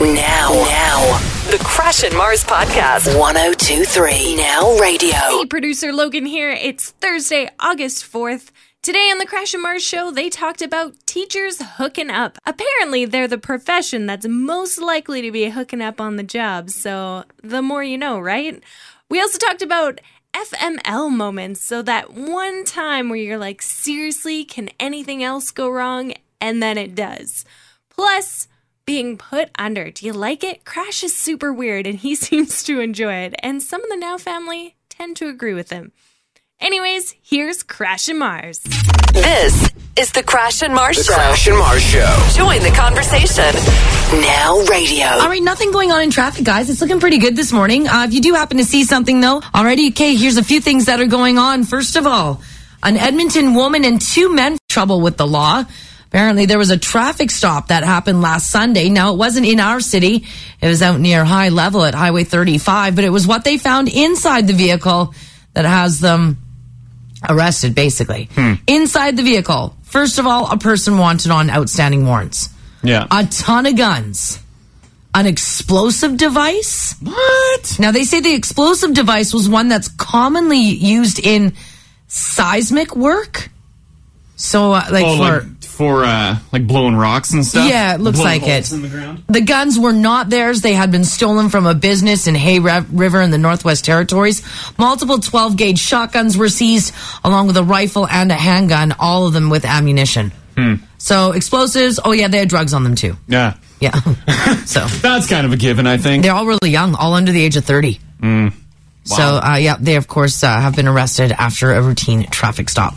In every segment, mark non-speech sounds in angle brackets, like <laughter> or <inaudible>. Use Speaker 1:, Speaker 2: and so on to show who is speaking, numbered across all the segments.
Speaker 1: Now, now,
Speaker 2: The Crash and Mars Podcast.
Speaker 1: 1023 Now Radio.
Speaker 3: Hey, producer Logan here. It's Thursday, August 4th. Today on the Crash and Mars show, they talked about teachers hooking up. Apparently, they're the profession that's most likely to be hooking up on the job, so the more you know, right? We also talked about FML moments, so that one time where you're like, seriously, can anything else go wrong? And then it does. Plus, being put under. Do you like it? Crash is super weird and he <laughs> seems to enjoy it. And some of the Now family tend to agree with him. Anyways, here's Crash and Mars.
Speaker 2: This is the Crash and Mars Show.
Speaker 1: Crash and Mars Show.
Speaker 2: Join the conversation.
Speaker 1: Now Radio.
Speaker 4: All right, nothing going on in traffic, guys. It's looking pretty good this morning. Uh, if you do happen to see something, though, already, okay, here's a few things that are going on. First of all, an Edmonton woman and two men trouble with the law. Apparently, there was a traffic stop that happened last Sunday. Now, it wasn't in our city. It was out near high level at Highway 35, but it was what they found inside the vehicle that has them arrested, basically. Inside the vehicle, first of all, a person wanted on outstanding warrants.
Speaker 5: Yeah.
Speaker 4: A ton of guns. An explosive device.
Speaker 5: what?
Speaker 4: Now, they say the explosive device was one that's commonly used in seismic work. So, uh, like,
Speaker 5: Oh,
Speaker 4: for,
Speaker 5: like for uh, like blowing rocks and stuff.
Speaker 4: Yeah, it looks
Speaker 5: Blowing
Speaker 4: like
Speaker 5: holes
Speaker 4: it.
Speaker 5: in the ground.
Speaker 4: the guns were not theirs. They had been stolen from a business in Hay Rev- River in the Northwest Territories. Multiple 12 gauge shotguns were seized, along with a rifle and a handgun, all of them with ammunition.
Speaker 5: Hmm.
Speaker 4: So, explosives. Oh, yeah, they had drugs on them, too.
Speaker 5: Yeah,
Speaker 4: Yeah. <laughs> so.
Speaker 5: that's kind of a given, I think.
Speaker 4: They're all really young, all under the age of 30. So, uh, yeah, they, of course, uh, have been arrested after a routine traffic stop.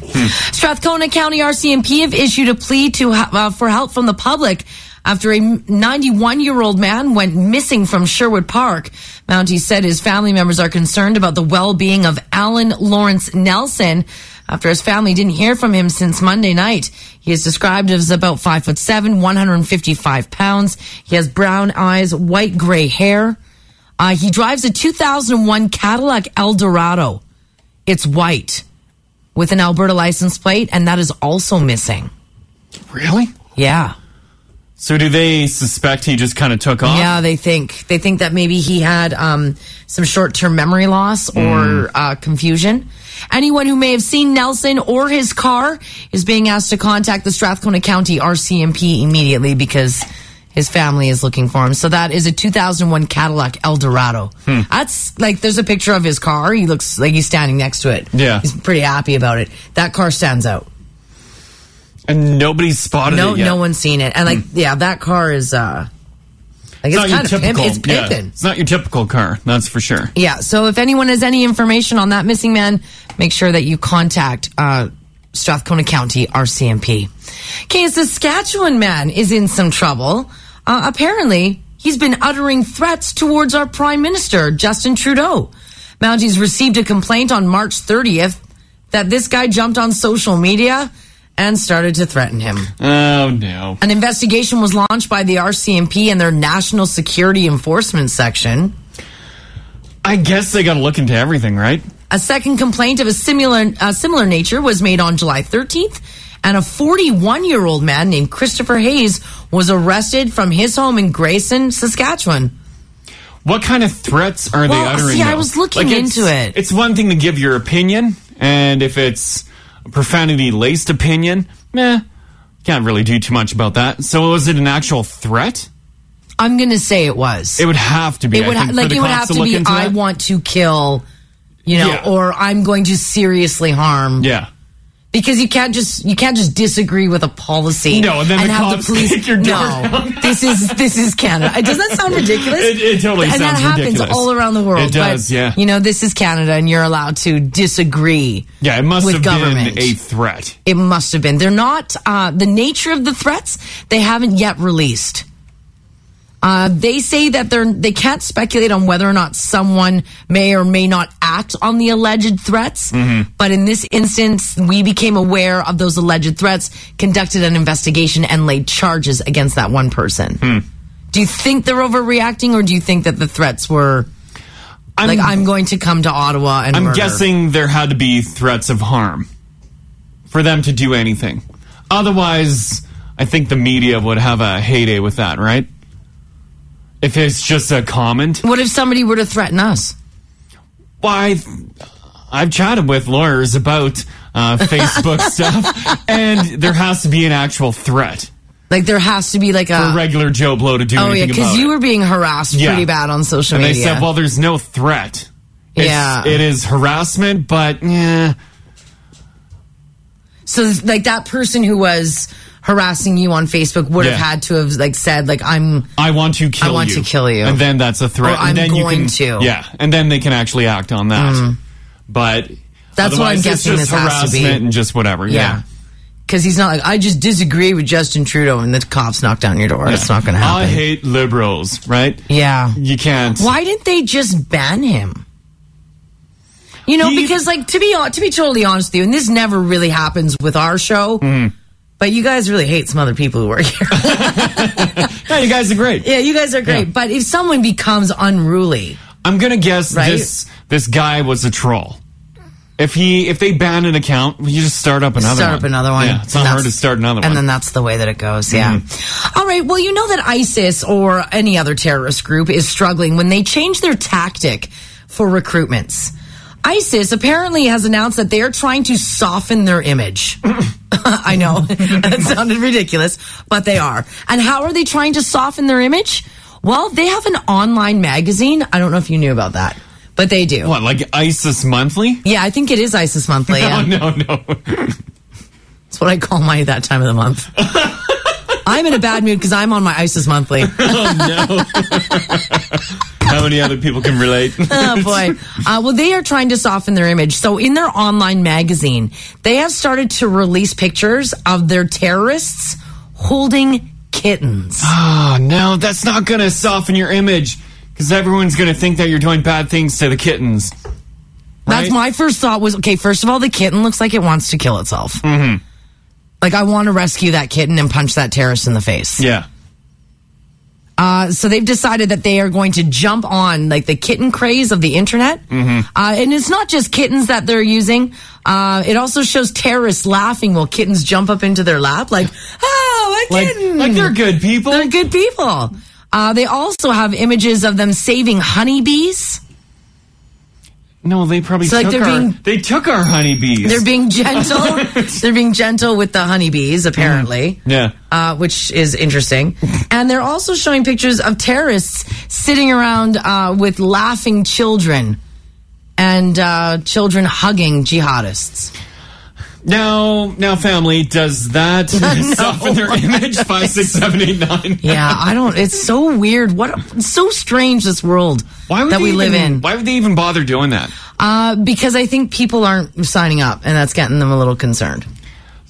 Speaker 4: Strathcona County RCMP have issued a plea to ha- uh, for help from the public after a 91 year old man went missing from Sherwood Park. Mountie said his family members are concerned about the well being of Alan Lawrence Nelson after his family didn't hear from him since Monday night. He is described as about five foot seven, 155 pounds. He has brown eyes, white gray hair. Uh, he drives a 2001 Cadillac Eldorado. It's white with an Alberta license plate, and that is also missing.
Speaker 5: Really?
Speaker 4: Yeah.
Speaker 5: So do they suspect he just kind of took off?
Speaker 4: Yeah, they think they think that maybe he had um, some short-term memory loss or
Speaker 5: Hmm.
Speaker 4: uh, confusion. Anyone who may have seen Nelson or his car is being asked to contact the Strathcona County RCMP immediately because his family is looking for him. So that is a 2001 Cadillac Eldorado.
Speaker 5: Hmm.
Speaker 4: That's like there's a picture of his car. He looks like he's standing next to it.
Speaker 5: Yeah.
Speaker 4: he's pretty happy about it. That car stands out.
Speaker 5: And nobody's spotted
Speaker 4: No,
Speaker 5: it yet.
Speaker 4: no one's seen it. And like, yeah, that car is. uh like
Speaker 5: It's, not
Speaker 4: it's, kind
Speaker 5: your
Speaker 4: of pimp,
Speaker 5: typical.
Speaker 4: it's
Speaker 5: yeah.
Speaker 4: pimping.
Speaker 5: It's not your typical car. That's for sure.
Speaker 4: Yeah. So if anyone has any information on that missing man, make sure that you contact uh, Strathcona County RCMP. Okay, a Saskatchewan man is in some trouble. Uh, apparently, he's been uttering threats towards our Prime Minister, Justin Trudeau. Mounties received a complaint on March 30th that this guy jumped on social media and started to threaten him.
Speaker 5: Oh no.
Speaker 4: An investigation was launched by the RCMP and their National Security Enforcement Section.
Speaker 5: I guess they got to look into everything, right?
Speaker 4: A second complaint of a similar uh, similar nature was made on July 13th, and a 41 year old man named Christopher Hayes was arrested from his home in Grayson, Saskatchewan.
Speaker 5: What kind of threats are
Speaker 4: Well,
Speaker 5: they uttering?
Speaker 4: see, I
Speaker 5: though?
Speaker 4: was looking
Speaker 5: it's-
Speaker 4: into it.
Speaker 5: It's one thing to give your opinion, and if it's a profanity laced opinion, meh, can't really do too much about that. So, was it an actual threat?
Speaker 4: I'm going to say it was.
Speaker 5: It would have to be. I
Speaker 4: would
Speaker 5: think,
Speaker 4: ha-
Speaker 5: for
Speaker 4: like
Speaker 5: the
Speaker 4: it would
Speaker 5: cops
Speaker 4: have to
Speaker 5: look
Speaker 4: be.
Speaker 5: into
Speaker 4: I
Speaker 5: that.
Speaker 4: want to kill, you know,
Speaker 5: Yeah.
Speaker 4: or I'm going to seriously harm.
Speaker 5: Yeah.
Speaker 4: Because you can't just you can't just disagree with a policy.
Speaker 5: No, and then the
Speaker 4: have
Speaker 5: cops
Speaker 4: the police.
Speaker 5: kick your door
Speaker 4: no,
Speaker 5: down.
Speaker 4: <laughs> this is this is Canada. Does that sound ridiculous?
Speaker 5: It- it totally
Speaker 4: and
Speaker 5: sounds
Speaker 4: that happens
Speaker 5: ridiculous.
Speaker 4: all around the world.
Speaker 5: It does,
Speaker 4: but,
Speaker 5: yeah.
Speaker 4: You know, this is Canada, and you're allowed to disagree.
Speaker 5: Yeah, it must
Speaker 4: with
Speaker 5: have
Speaker 4: government.
Speaker 5: been a threat.
Speaker 4: it must have been. They're not uh, the nature of the threats. They haven't yet released. Uh, they say that they're they can't speculate on whether or not someone may or may not act on the alleged threats.
Speaker 5: Mm-hmm.
Speaker 4: But in this instance, we became aware of those alleged threats, conducted an investigation, and laid charges against that one person.
Speaker 5: Hmm.
Speaker 4: Do you think they're overreacting, or do you think that the threats were
Speaker 5: I'm,
Speaker 4: like I'm going to come to Ottawa and
Speaker 5: I'm
Speaker 4: murder?
Speaker 5: guessing there had to be threats of harm for them to do anything. Otherwise, I think the media would have a heyday with that, right? If it's just a comment,
Speaker 4: What if somebody were to threaten us?
Speaker 5: why? I've, I've chatted with lawyers about
Speaker 4: <laughs>
Speaker 5: uh, Facebook stuff, and there has to be an actual threat
Speaker 4: Like there has to be like
Speaker 5: for
Speaker 4: a
Speaker 5: regular Joe Blow to do
Speaker 4: Ah. oh yeah,
Speaker 5: anything
Speaker 4: because
Speaker 5: about
Speaker 4: you
Speaker 5: it.
Speaker 4: were being harassed
Speaker 5: Yeah.
Speaker 4: pretty bad on social
Speaker 5: and they
Speaker 4: media.
Speaker 5: said, "Well, there's no threat. It's-
Speaker 4: Yeah.
Speaker 5: it is harassment, but yeah,
Speaker 4: so like that person who was harassing you on Facebook would have
Speaker 5: Yeah.
Speaker 4: had to have like said like I'm
Speaker 5: I want to kill you.
Speaker 4: want to kill you.
Speaker 5: And then that's a threat.
Speaker 4: Or
Speaker 5: and
Speaker 4: I'm
Speaker 5: then
Speaker 4: going
Speaker 5: you
Speaker 4: to. Mm.
Speaker 5: can, Yeah, and then they can actually act on that. But
Speaker 4: That's what I'm
Speaker 5: otherwise
Speaker 4: guessing
Speaker 5: It's
Speaker 4: this
Speaker 5: just
Speaker 4: has to be.
Speaker 5: harassment and just whatever.
Speaker 4: yeah.
Speaker 5: Yeah.
Speaker 4: Because he's not like I just disagree with Justin Trudeau and the cops knock down your door. It's not going to happen.
Speaker 5: I hate liberals, right?
Speaker 4: yeah.
Speaker 5: You can't.
Speaker 4: Why didn't they just ban him? You know,
Speaker 5: He-
Speaker 4: because like to be hon- to be totally honest with you, and this never really happens with our show.
Speaker 5: Mm-hmm.
Speaker 4: But you guys really hate some other people who work here. <laughs>
Speaker 5: Yeah, you guys are great.
Speaker 4: yeah, you guys are great.
Speaker 5: Yeah.
Speaker 4: But if someone becomes unruly,
Speaker 5: I'm gonna guess
Speaker 4: Right?
Speaker 5: this this guy was a troll. If he if they ban an account, you just start up another
Speaker 4: start
Speaker 5: one.
Speaker 4: up another one.
Speaker 5: Yeah, it's not
Speaker 4: and
Speaker 5: hard
Speaker 4: that's-
Speaker 5: to start another
Speaker 4: And
Speaker 5: one. Mm-hmm.
Speaker 4: then that's the way that it goes. Yeah. All right. Well, you know that ISIS or any other terrorist group is struggling when they change their tactic for recruitments. ISIS apparently has announced that they are trying to soften their
Speaker 5: <clears throat>
Speaker 4: image. <laughs> I know that sounded ridiculous, but they are. And how are they trying to soften their image? Well, they have an online magazine. I don't know if you knew about that, but they do.
Speaker 5: what like ISIS monthly?
Speaker 4: Yeah, I think it is ISIS Monthly. yeah.
Speaker 5: <laughs> Oh no no.
Speaker 4: That's what I call my that time of the month. I'm in a bad mood because I'm on my ISIS monthly.
Speaker 5: Oh, <laughs> How many other people can relate?
Speaker 4: <laughs> Oh boy. Uh, well, they are trying to soften their image. So in their online magazine, they have started to release pictures of their terrorists holding kittens.
Speaker 5: oh no, that's not gonna soften your image because everyone's gonna think that you're doing bad things to the kittens.
Speaker 4: That's
Speaker 5: Right.
Speaker 4: my first thought was okay. First of all, the kitten looks like it wants to kill itself. Mm-hmm. Like I want to rescue that kitten and punch that terrorist in the face.
Speaker 5: Yeah.
Speaker 4: Uh, so they've decided that they are going to jump on like the kitten craze of the internet.
Speaker 5: Mm-hmm.
Speaker 4: Uh, and it's not just kittens that they're using. Uh, it also shows terrorists laughing while kittens jump up into their lap, like, oh, a
Speaker 5: Like,
Speaker 4: kitten.
Speaker 5: like they're good people.
Speaker 4: They're good people. Uh, they also have images of them saving honeybees.
Speaker 5: no, they probably
Speaker 4: So, like,
Speaker 5: took
Speaker 4: they're
Speaker 5: our
Speaker 4: being-
Speaker 5: they took our honeybees. <laughs>
Speaker 4: They're being gentle. they're being gentle with the honeybees, apparently.
Speaker 5: yeah.
Speaker 4: uh, which is interesting.
Speaker 5: <laughs>
Speaker 4: and they're also showing pictures of terrorists sitting around uh, with laughing children and uh, children hugging jihadists.
Speaker 5: Now, now, family, does
Speaker 4: <laughs>
Speaker 5: that soften their image? Five, six, seven, eight, nine.
Speaker 4: Yeah, I don't. It's so weird. What? It's so strange this world that
Speaker 5: they
Speaker 4: we live
Speaker 5: even-
Speaker 4: in.
Speaker 5: Why would they even bother doing that?
Speaker 4: Uh, because I think people aren't signing up, and that's getting them a little concerned.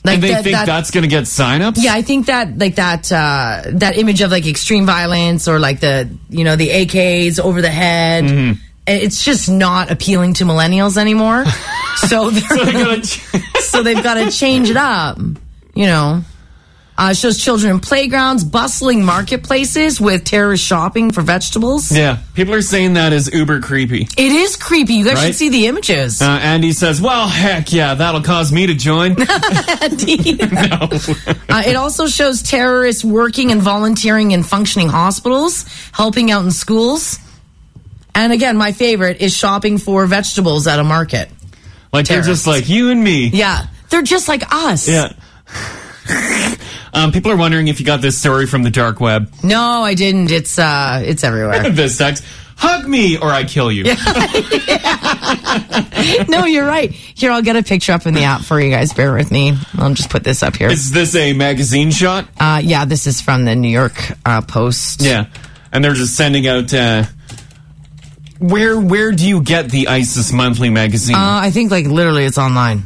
Speaker 4: Like
Speaker 5: And they
Speaker 4: that-
Speaker 5: think
Speaker 4: that-
Speaker 5: that's going to get signups. <laughs>
Speaker 4: Yeah, I think that like that uh, that image of like extreme violence or like the you know the AKs over the head.
Speaker 5: Mm-hmm.
Speaker 4: i- It's just not appealing to millennials
Speaker 5: <laughs>
Speaker 4: anymore.
Speaker 5: So
Speaker 4: so
Speaker 5: they
Speaker 4: they're,
Speaker 5: gotta ch-
Speaker 4: so they've got to change it up. You know, uh, shows children in playgrounds, bustling marketplaces with terrorist shopping for
Speaker 5: <laughs>
Speaker 4: vegetables.
Speaker 5: yeah, people are saying that is uber creepy.
Speaker 4: It is creepy. You guys should
Speaker 5: Right?
Speaker 4: see the images.
Speaker 5: Uh, Andy says, "Well, heck yeah, that'll cause me to join."
Speaker 4: <laughs> Uh, it also shows terrorists working and volunteering in functioning hospitals, helping out in schools. And again, my favorite is shopping for vegetables at a market.
Speaker 5: Like they're
Speaker 4: Terrorists.
Speaker 5: just like you and me.
Speaker 4: Yeah. They're just like us.
Speaker 5: Yeah. um, people are wondering if you got this story from the dark web.
Speaker 4: No, I didn't. It's uh
Speaker 5: <laughs>
Speaker 4: it's everywhere.
Speaker 5: This text: "Hug me or I kill you."
Speaker 4: no, you're right. Here, I'll get a picture up in the app for you guys. Bear with me. I'll just put this up here.
Speaker 5: Is this a magazine shot?
Speaker 4: Uh yeah, this is from the New York uh Post.
Speaker 5: Yeah, and they're just sending out. Uh, where where do you get the ISIS Monthly magazine?
Speaker 4: Uh, I think like literally it's online.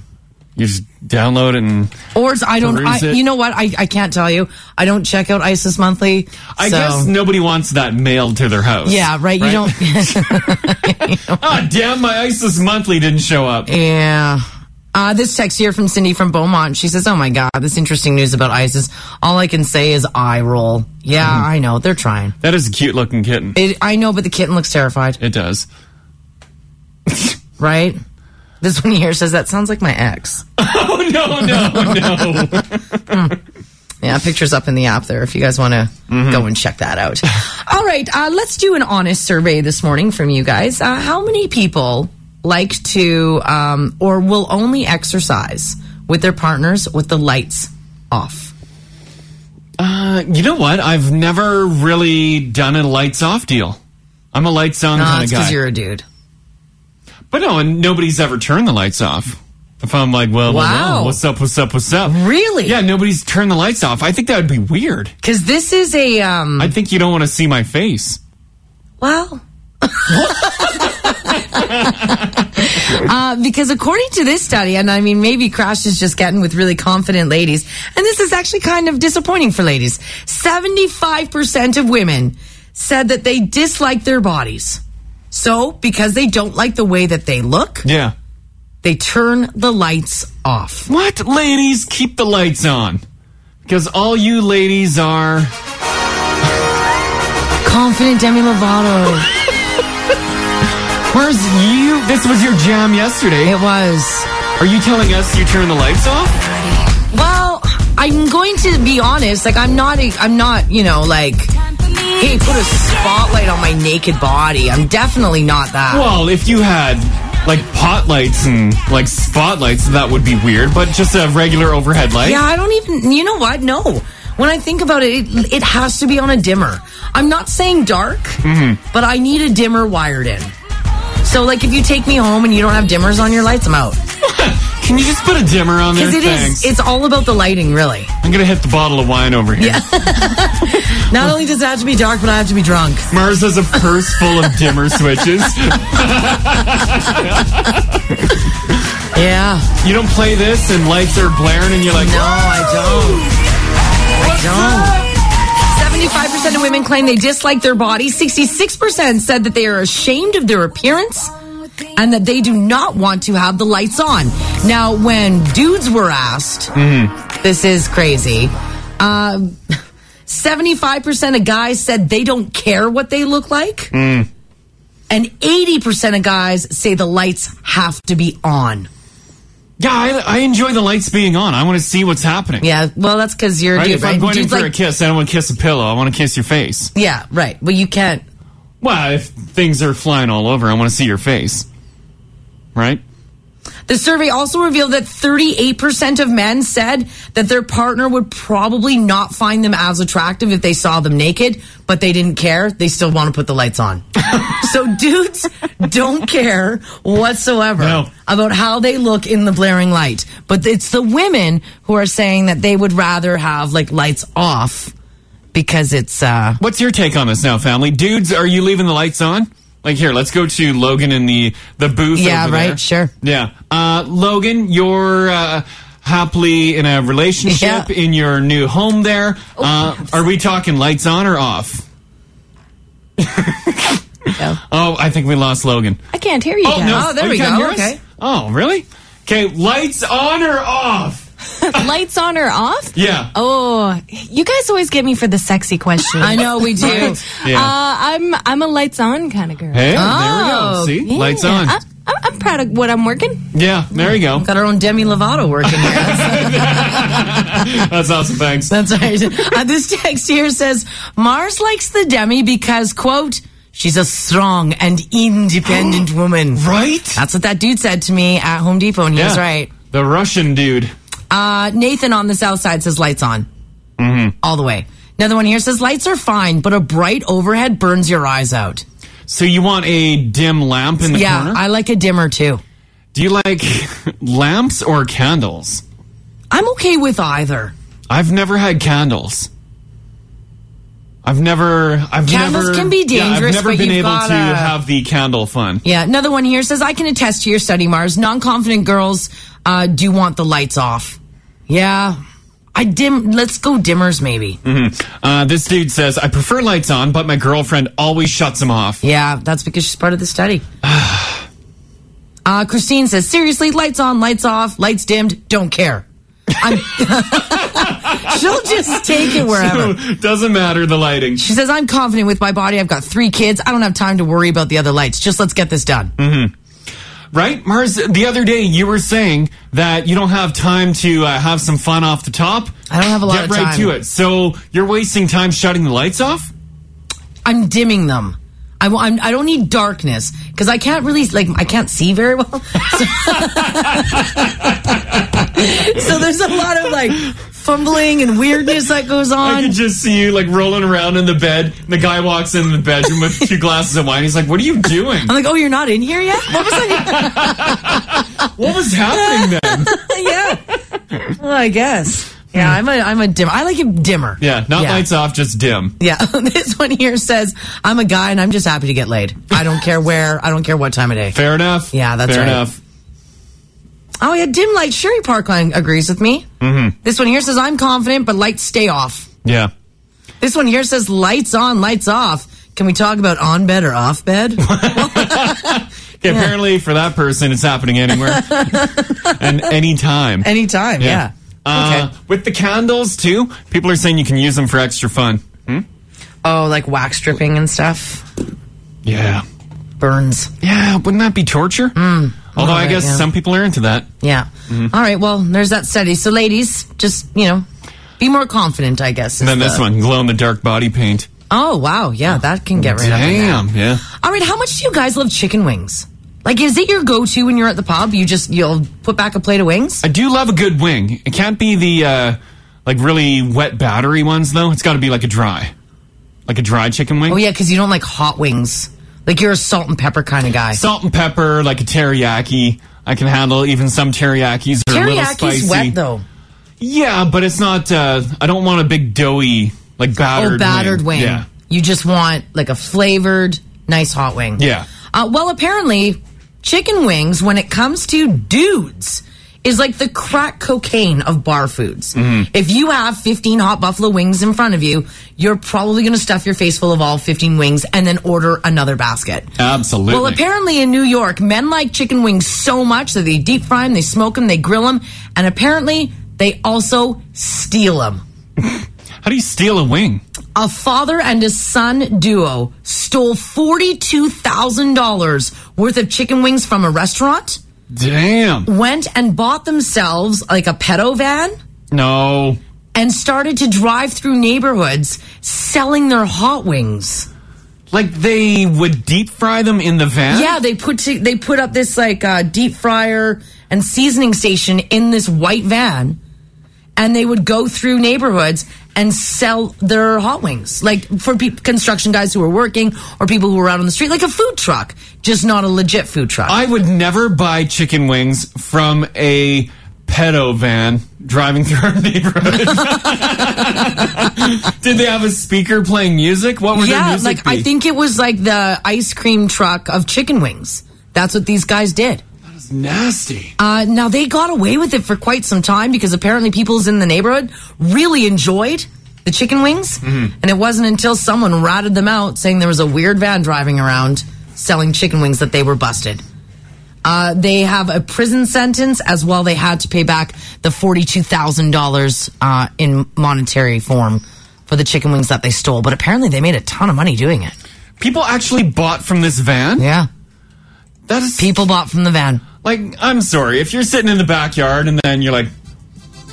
Speaker 5: you just download it and
Speaker 4: Or it's, I don't I,
Speaker 5: Peruse it.
Speaker 4: you know what? I, I can't tell you. I don't check out ISIS monthly.
Speaker 5: I
Speaker 4: so-
Speaker 5: guess nobody wants that mailed to their house.
Speaker 4: Yeah, right. You don't <laughs>
Speaker 5: Ah, damn! My ISIS Monthly didn't show up.
Speaker 4: Yeah. Uh, this text here from Cindy from Beaumont. She says, Oh my God, this interesting news about ISIS. All I can say is eye roll. Yeah,
Speaker 5: Mm-hmm.
Speaker 4: I know. They're trying.
Speaker 5: That is a cute looking kitten.
Speaker 4: It, I know, but the kitten looks terrified,
Speaker 5: It does. <laughs>
Speaker 4: right? This one here says, That sounds like my ex.
Speaker 5: Oh no no no!
Speaker 4: Yeah, pictures up in the app there if you guys want to
Speaker 5: Mm-hmm.
Speaker 4: go and check that out. All right, uh, let's do an honest survey this morning from you guys. Uh, how many people like to um, or will only exercise with their partners with the lights off?
Speaker 5: Uh, you know what? I've never really done a lights off deal. I'm a lights on
Speaker 4: Uh,
Speaker 5: kind of
Speaker 4: because
Speaker 5: guy.
Speaker 4: you're a dude.
Speaker 5: But no, and nobody's ever turned the lights off. If I'm like, well, well, well,
Speaker 4: Wow.
Speaker 5: what's up, what's up, what's up?
Speaker 4: Really?
Speaker 5: Yeah, nobody's turned the lights off. I think that would be weird.
Speaker 4: Because this is a um.
Speaker 5: I think you don't want to see my face.
Speaker 4: Well. <laughs> uh, because according to this study, and I mean, maybe Crash is just getting with really confident ladies, and this is actually kind of disappointing for ladies. 75% of women said that they dislike their bodies. So, because they don't like the way that they look,
Speaker 5: Yeah.
Speaker 4: they turn the lights off.
Speaker 5: What? Ladies, keep the lights on. Because all you ladies are.
Speaker 4: Confident Demi Lovato.
Speaker 5: Where's you? This was your jam yesterday.
Speaker 4: It was.
Speaker 5: Are you telling us you turn the lights off?
Speaker 4: Well, I'm going to be honest. Like, I'm not. A, I'm not. You know, like, hey, put a spotlight on my naked body. I'm definitely not that.
Speaker 5: Well, if you had like pot lights and like spotlights, that would be weird. But just a regular overhead light.
Speaker 4: Yeah, I don't even. You know what? No. When I think about it, it, it has to be on a dimmer. I'm not saying dark, but I need a dimmer wired in. So, like, if you take me home and you don't have dimmers on your lights, I'm out.
Speaker 5: Can you just put a dimmer on there?
Speaker 4: Because it
Speaker 5: Thanks.
Speaker 4: is, it's all about the lighting, really.
Speaker 5: I'm gonna hit the bottle of wine over here.
Speaker 4: <laughs> Not only does it have to be dark, but I have to be drunk.
Speaker 5: Mars has a purse full of dimmer switches.
Speaker 4: Yeah.
Speaker 5: You don't play this and lights are blaring and you're like,
Speaker 4: No, I don't. I don't. Seventy-five percent of women claim they dislike their body. Sixty-six percent said that they are ashamed of their appearance and that they do not want to have the lights on. Now, when dudes were asked,
Speaker 5: Mm-hmm.
Speaker 4: this is crazy. um, <laughs> Seventy-five percent of guys said they don't care what they look like,
Speaker 5: Mm.
Speaker 4: and eighty percent of guys say the lights have to be on.
Speaker 5: yeah, I, I enjoy the lights being on. I want to see what's happening.
Speaker 4: Yeah, well, that's because you're a
Speaker 5: Right?
Speaker 4: dude,
Speaker 5: if
Speaker 4: right?
Speaker 5: I'm going in
Speaker 4: Dudes
Speaker 5: for
Speaker 4: like-
Speaker 5: a kiss, I don't want to kiss a pillow. I want to kiss your face.
Speaker 4: Yeah, right. Well, you can't.
Speaker 5: Well, if things are flying all over, I want to see your face. Right?
Speaker 4: The survey also revealed that 38% of men said that their partner would probably not find them as attractive if they saw them naked, but they didn't care. They still want to put the
Speaker 5: <laughs>
Speaker 4: lights on. so dudes don't care whatsoever
Speaker 5: No.
Speaker 4: about how they look in the blaring light. But it's the women who are saying that they would rather have like lights off because it's uh
Speaker 5: What's your take on this now, family? Dudes, are you leaving the lights on? Like here, let's go to Logan in the the booth.
Speaker 4: Yeah,
Speaker 5: over
Speaker 4: right,
Speaker 5: there.
Speaker 4: sure.
Speaker 5: Yeah, uh, Logan, you're uh, happily in a relationship
Speaker 4: Yeah. Oh.
Speaker 5: in your new home. There, uh, are we talking lights on or off?
Speaker 4: No.
Speaker 5: Oh, I think we lost Logan.
Speaker 3: I can't hear you
Speaker 5: Oh
Speaker 3: guys.
Speaker 5: no,
Speaker 4: Oh, there
Speaker 5: you
Speaker 4: we
Speaker 5: can't
Speaker 4: go,
Speaker 5: hear us?
Speaker 4: okay.
Speaker 5: Oh really? Okay, lights on or off?
Speaker 3: <laughs> Lights on or off?
Speaker 5: Yeah.
Speaker 3: Oh, you guys always get me for the sexy question.
Speaker 4: I know
Speaker 5: <laughs>
Speaker 4: we do.
Speaker 5: Yeah.
Speaker 3: <laughs> Uh, I'm I'm a lights on kind of girl.
Speaker 5: Hey,
Speaker 4: Oh,
Speaker 5: there we go. See,
Speaker 3: Yeah.
Speaker 5: lights on.
Speaker 3: I, I'm, I'm proud of what I'm working.
Speaker 5: Yeah, there you go.
Speaker 4: Got our own Demi Lovato working there.
Speaker 5: That's awesome. Thanks.
Speaker 4: That's right. uh, this text here says Mars likes the Demi because, quote, she's a strong and
Speaker 5: <gasps>
Speaker 4: independent woman.
Speaker 5: right.
Speaker 4: That's what that dude said to me at Home Depot, and he was
Speaker 5: Yeah.
Speaker 4: right.
Speaker 5: The Russian dude.
Speaker 4: Uh, Nathan on the south side says lights on.
Speaker 5: Mm-hmm.
Speaker 4: All the way. Another one here says lights are fine, but a bright overhead burns your eyes out.
Speaker 5: So you want a dim lamp in the
Speaker 4: yeah,
Speaker 5: corner?
Speaker 4: I like a dimmer too.
Speaker 5: Do you like <laughs> lamps or candles?
Speaker 4: I'm okay with either.
Speaker 5: I've never had candles. I've never. I've
Speaker 4: Candles
Speaker 5: never,
Speaker 4: can be
Speaker 5: Yeah, I've
Speaker 4: dangerous,
Speaker 5: never
Speaker 4: but
Speaker 5: been
Speaker 4: you've
Speaker 5: able to
Speaker 4: gotta-
Speaker 5: have the candle fun.
Speaker 4: Yeah, another one here says I can attest to your study, Mars. Non-confident girls uh, do want the lights off. Yeah, I dim. Let's go dimmers, maybe.
Speaker 5: Uh, this dude says I prefer lights on, but my girlfriend always shuts them off.
Speaker 4: Yeah, that's because she's part of the study. <sighs> uh, Christine says, seriously, lights on, lights off, lights dimmed, don't care. I'm <laughs> She'll just take it wherever.
Speaker 5: <laughs> Doesn't matter the lighting.
Speaker 4: She says, I'm confident with my body. I've got three kids. I don't have time to worry about the other lights. Just let's get this done.
Speaker 5: Right, Mars. The other day you were saying that you don't have time to uh, have some fun off the top.
Speaker 4: I don't have a lot
Speaker 5: Get
Speaker 4: of
Speaker 5: right
Speaker 4: time.
Speaker 5: to it. So you're wasting time shutting the lights off.
Speaker 4: I'm dimming them. I, wa- I'm, I don't need darkness because I can't really like I can't see very well. <laughs> So, So there's a lot of like fumbling and weirdness that goes
Speaker 5: I
Speaker 4: on.
Speaker 5: can just see you like rolling around in the bed. The guy walks in the bedroom with two glasses of wine. He's like, "What are you doing?
Speaker 4: I'm like, oh, you're not in here yet? What was I? <laughs>
Speaker 5: What was happening then?"
Speaker 4: yeah. Well, I guess. Yeah, I'm a I'm a dim. I like him dimmer.
Speaker 5: <laughs> Hmm. Yeah, not
Speaker 4: yeah.
Speaker 5: lights off, just dim.
Speaker 4: Yeah, <laughs> this one here says, I'm a guy and I'm just happy to get laid. I don't care where, I don't care what time of day.
Speaker 5: Fair enough.
Speaker 4: Yeah, that's
Speaker 5: fair
Speaker 4: right.
Speaker 5: enough.
Speaker 4: Oh, yeah, dim light. Sherry Parkline agrees with me. Mm-hmm. This one here says, I'm confident, but lights stay off.
Speaker 5: Yeah.
Speaker 4: This one here says, lights on, lights off. Can we talk about on bed or off
Speaker 5: <laughs>
Speaker 4: bed?
Speaker 5: Okay, Apparently, for that person, it's happening <laughs> anywhere and anytime.
Speaker 4: Anytime, yeah.
Speaker 5: Uh,
Speaker 4: Okay.
Speaker 5: With the candles too, people are saying you can use them for extra fun.
Speaker 4: Oh, like wax stripping and stuff.
Speaker 5: Yeah.
Speaker 4: Burns.
Speaker 5: Yeah. Wouldn't that be torture? Although I
Speaker 4: bit,
Speaker 5: guess
Speaker 4: yeah.
Speaker 5: some people are into that.
Speaker 4: Yeah.
Speaker 5: Mm-hmm.
Speaker 4: All right, well, there's that study. So, ladies, just, you know, be more confident, I guess. is
Speaker 5: And then this
Speaker 4: the-
Speaker 5: one, glow in the dark body paint.
Speaker 4: Oh, wow. Yeah, that can get rid of it.
Speaker 5: Damn. Yeah.
Speaker 4: All right, how much do you guys love chicken wings? Like, is it your go-to when you're at the pub? You just you'll put back a plate of wings.
Speaker 5: I do love a good wing. It can't be the uh, like really wet battery ones though. It's got to be like a dry, like a dry chicken wing.
Speaker 4: Oh yeah, because you don't like hot wings. Like you're a salt and pepper kind of guy.
Speaker 5: Salt and pepper, like a teriyaki. I can handle even some teriyakis are a little spicy.
Speaker 4: Teriyaki's wet though.
Speaker 5: Yeah, but it's not. Uh, I don't want a big doughy like battered.
Speaker 4: oh, battered wing.
Speaker 5: Yeah.
Speaker 4: You just want like a flavored, nice hot wing.
Speaker 5: Yeah.
Speaker 4: Uh, well, apparently, chicken wings, when it comes to dudes, is like the crack cocaine of bar foods.
Speaker 5: Mm-hmm.
Speaker 4: If you have 15 hot buffalo wings in front of you, you're probably going to stuff your face full of all 15 wings and then order another basket.
Speaker 5: Absolutely.
Speaker 4: Well, apparently in New York, men like chicken wings so much that they deep fry them, they smoke them, they grill them, and apparently they also steal them.
Speaker 5: How do you steal a wing?
Speaker 4: A father and his son duo stole $42,000 worth of chicken wings from a restaurant,
Speaker 5: Damn.
Speaker 4: went and bought themselves like a pedo van,
Speaker 5: No.
Speaker 4: and started to drive through neighborhoods selling their hot wings.
Speaker 5: Like they would deep fry them in the van.
Speaker 4: Yeah, they put to, they put up this like uh, deep fryer and seasoning station in this white van, and they would go through neighborhoods and sell their hot wings, like for pe- construction guys who were working or people who were out on the street, like a food truck, just not a legit food truck.
Speaker 5: I would never buy chicken wings from a pedo van driving through our <laughs> neighborhood. Did they have a speaker playing music? What would their
Speaker 4: yeah,
Speaker 5: music
Speaker 4: like
Speaker 5: be?
Speaker 4: I think it was like the ice cream truck of chicken wings. That's what these guys did.
Speaker 5: it's nasty.
Speaker 4: Uh, now they got away with it for quite some time because apparently people's in the neighborhood really enjoyed the chicken wings, and it wasn't until someone ratted them out, saying there was a weird van driving around selling chicken wings that they were busted. Uh, they have a prison sentence as well. They had to pay back the forty-two thousand uh, dollars in monetary form for the chicken wings that they stole. But apparently, they made a ton of money doing it.
Speaker 5: People actually bought from this van.
Speaker 4: Yeah,
Speaker 5: That is
Speaker 4: people bought from the van.
Speaker 5: like I'm sorry if you're sitting in the backyard and then you're like,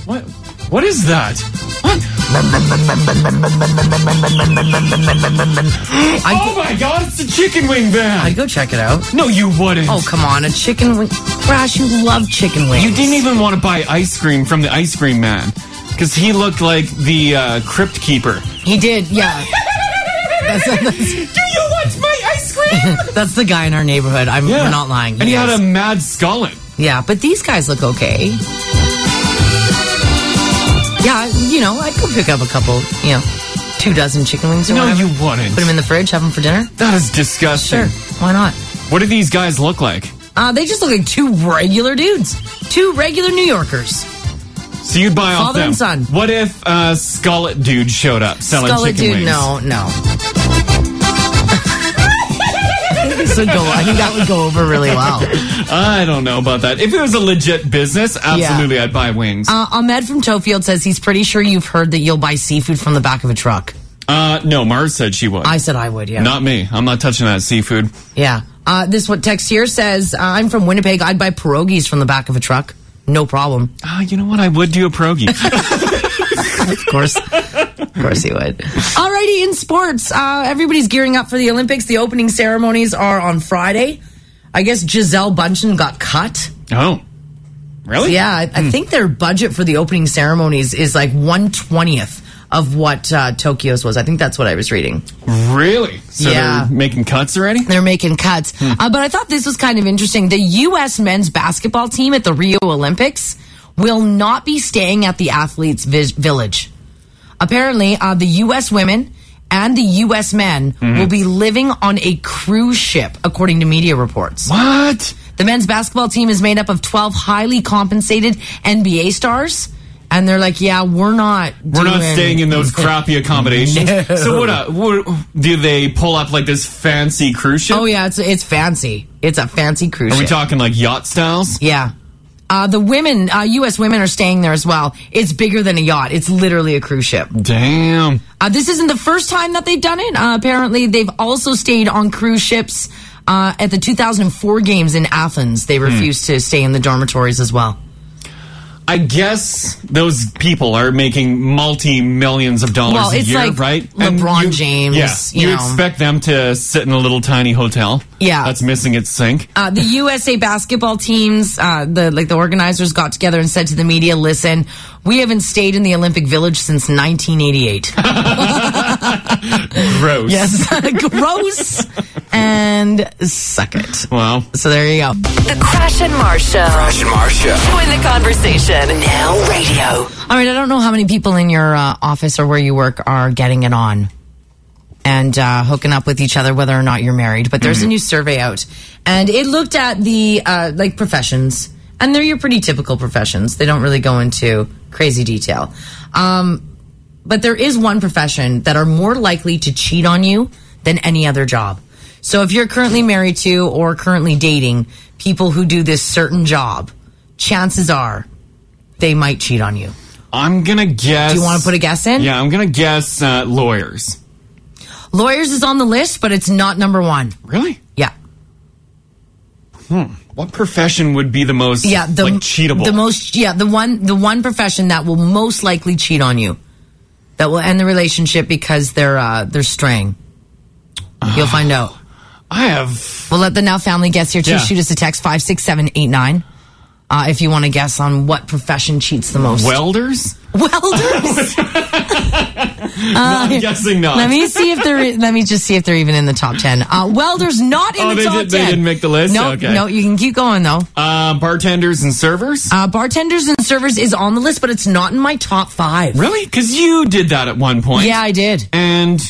Speaker 5: what? What is that?
Speaker 4: <gasps>
Speaker 5: What?
Speaker 4: I
Speaker 5: Oh my god! It's a chicken wing van.
Speaker 4: I go check it out.
Speaker 5: no, you wouldn't.
Speaker 4: Oh come on, a chicken wing. Crash, you love chicken wings.
Speaker 5: You didn't even want to buy ice cream from the ice cream man because he looked like the uh, crypt keeper.
Speaker 4: He did, yeah. That's, that's,
Speaker 5: Do you want my ice <laughs> cream?
Speaker 4: that's the guy in our neighborhood. I'm we're not lying.
Speaker 5: And he had
Speaker 4: is.
Speaker 5: a mad skulllet.
Speaker 4: yeah, but these guys look okay. Yeah, you know, I could pick up a couple, you know, two dozen chicken wings. Or
Speaker 5: No,
Speaker 4: whatever.
Speaker 5: you wouldn't.
Speaker 4: Put them in the fridge, have them for dinner.
Speaker 5: That is disgusting.
Speaker 4: Sure, why not?
Speaker 5: What do these guys look like?
Speaker 4: Uh, they just look like two regular dudes, two regular New Yorkers.
Speaker 5: So you'd buy off
Speaker 4: Father
Speaker 5: them.
Speaker 4: and son.
Speaker 5: What if uh, Skullet dude showed up selling
Speaker 4: Scully
Speaker 5: chicken
Speaker 4: dude,
Speaker 5: wings?
Speaker 4: no, no. <laughs> this would go. I think that would go over really well.
Speaker 5: I don't know about that. If it was a legit business, absolutely, I'd buy wings.
Speaker 4: Uh, Ahmed from Tofield says he's pretty sure you've heard that you'll buy seafood from the back of a truck.
Speaker 5: Uh, no, Mars said she would.
Speaker 4: I said I would, yeah.
Speaker 5: Not me. I'm not touching that seafood.
Speaker 4: yeah. Uh, this what text here says uh, I'm from Winnipeg. I'd buy pierogies from the back of a truck. No problem.
Speaker 5: Ah, you know what? I would do a
Speaker 4: <laughs>
Speaker 5: pierogi.
Speaker 4: Of course. of course he would. Alrighty, in sports, uh, everybody's gearing up for the Olympics. The opening ceremonies are on Friday. I guess Giselle Bundchen got cut.
Speaker 5: oh, really?
Speaker 4: Yeah, I, I think their budget for the opening ceremonies is like one twentieth of what uh, Tokyo's was. I think that's what I was reading.
Speaker 5: Really? So
Speaker 4: Yeah.
Speaker 5: they're making cuts already?
Speaker 4: They're making cuts,
Speaker 5: Hmm.
Speaker 4: uh, but I thought this was kind of interesting. The U.S. men's basketball team at the Rio Olympics will not be staying at the athletes' vis- village. Apparently, uh, the U.S. women and the U.S. men
Speaker 5: Mm-hmm.
Speaker 4: will be living on a cruise ship, according to media reports.
Speaker 5: What?
Speaker 4: The men's basketball team is made up of 12 highly compensated NBA stars. And they're like, yeah, we're not.
Speaker 5: We're not staying in those crappy
Speaker 4: <laughs>
Speaker 5: accommodations. So what, uh, what? Do they pull up like this fancy cruise ship?
Speaker 4: Oh yeah, it's it's fancy. It's a fancy cruise.
Speaker 5: Are we
Speaker 4: ship.
Speaker 5: talking like yacht styles?
Speaker 4: yeah. Uh, the women, uh, U.S. women, are staying there as well. It's bigger than a yacht. It's literally a cruise ship.
Speaker 5: Damn.
Speaker 4: Uh, this isn't the first time that they've done it. Uh, apparently, they've also stayed on cruise ships uh, at the 2004 games in Athens. They refused to stay in the dormitories as well.
Speaker 5: I guess those people are making multi millions of dollars
Speaker 4: Well,
Speaker 5: a
Speaker 4: it's
Speaker 5: year,
Speaker 4: like
Speaker 5: right?
Speaker 4: LeBron James,
Speaker 5: Yeah,
Speaker 4: you
Speaker 5: you,
Speaker 4: know.
Speaker 5: expect them to sit in a little tiny hotel.
Speaker 4: Yeah.
Speaker 5: that's missing its
Speaker 4: <laughs>
Speaker 5: sink.
Speaker 4: Uh, the USA basketball teams, uh, the like the organizers got together and said to the media, "Listen, we haven't stayed in the Olympic Village since <laughs> 1988.
Speaker 5: Gross.
Speaker 4: <laughs> Gross and suck it."
Speaker 5: Well,
Speaker 4: So there you go.
Speaker 2: The Crash and Mars Show.
Speaker 1: Crash and Mars Show.
Speaker 2: Join the conversation.
Speaker 1: Now radio.
Speaker 4: All right, I don't know how many people in your uh, office or where you work are getting it on and uh, hooking up with each other, whether or not you're married. But there's a new survey out, and it looked at the uh, like professions, and they're your pretty typical professions. They don't really go into crazy detail. Um, but there is one profession that are more likely to cheat on you than any other job. So if you're currently married to or currently dating people who do this certain job, chances are they might cheat on you.
Speaker 5: I'm gonna guess.
Speaker 4: Do you want to put a guess in?
Speaker 5: Yeah, I'm gonna guess uh, lawyers.
Speaker 4: Lawyers is on the list, but it's not number one.
Speaker 5: Really?
Speaker 4: Yeah.
Speaker 5: What profession would be the most
Speaker 4: Yeah. The
Speaker 5: like cheatable?
Speaker 4: The most yeah, the one the one profession that will most likely cheat on you. That will end the relationship because they're uh they're straying. You'll find out.
Speaker 5: I have.
Speaker 4: We'll let the now family guess here too.
Speaker 5: Yeah.
Speaker 4: Shoot us a text five six seven eight nine. Uh, if you want to guess on what profession cheats the most.
Speaker 5: Welders? <laughs>
Speaker 4: <laughs> Welders. <laughs>
Speaker 5: I'm guessing not.
Speaker 4: let me see if they're. Let me just see if they're even in the top ten. Uh, welders not in
Speaker 5: Oh,
Speaker 4: the
Speaker 5: they
Speaker 4: top
Speaker 5: did- they
Speaker 4: ten.
Speaker 5: didn't make the list?
Speaker 4: No,
Speaker 5: Okay.
Speaker 4: no, you can keep going though.
Speaker 5: Uh, bartenders and servers?
Speaker 4: Uh, bartenders and servers is on the list, but it's not in my top five.
Speaker 5: really? Because you did that at one point.
Speaker 4: Yeah, I did.
Speaker 5: and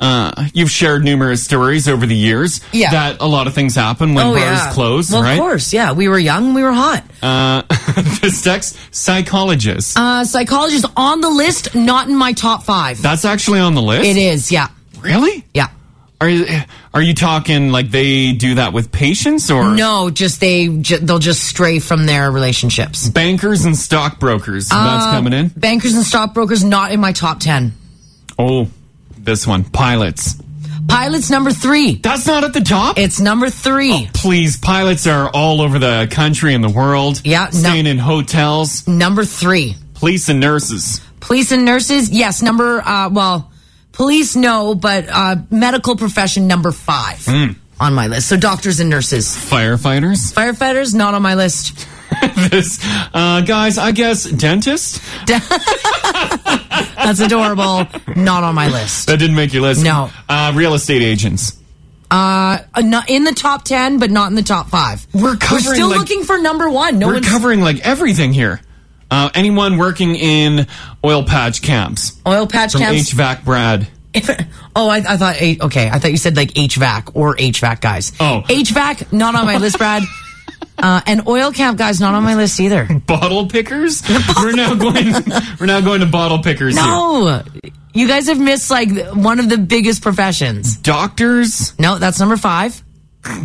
Speaker 5: uh, you've shared numerous stories over the years
Speaker 4: Yeah.
Speaker 5: that a lot of things happen when bars
Speaker 4: Oh, yeah.
Speaker 5: close,
Speaker 4: Well,
Speaker 5: right?
Speaker 4: of course. Yeah, we were young. We were hot.
Speaker 5: Uh, <laughs> this text, psychologist.
Speaker 4: Uh, psychologist on the list, not in my top five.
Speaker 5: That's actually on the list.
Speaker 4: It is. Yeah,
Speaker 5: Really?
Speaker 4: yeah.
Speaker 5: Are you, are you talking like they do that with patients or
Speaker 4: No, just they. Ju- they'll just stray from their relationships.
Speaker 5: bankers and stockbrokers?
Speaker 4: Uh,
Speaker 5: That's coming in.
Speaker 4: Bankers and stockbrokers not in my top ten.
Speaker 5: Oh, this one, pilots.
Speaker 4: Pilots number three.
Speaker 5: That's not at the top.
Speaker 4: It's number three.
Speaker 5: Please, pilots are all over the country and the world.
Speaker 4: Yeah, no.
Speaker 5: staying in hotels.
Speaker 4: Number three.
Speaker 5: Police and nurses.
Speaker 4: Police and nurses. Yes, number. Uh, well, police no, but uh, medical profession number five
Speaker 5: Hmm.
Speaker 4: on my list. So doctors and nurses.
Speaker 5: Firefighters. <laughs>
Speaker 4: Firefighters not on my list.
Speaker 5: this. Uh, guys, I guess dentist?
Speaker 4: That's adorable.
Speaker 5: <laughs>
Speaker 4: not on my list.
Speaker 5: That didn't make your list.
Speaker 4: No.
Speaker 5: Uh, real estate agents.
Speaker 4: Uh, not in the top ten, but not in the top five.
Speaker 5: We're covering,
Speaker 4: We're still
Speaker 5: like-
Speaker 4: looking for number one. No
Speaker 5: We're
Speaker 4: one's
Speaker 5: covering like everything here. Uh, anyone working in oil patch camps?
Speaker 4: oil patch
Speaker 5: From
Speaker 4: camps.
Speaker 5: HVAC Brad.
Speaker 4: <laughs> oh, I, I thought. eh, Okay, I thought you said like HVAC or HVAC guys.
Speaker 5: Oh.
Speaker 4: HVAC not on my
Speaker 5: <laughs>
Speaker 4: list, Brad. Uh, and oil camp guys not on my list either.
Speaker 5: Bottle
Speaker 4: <laughs>
Speaker 5: pickers? we're now going we're now going to bottle pickers here.
Speaker 4: No, you guys have missed like one of the biggest professions.
Speaker 5: Doctors,
Speaker 4: No, that's number five.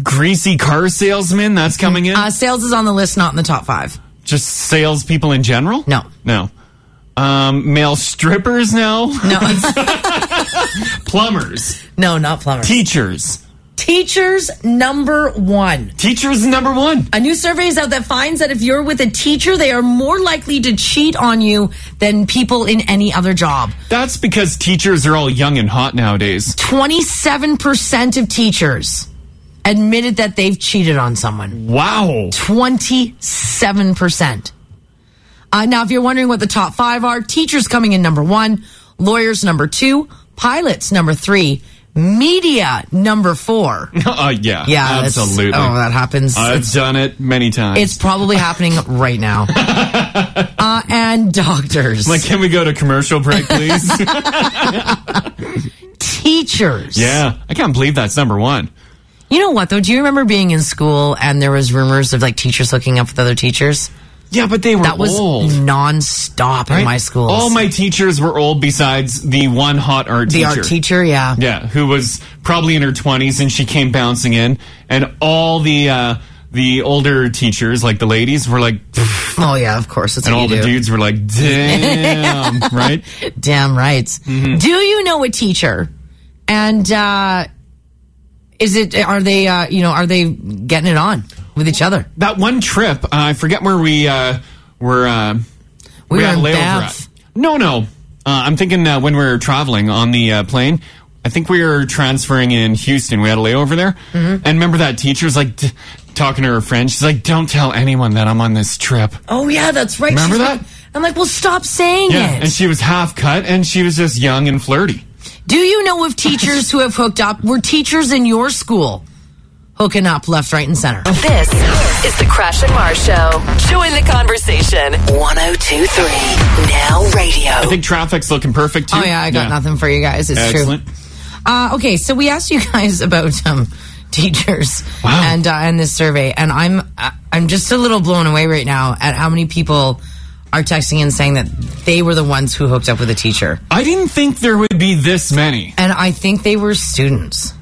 Speaker 5: greasy car salesmen, that's coming in.
Speaker 4: Uh, sales is on the list, not in the top five.
Speaker 5: Just salespeople in general?
Speaker 4: No. <laughs>
Speaker 5: No. Um, male strippers now?
Speaker 4: No,
Speaker 5: <laughs> Plumbers,
Speaker 4: No, not plumbers.
Speaker 5: teachers.
Speaker 4: Teachers number one.
Speaker 5: Teachers number one.
Speaker 4: A new survey is out that finds that if you're with a teacher, they are more likely to cheat on you than people in any other job.
Speaker 5: That's because teachers are all young and hot nowadays.
Speaker 4: 27% of teachers admitted that they've cheated on someone.
Speaker 5: Wow.
Speaker 4: 27%. Uh, now, if you're wondering what the top five are, teachers coming in number one, lawyers number two, pilots number three, media
Speaker 5: <laughs>
Speaker 4: number four.
Speaker 5: Uh, yeah.
Speaker 4: Yeah, that's-
Speaker 5: Absolutely. Uh,
Speaker 4: Oh, that happens.
Speaker 5: I've done it many times.
Speaker 4: It's probably happening
Speaker 5: <laughs>
Speaker 4: right now. Uh, and doctors,
Speaker 5: like, can we go to commercial break,
Speaker 4: <laughs>
Speaker 5: please? <laughs>
Speaker 4: teachers.
Speaker 5: yeah. I can't believe that's number one.
Speaker 4: You know what though? Do you remember being in school and there was rumors of like teachers hooking up with other teachers?
Speaker 5: Yeah, but they were
Speaker 4: That was
Speaker 5: old.
Speaker 4: nonstop in
Speaker 5: Oh. right?
Speaker 4: my school.
Speaker 5: All my teachers were old besides the one hot art
Speaker 4: the
Speaker 5: teacher.
Speaker 4: art teacher, yeah.
Speaker 5: Yeah, who was probably in her 20s and she came bouncing in and all the uh the older teachers, like the ladies, were
Speaker 4: <laughs>
Speaker 5: like, "Pfft,"
Speaker 4: Oh yeah, of course. That's
Speaker 5: and
Speaker 4: what
Speaker 5: all
Speaker 4: you
Speaker 5: the
Speaker 4: do.
Speaker 5: dudes were like,
Speaker 4: <laughs>
Speaker 5: damn, right?
Speaker 4: Damn right.
Speaker 5: Mm-hmm.
Speaker 4: Do you know a teacher? And uh, is it are they uh, you know are they getting it on with each other?
Speaker 5: That one trip, uh, I forget where we uh, were. Uh,
Speaker 4: We were
Speaker 5: had a
Speaker 4: in
Speaker 5: layover
Speaker 4: Banff.
Speaker 5: at. No, no. Uh, I'm thinking uh, when we were traveling on the uh, plane. I think we were transferring in Houston. We had a layover there,
Speaker 4: Mm-hmm.
Speaker 5: and remember that teacher was like t- talking to her friend. She's like, "Don't tell anyone that I'm on this trip."
Speaker 4: Oh yeah, that's right.
Speaker 5: Remember
Speaker 4: She's
Speaker 5: that?
Speaker 4: like- I'm like, well, stop saying it.
Speaker 5: and she was half cut, and she was just young and flirty.
Speaker 4: Do you know of teachers who have hooked up? Were teachers in your school hooking up left, right, and center?
Speaker 5: Oh,
Speaker 2: This is the Crash and Mars Show. Join the conversation.
Speaker 1: 1023 Now
Speaker 5: I
Speaker 1: Radio.
Speaker 5: think traffic's looking perfect too.
Speaker 4: Oh yeah, I got nothing for you guys. It's
Speaker 5: Excellent.
Speaker 4: true. Uh, okay, so we asked you <laughs> guys about um, teachers
Speaker 5: Wow.
Speaker 4: and uh, and this survey, and I'm uh, I'm just a little blown away right now at how many people are texting and saying that they were the ones who hooked up with a teacher,
Speaker 5: I didn't think there would be this many.
Speaker 4: and I think they were students.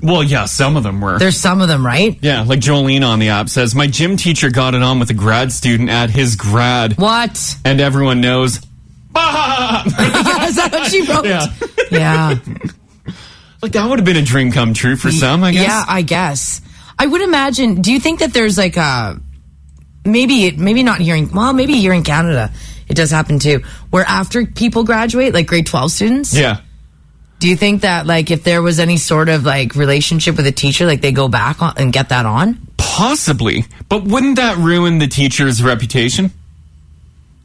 Speaker 5: Well, yeah, some of them were.
Speaker 4: There's some of them, right?
Speaker 5: yeah, like Jolene on the app says, my gym teacher got it on with a grad student at his grad,
Speaker 4: What? <laughs>
Speaker 5: and everyone knows. <laughs>
Speaker 4: Is that what she wrote?
Speaker 5: Yeah.
Speaker 4: yeah.
Speaker 5: Like that would have been a dream come true for some, I guess.
Speaker 4: Yeah, I guess. I would imagine. Do you think that there's like a maybe it maybe not here in well maybe here in Canada it does happen too where after people graduate like grade 12 students
Speaker 5: Yeah.
Speaker 4: do you think that like if there was any sort of like relationship with a teacher like they go back on, and get that on
Speaker 5: Possibly. But wouldn't that ruin the teacher's reputation?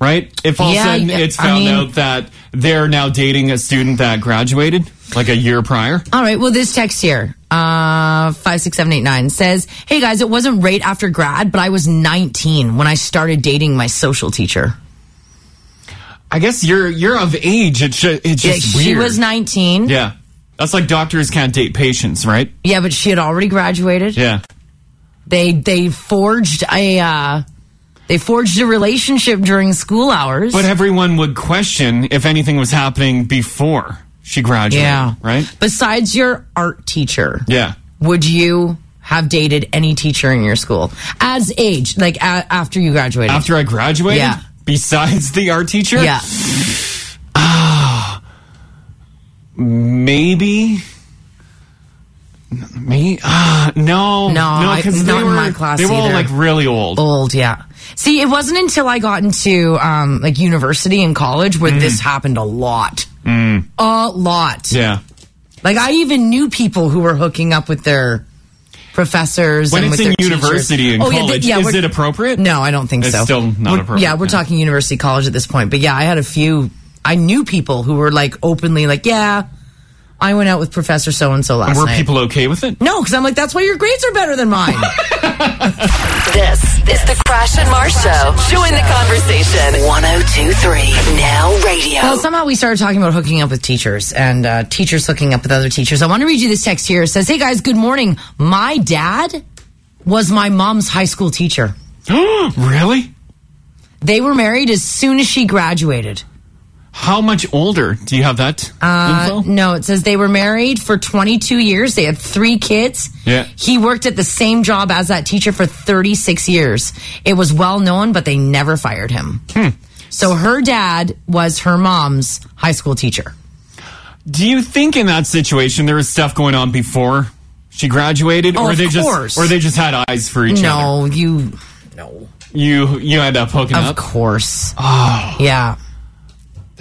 Speaker 5: Right? If all
Speaker 4: Yeah,
Speaker 5: of a sudden
Speaker 4: yeah,
Speaker 5: it's
Speaker 4: I
Speaker 5: found
Speaker 4: mean-
Speaker 5: out that they're now dating a student that graduated like a year prior.
Speaker 4: All right. Well, this text here, uh, five six seven eight nine says, "Hey guys, it wasn't right after grad, but I was 19 when I started dating my social teacher.
Speaker 5: I guess you're you're of age. It's ju- it's
Speaker 4: Yeah,
Speaker 5: just
Speaker 4: she
Speaker 5: weird.
Speaker 4: was 19.
Speaker 5: Yeah. That's like doctors can't date patients, right?
Speaker 4: yeah, but she had already graduated.
Speaker 5: Yeah.
Speaker 4: they they forged a uh, they forged a relationship during school hours.
Speaker 5: But everyone would question if anything was happening before she graduated,
Speaker 4: yeah,
Speaker 5: right?
Speaker 4: Besides your art teacher,
Speaker 5: Yeah.
Speaker 4: would you have dated any teacher in your school as age, like a- after you graduated?
Speaker 5: After I graduated,
Speaker 4: Yeah.
Speaker 5: besides the art teacher,
Speaker 4: yeah,
Speaker 5: maybe me uh no
Speaker 4: No, I- not in my class
Speaker 5: they were all
Speaker 4: either.
Speaker 5: like really old
Speaker 4: old. Yeah. See, it wasn't until I got into um, like university and college
Speaker 5: Mm.
Speaker 4: where this happened a lot, a lot.
Speaker 5: yeah
Speaker 4: Like I even knew people who were hooking up with their professors
Speaker 5: when
Speaker 4: and
Speaker 5: it's in
Speaker 4: with their teachers.
Speaker 5: university and
Speaker 4: Oh, yeah, th-
Speaker 5: college
Speaker 4: yeah,
Speaker 5: is
Speaker 4: we're-
Speaker 5: it appropriate
Speaker 4: No, I don't think
Speaker 5: It's
Speaker 4: so.
Speaker 5: still not
Speaker 4: We're-
Speaker 5: appropriate,
Speaker 4: Yeah, we're
Speaker 5: yeah.
Speaker 4: talking university, college at this point. But yeah, I had a few. I knew people who were like openly like, yeah, I went out with Professor So and So last
Speaker 5: were
Speaker 4: night.
Speaker 5: people okay with it <gasps>
Speaker 4: no, because I'm like, that's why your grades are better
Speaker 5: <laughs>
Speaker 4: than mine.
Speaker 2: This is the Crash and Mars Show. Join the conversation.
Speaker 1: 1023 Now
Speaker 4: well,
Speaker 1: Radio.
Speaker 4: somehow we started talking about hooking up with teachers and uh, teachers hooking up with other teachers. I want to read you this text here. It says, "Hey guys, good morning. My dad was my mom's high school teacher.
Speaker 5: really
Speaker 4: They were married as soon as she graduated."
Speaker 5: how much older do you have that
Speaker 4: Uh,
Speaker 5: info?
Speaker 4: no, it says they were married for 22 years. They had three kids.
Speaker 5: Yeah.
Speaker 4: He worked at the same job as that teacher for 36 years. It was well known, but they never fired
Speaker 5: Hmm.
Speaker 4: him. So her dad was her mom's high school teacher.
Speaker 5: Do you think in that situation there was stuff going on before she graduated,
Speaker 4: Oh,
Speaker 5: or
Speaker 4: of
Speaker 5: they
Speaker 4: course.
Speaker 5: just, or they just had eyes for each other?
Speaker 4: No, you. No.
Speaker 5: You you end up hooking
Speaker 4: Of
Speaker 5: up.
Speaker 4: course.
Speaker 5: Oh.
Speaker 4: Yeah.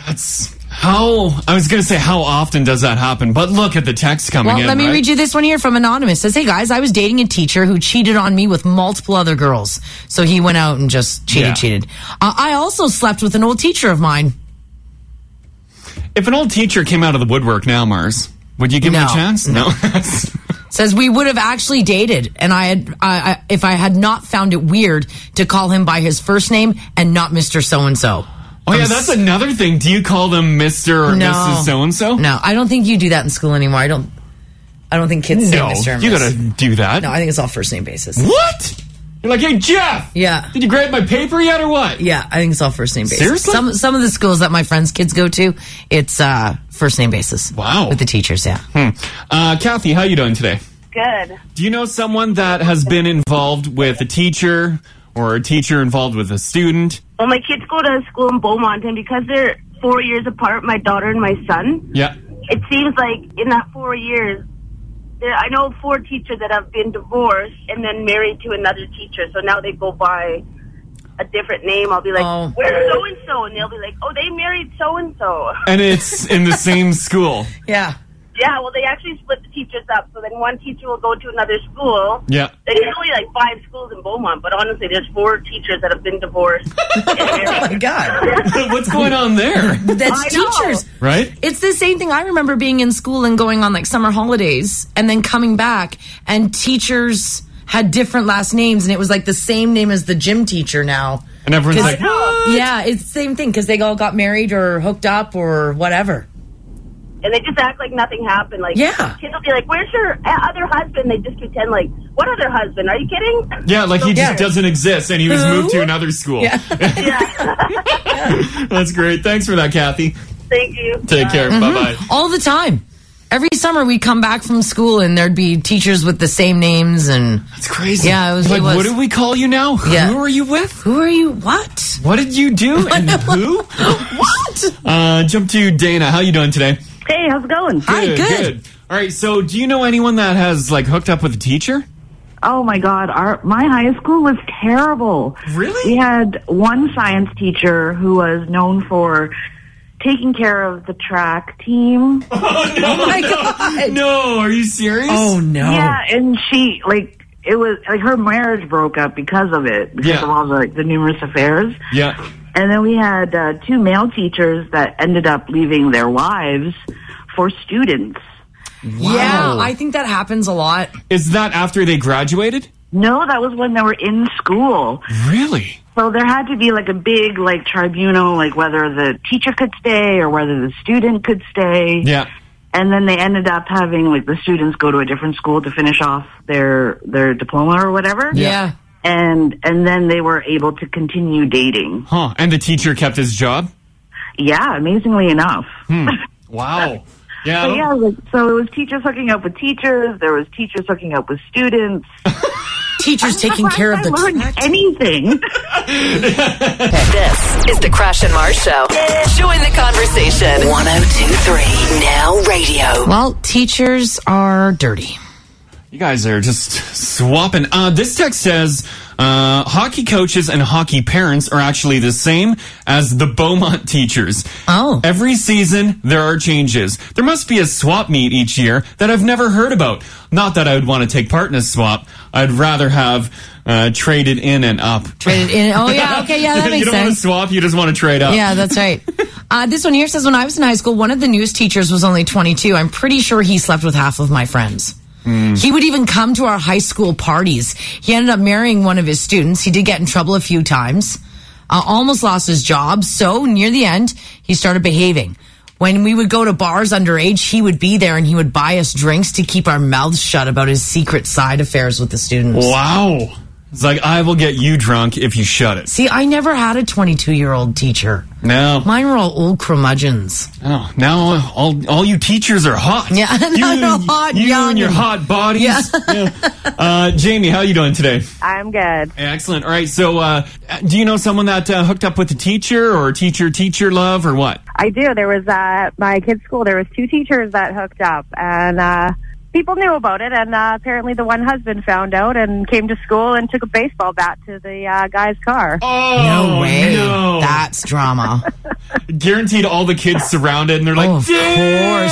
Speaker 5: That's how I was gonna say how often does that happen? But look at the text coming
Speaker 4: Well,
Speaker 5: in.
Speaker 4: let me
Speaker 5: right?
Speaker 4: read you this one here from Anonymous. It says, Hey guys, I was dating a teacher who cheated on me with multiple other girls. So he went out and just cheated,
Speaker 5: Yeah.
Speaker 4: cheated. Uh, I also slept with an old teacher of mine.
Speaker 5: If an old teacher came out of the woodwork now, Mars, would you give him
Speaker 4: No.
Speaker 5: a chance? No.
Speaker 4: Says we would have actually dated, and I had I, I, if I had not found it weird to call him by his first name and not Mister So and So.
Speaker 5: <laughs> oh yeah, that's another thing. Do you call them Mister or
Speaker 4: No.
Speaker 5: Mrs. So and So?
Speaker 4: No, I don't think you do that in school anymore. I don't. I don't think kids say
Speaker 5: No,
Speaker 4: Mister.
Speaker 5: you gotta do that.
Speaker 4: No, I think it's all first name basis.
Speaker 5: What? You're like, hey Jeff.
Speaker 4: Yeah.
Speaker 5: Did you grab my paper yet or what?
Speaker 4: Yeah, I think it's all first name basis.
Speaker 5: Seriously?
Speaker 4: Some some of the schools that my friends' kids go to, it's uh, first name basis.
Speaker 5: Wow.
Speaker 4: With the teachers, yeah.
Speaker 5: Uh, Kathy, how you doing today?
Speaker 6: Good.
Speaker 5: Do you know someone that has been involved with a teacher or a teacher involved with a student?
Speaker 6: Well, my kids go to school in Beaumont, and because they're four years apart, my daughter and my son,
Speaker 5: Yeah.
Speaker 6: it seems like in that four years, there I know four teachers that have been divorced and then married to another teacher. So now they go by a different name. I'll be like,
Speaker 4: Oh.
Speaker 6: "Where's so and so?" And they'll be like, "Oh, they married so and so."
Speaker 5: And it's in the same school.
Speaker 4: Yeah.
Speaker 6: <laughs> Yeah. Well, they actually split the teachers up. So then one teacher will go to another school.
Speaker 5: Yeah. <laughs>
Speaker 6: There's only like five schools in Beaumont, but honestly, there's four teachers that have been divorced. and married.
Speaker 4: My
Speaker 6: <laughs>
Speaker 4: God,
Speaker 5: What's going on there?
Speaker 4: that's
Speaker 6: I know.
Speaker 4: teachers.
Speaker 5: Right?
Speaker 4: It's the same thing. I remember being in school and going on like summer holidays and then coming back and teachers had different last names and it was like the same name as the gym teacher now.
Speaker 5: And everyone's like,
Speaker 4: 'Cause-
Speaker 5: what?
Speaker 4: Yeah, it's the same thing because they all got married or hooked up or whatever.
Speaker 6: and they just act like nothing happened. Like,
Speaker 4: Yeah.
Speaker 6: kids will be like, "Where's your a- other husband?" They just pretend like, "What other husband? Are you kidding?" <laughs>
Speaker 5: Yeah, like he
Speaker 4: Yeah.
Speaker 5: just doesn't exist and he was
Speaker 4: Who?
Speaker 5: moved to another school.
Speaker 4: Yeah.
Speaker 5: <laughs> That's great. Thanks for that, Kathy.
Speaker 6: Thank you.
Speaker 5: Take care.
Speaker 4: Mm-hmm.
Speaker 5: Bye bye.
Speaker 4: All the time. Every summer we'd come back from school and there'd be teachers with the same names and
Speaker 5: That's crazy.
Speaker 4: Yeah, it was-
Speaker 5: like,
Speaker 4: it was-
Speaker 5: what did we call you now?
Speaker 4: Yeah.
Speaker 5: Who are you with?
Speaker 4: who are you? What?
Speaker 5: What did you
Speaker 4: <laughs>
Speaker 5: do? And who?
Speaker 4: What?
Speaker 5: Uh, jump to Dana. How you doing today?
Speaker 6: Hey, how's it going?
Speaker 4: Hi, good.
Speaker 5: All right. So, do you know anyone that has like hooked up with a teacher?
Speaker 1: Oh my God, our my high school was terrible.
Speaker 5: Really?
Speaker 1: We had one science teacher who was known for taking care of the track team.
Speaker 4: Oh my God.
Speaker 5: No. Are you serious?
Speaker 4: Oh no.
Speaker 1: Yeah, and she like it was like her marriage broke up because of it because
Speaker 5: Yeah.
Speaker 1: of all the like, the numerous affairs.
Speaker 5: Yeah.
Speaker 1: And then we had uh, two male teachers that ended up leaving their wives for students.
Speaker 4: Yeah, I think that happens a lot.
Speaker 5: Is that after they graduated?
Speaker 1: No, that was when they were in school.
Speaker 5: Really?
Speaker 1: So there had to be like a big like tribunal, like whether the teacher could stay or whether the student could stay.
Speaker 5: Yeah.
Speaker 1: And then they ended up having like the students go to a different school to finish off their their diploma or whatever.
Speaker 4: Yeah.
Speaker 1: And and then they were able to continue dating.
Speaker 5: Huh. And the teacher kept his job.
Speaker 1: Yeah, amazingly enough.
Speaker 5: Wow. Yeah. I
Speaker 1: But
Speaker 5: don't-
Speaker 1: yeah, like <laughs> so it was teachers hooking up with teachers. There was teachers hooking up with students.
Speaker 4: Teachers taking
Speaker 1: Why
Speaker 4: care
Speaker 1: did
Speaker 4: of the
Speaker 1: I learn
Speaker 4: track.
Speaker 1: anything.
Speaker 2: This is the Crash and Mars Show. Join the conversation.
Speaker 7: 1023 Now Radio.
Speaker 4: Well, teachers are dirty.
Speaker 5: You guys are just swapping. Uh, this text says uh, hockey coaches and hockey parents are actually the same as the Beaumont teachers.
Speaker 4: Oh.
Speaker 5: Every season, there are changes. There must be a swap meet each year that I've never heard about. Not that I would want to take part in a swap. I'd rather have uh, traded in and up.
Speaker 4: Traded in. Oh yeah,
Speaker 5: <laughs>
Speaker 4: okay, yeah, that
Speaker 5: you
Speaker 4: makes
Speaker 5: don't want to
Speaker 4: sense.
Speaker 5: swap, you just want to trade up.
Speaker 4: Yeah, that's right. Uh, this one here says when I was in high school, one of the newest teachers was only 22. I'm pretty sure he slept with half of my friends.
Speaker 5: Hmm.
Speaker 4: He would even come to our high school parties. He ended up marrying one of his students. He did get in trouble a few times, uh, almost lost his job. So near the end, he started behaving. When we would go to bars underage, he would be there and he would buy us drinks to keep our mouths shut about his secret side affairs with the students.
Speaker 5: Wow. It's like I will get you drunk if you shut it.
Speaker 4: See, I never had a 22 year old teacher.
Speaker 5: Now,
Speaker 4: Mine were all old curmudgeons.
Speaker 5: oh, now all all you teachers are hot.
Speaker 4: Yeah, <laughs> now
Speaker 5: you,
Speaker 4: they're hot,
Speaker 5: You
Speaker 4: young,
Speaker 5: and your
Speaker 4: and-
Speaker 5: hot bodies. <laughs> Yeah. Uh, Jamie, how you doing today?
Speaker 8: I'm good.
Speaker 5: Excellent. All right. So, uh, do you know someone that uh, hooked up with a teacher or teacher teacher love or what?
Speaker 8: I do. There was uh, my kid's school. There was two teachers that hooked up, and uh, people knew about it. And uh, apparently, the one husband found out and came to school and took a baseball bat to the uh, guy's car. <laughs>
Speaker 5: Oh
Speaker 4: No way.
Speaker 5: no.
Speaker 4: That's
Speaker 5: <laughs>
Speaker 4: drama.
Speaker 5: Guaranteed, all the
Speaker 4: <laughs>
Speaker 5: kids surrounded and they're like,
Speaker 4: oh, of
Speaker 5: "Damn!"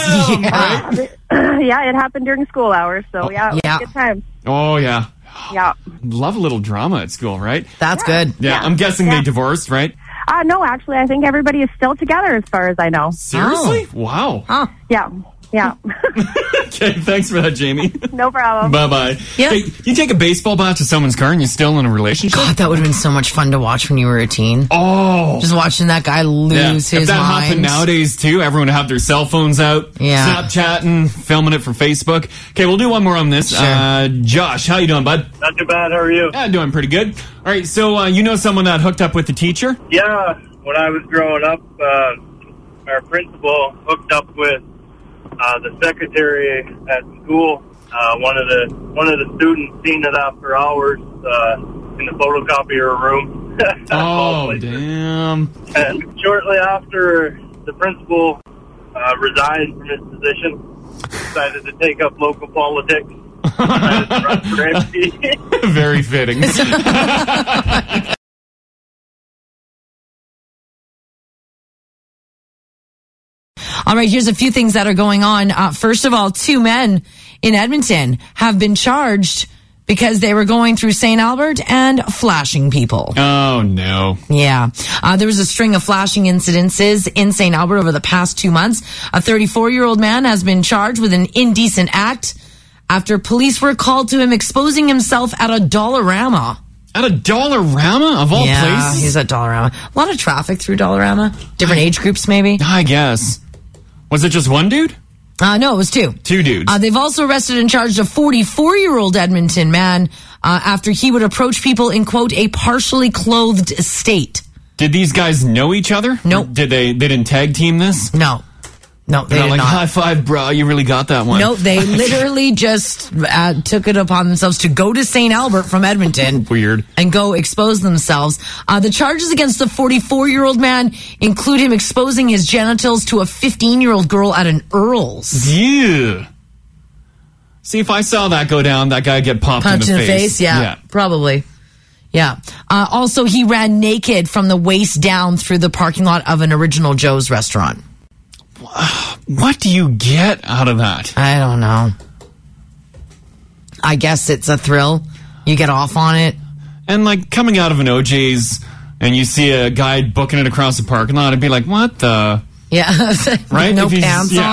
Speaker 4: course. <laughs> Yeah.
Speaker 8: yeah, it happened during school hours. So yeah, it was
Speaker 4: yeah.
Speaker 8: a good time.
Speaker 5: Oh yeah,
Speaker 8: Yeah.
Speaker 5: love a little drama at school, right?
Speaker 4: That's good.
Speaker 5: Yeah, I'm guessing they divorced, right?
Speaker 4: Oh.
Speaker 8: Uh, no, actually, I think everybody is still together, as far as I know.
Speaker 5: Seriously? Wow.
Speaker 4: Huh.
Speaker 8: Yeah. Yeah. <laughs>
Speaker 5: Okay, thanks for that, Jamie. <laughs>
Speaker 8: no problem.
Speaker 5: bye bye.
Speaker 4: Yeah.
Speaker 5: Hey, you take a baseball bat to someone's car and you're still in a relationship.
Speaker 4: God, that would have been so much fun to watch when you were a teen.
Speaker 5: Oh.
Speaker 4: Just watching that guy lose
Speaker 5: Yeah.
Speaker 4: his
Speaker 5: if that
Speaker 4: mind.
Speaker 5: happened nowadays too, everyone would have their cell phones out,
Speaker 4: Yeah.
Speaker 5: Snapchatting, filming it for Facebook. Okay, we'll do one more on this.
Speaker 4: Sure.
Speaker 5: Uh, Josh, how you doing, bud?
Speaker 9: Not too bad. How are you?
Speaker 5: Yeah, doing pretty good. All right, so uh, you know someone that hooked up with the teacher?
Speaker 9: Yeah. When I was growing up, uh, our principal hooked up with uh, the secretary at school. Uh, one of the one of the students seen it after hours uh, in the photocopier room. <laughs>
Speaker 5: Oh, damn. <laughs>
Speaker 9: And shortly after the principal uh, resigned from his position, decided to take up local politics. Decided to run for MP.
Speaker 5: Very
Speaker 4: <laughs>
Speaker 5: fitting.
Speaker 4: All right, here's a few things that are going on. Uh, first of all, two men in Edmonton have been charged because they were going through St. Albert and flashing people.
Speaker 5: oh, no.
Speaker 4: Yeah. Uh, there was a string of flashing incidences in St. Albert over the past two months. A 34 year old man has been charged with an indecent act after police were called to him exposing himself at a Dollarama.
Speaker 5: At a Dollarama of all places?
Speaker 4: he's at Dollarama. A lot of traffic through Dollarama. Different age groups, maybe.
Speaker 5: I guess. Was it just one dude?
Speaker 4: Uh, no, it was two.
Speaker 5: Two dudes.
Speaker 4: Uh, they've also arrested and charged a 44 year old Edmonton man uh, after he would approach people in, quote, a partially clothed state.
Speaker 5: Did these guys know each other?
Speaker 4: Nope.
Speaker 5: Did they? They didn't tag team this.
Speaker 4: No. No, they
Speaker 5: They're
Speaker 4: did
Speaker 5: like
Speaker 4: not.
Speaker 5: high five, bro. You really got that one.
Speaker 4: No,
Speaker 5: <laughs>
Speaker 4: they literally just uh, took it upon themselves to go to St. Albert from Edmonton.
Speaker 5: Weird.
Speaker 4: And go expose themselves. Uh, the charges against the 44 year old man include him exposing his genitals to a 15 year old girl at an Earl's.
Speaker 5: Yeah. See if I saw that go down, that guy get popped
Speaker 4: Punch
Speaker 5: in the face.
Speaker 4: yeah, Probably. Yeah. Uh, also, he ran naked from the waist down through the parking lot of an Original Joe's restaurant.
Speaker 5: What do you get out of that?
Speaker 4: I don't know. I guess it's a thrill. You get off on it.
Speaker 5: And like coming out of an OJ's, and you see a guy booking it across the parking lot, I'd be like, what the
Speaker 4: Yeah. <laughs>
Speaker 5: right?
Speaker 4: no
Speaker 5: If he's-
Speaker 4: pants
Speaker 5: yeah.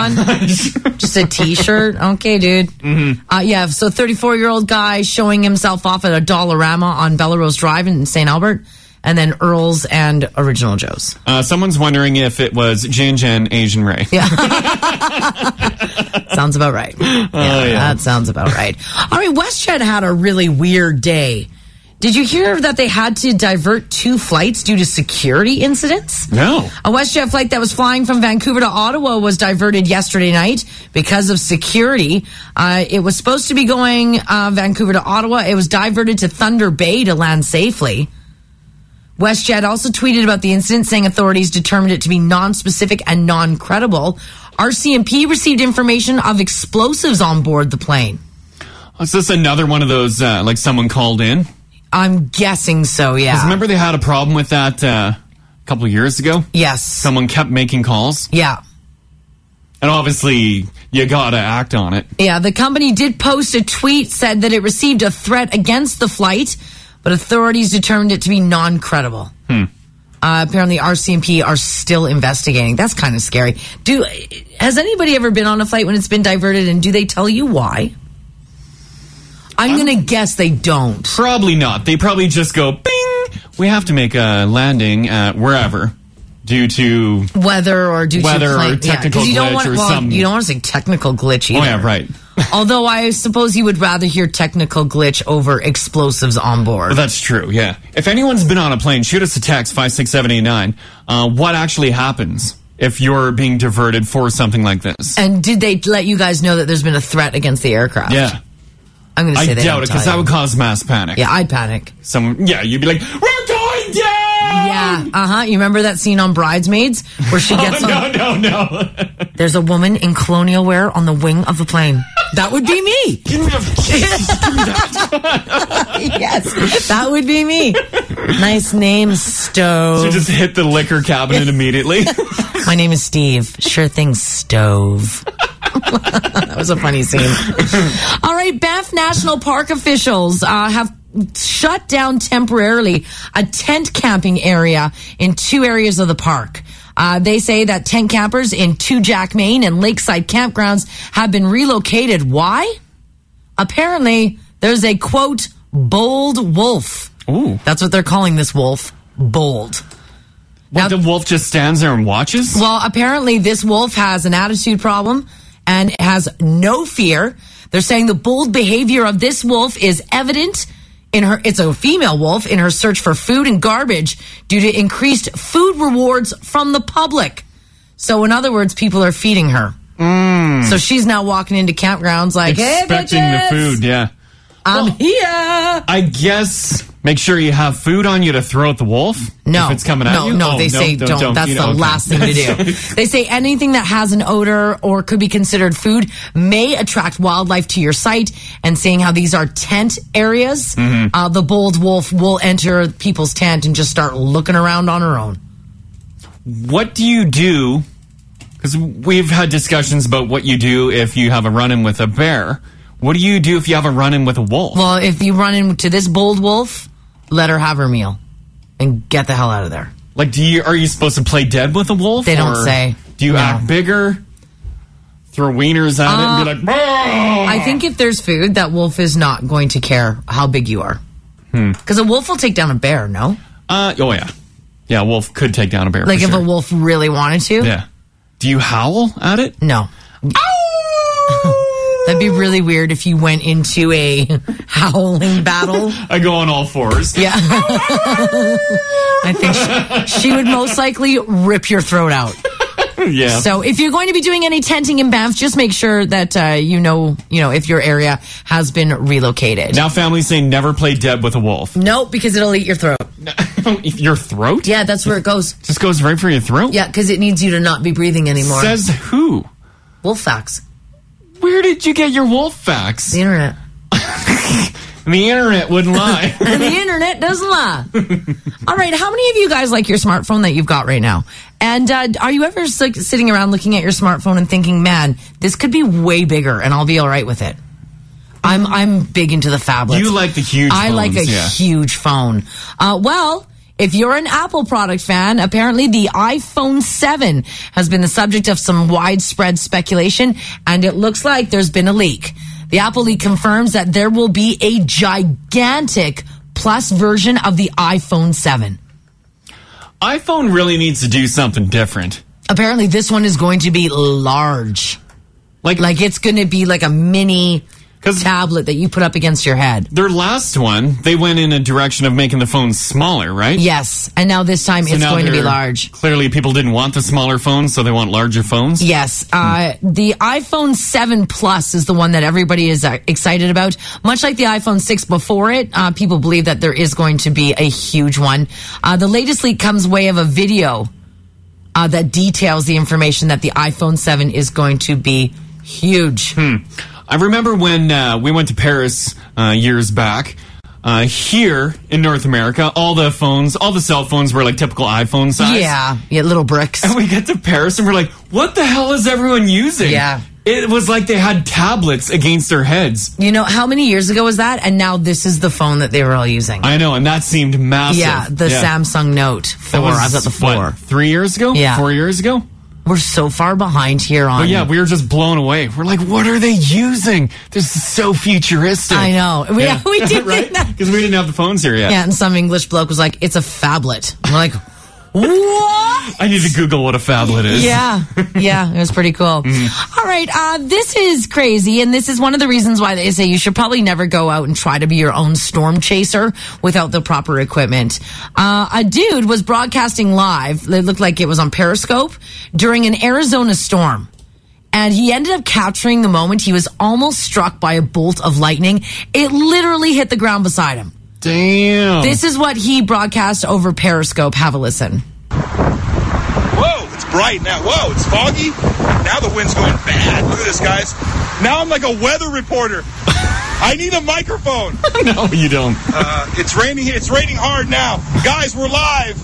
Speaker 5: <laughs>
Speaker 4: on. just a t-shirt okay dude
Speaker 5: Mm-hmm.
Speaker 4: uh, yeah so 34 year old guy showing himself off at a dollarama on bellarose drive in st albert and then earl's and original joe's
Speaker 5: uh, someone's wondering if it was Jin Jin Asian Ray.
Speaker 4: sounds about
Speaker 5: <laughs>
Speaker 4: right yeah,
Speaker 5: Oh,
Speaker 4: that sounds about right all right westjet had a really weird day did you hear that they had to divert two flights due to security incidents
Speaker 5: No.
Speaker 4: A WestJet flight that was flying from Vancouver to Ottawa was diverted yesterday night because of security. Uh, it was supposed to be going uh, Vancouver to Ottawa. It was diverted to Thunder Bay to land safely. WestJet also tweeted about the incident, saying authorities determined it to be non-specific and non-credible. RCMP received information of explosives on board the plane.
Speaker 5: Is this another one of those, uh, like someone called in?
Speaker 4: I'm guessing so. Yeah.
Speaker 5: Remember they had a problem with that uh, a couple of years ago?
Speaker 4: yes.
Speaker 5: Someone kept making calls,
Speaker 4: yeah.
Speaker 5: and obviously you gotta act on it.
Speaker 4: Yeah, the company did post a tweet said that it received a threat against the flight, but authorities determined it to be non-credible.
Speaker 5: Hmm.
Speaker 4: Uh, apparently, RCMP are still investigating. That's kind of scary. Do has anybody ever been on a flight when it's been diverted, and do they tell you why? I'm
Speaker 5: Um,
Speaker 4: gonna guess they don't.
Speaker 5: Probably not. They probably just go, bing! We have to make a landing at wherever due to. oh,
Speaker 4: Weather or due
Speaker 5: Weather
Speaker 4: to
Speaker 5: or
Speaker 4: plane- yeah,
Speaker 5: technical
Speaker 4: 'cause you don't
Speaker 5: glitch
Speaker 4: want
Speaker 5: or
Speaker 4: well,
Speaker 5: some-
Speaker 4: you don't want to say technical glitch either.
Speaker 5: Oh, yeah, right.
Speaker 4: Although I suppose you would rather hear technical glitch over explosives on board.
Speaker 5: Well, that's true. Yeah. If anyone's been on a plane, shoot us a text five six seven eight nine. Uh, what actually happens if you're being diverted for something like this?
Speaker 4: and did they let you guys know that there's been a threat against the aircraft?
Speaker 5: yeah,
Speaker 4: I'm going to say
Speaker 5: I
Speaker 4: they
Speaker 5: doubt
Speaker 4: don't
Speaker 5: it because
Speaker 4: tell
Speaker 5: that
Speaker 4: you.
Speaker 5: would cause mass panic.
Speaker 4: Yeah, I'd panic.
Speaker 5: Someone. Yeah, you'd be like, "We're going down."
Speaker 4: Yeah, uh huh. You remember that scene on Bridesmaids where
Speaker 5: <laughs>
Speaker 4: she gets on?
Speaker 5: Oh, No, no, no.
Speaker 4: There's a woman in colonial wear on the wing of the plane. That would be me.
Speaker 5: Give me <laughs> the-
Speaker 4: <laughs> yes, that would be me. Nice name,
Speaker 5: You
Speaker 4: Stove.
Speaker 5: just hit the liquor cabinet <laughs> immediately.
Speaker 4: My name is Steve. Sure thing, Stove. <laughs> that was a funny scene. All right, Banff National Park officials uh, have shut down temporarily a tent camping area in two areas of the park. Uh, they say that tent campers in two Jack Maine and Lakeside campgrounds have been relocated. Why? Apparently, there's a quote, bold wolf.
Speaker 5: Ooh.
Speaker 4: That's what they're calling this wolf, bold.
Speaker 5: What,
Speaker 4: Now-
Speaker 5: the wolf just stands there and watches?
Speaker 4: Well, apparently this wolf has an attitude problem and has no fear. They're saying the bold behavior of this wolf is evident in her it's a female wolf in her search for food and garbage due to increased food rewards from the public. So in other words, people are feeding her. So she's now walking into campgrounds like,
Speaker 5: Mm. expecting
Speaker 4: hey, bitches,
Speaker 5: the food, yeah.
Speaker 4: I'm here.
Speaker 5: I guess make sure you have food on you to throw at the wolf.
Speaker 4: No,
Speaker 5: If it's coming at
Speaker 4: no,
Speaker 5: you.
Speaker 4: No,
Speaker 5: Oh,
Speaker 4: they say don't. That's
Speaker 5: You
Speaker 4: the
Speaker 5: know, okay.
Speaker 4: last thing to
Speaker 5: <laughs>
Speaker 4: do. they say anything that has an odor or could be considered food may attract wildlife to your site. And seeing how these are tent areas,
Speaker 5: Mm-hmm.
Speaker 4: uh, the bold wolf will enter people's tent and just start looking around on her own.
Speaker 5: what do you do? Because we've had discussions about what you do if you have a run in with a bear. What do you do if you have a run in with a wolf?
Speaker 4: Well, if you run into this bold wolf, let her have her meal and get the hell out of there.
Speaker 5: like, do you are you supposed to play dead with a wolf?
Speaker 4: They don't
Speaker 5: or
Speaker 4: say.
Speaker 5: Do you
Speaker 4: No.
Speaker 5: act bigger? Throw wieners at it
Speaker 4: Uh,
Speaker 5: and be like, "Bah!"
Speaker 4: I think if there's food, that wolf is not going to care how big you are.
Speaker 5: Hmm.
Speaker 4: Because a wolf will take down a bear, no?
Speaker 5: uh, oh yeah, yeah. A wolf could take down a bear.
Speaker 4: Like
Speaker 5: for
Speaker 4: if
Speaker 5: sure.
Speaker 4: a wolf really wanted to.
Speaker 5: Yeah. Do you howl at it?
Speaker 4: No. <laughs> That'd be really weird if you went into a <laughs> howling battle.
Speaker 5: I go on all fours.
Speaker 4: Yeah. I think she, she would most likely rip your throat out.
Speaker 5: <laughs> Yeah.
Speaker 4: So if you're going to be doing any tenting in Banff, just make sure that uh, you know, you know, if your area has been relocated.
Speaker 5: now families say never play dead with a wolf.
Speaker 4: Nope, because it'll eat your throat.
Speaker 5: your throat?
Speaker 4: Yeah, that's where it goes.
Speaker 5: Just goes right for your throat?
Speaker 4: Yeah, because it needs you to not be breathing anymore.
Speaker 5: Says who?
Speaker 4: Wolf facts.
Speaker 5: Where did you get your wolf facts?
Speaker 4: The internet.
Speaker 5: The internet wouldn't
Speaker 4: <laughs>
Speaker 5: lie.
Speaker 4: the internet doesn't lie. All right, how many of you guys like your smartphone that you've got right now? And uh, are you ever s- like, sitting around looking at your smartphone and thinking, "Man, this could be way bigger, and I'll be all right with it"? I'm I'm big into the phablets.
Speaker 5: You like the huge
Speaker 4: I like a
Speaker 5: phones, yeah.
Speaker 4: huge phone. Uh, well. If you're an Apple product fan, apparently the iPhone 7 has been the subject of some widespread speculation, and it looks like there's been a leak. The Apple leak confirms that there will be a gigantic plus version of the iPhone 7.
Speaker 5: iPhone really needs to do something different.
Speaker 4: Apparently, this one is going to be large.
Speaker 5: Like,
Speaker 4: Like, it's going to be like a mini
Speaker 5: 'Cause-
Speaker 4: tablet that you put up against your head.
Speaker 5: their last one, they went in a direction of making the phone smaller, right?
Speaker 4: Yes. And now this time
Speaker 5: So
Speaker 4: it's
Speaker 5: now
Speaker 4: going to be
Speaker 5: they're-
Speaker 4: large.
Speaker 5: Clearly, people didn't want the smaller phones, so they want larger phones.
Speaker 4: Yes, uh, the iPhone 7 Plus is the one that everybody is uh, excited about. Much like the iPhone 6 before it, uh, people believe that there is going to be a huge one. Uh, the latest leak comes way of a video uh, that details the information that the iPhone 7 is going to be huge.
Speaker 5: Hmm. I remember when uh, we went to Paris uh, years back. Uh, here in North America, all the phones, all the cell phones were like typical iPhone size.
Speaker 4: Yeah, yeah, little bricks.
Speaker 5: And <laughs> we get to Paris and we're like, what the hell is everyone using?
Speaker 4: Yeah.
Speaker 5: It was like they had tablets against their heads.
Speaker 4: You know, how many years ago was that? And now this is the phone that they were all using.
Speaker 5: I know, and that seemed massive.
Speaker 4: yeah, the Samsung Note 4.
Speaker 5: That was,
Speaker 4: I was at the 4.
Speaker 5: what, three years ago?
Speaker 4: Yeah.
Speaker 5: Four years ago?
Speaker 4: We're so far behind here on
Speaker 5: But yeah, we were just blown away. We're like, what are they using? This is so futuristic.
Speaker 4: I know. We- <laughs>
Speaker 5: <laughs>
Speaker 4: we did think
Speaker 5: right?
Speaker 4: that.
Speaker 5: Because we didn't have the phones here yet. <laughs>
Speaker 4: Yeah, and some English bloke was like, "It's a phablet." I'm like, What?
Speaker 5: I need to Google what a phablet is.
Speaker 4: Yeah, yeah, it was pretty cool. All right, uh, this is crazy, and this is one of the reasons why they say you should probably never go out and try to be your own storm chaser without the proper equipment. Uh, a dude was broadcasting live, it looked like it was on Periscope, during an Arizona storm. And he ended up capturing the moment he was almost struck by a bolt of lightning. It literally hit the ground beside him.
Speaker 5: Damn.
Speaker 4: This is what he broadcast over Periscope. Have a listen.
Speaker 10: Whoa, it's bright now. Whoa, it's foggy. Now the wind's going bad. Look at this, guys. Now I'm like a weather reporter. I need a microphone.
Speaker 5: no, Oh, you don't.
Speaker 10: Uh, it's raining here. It's raining hard now. Guys, we're live.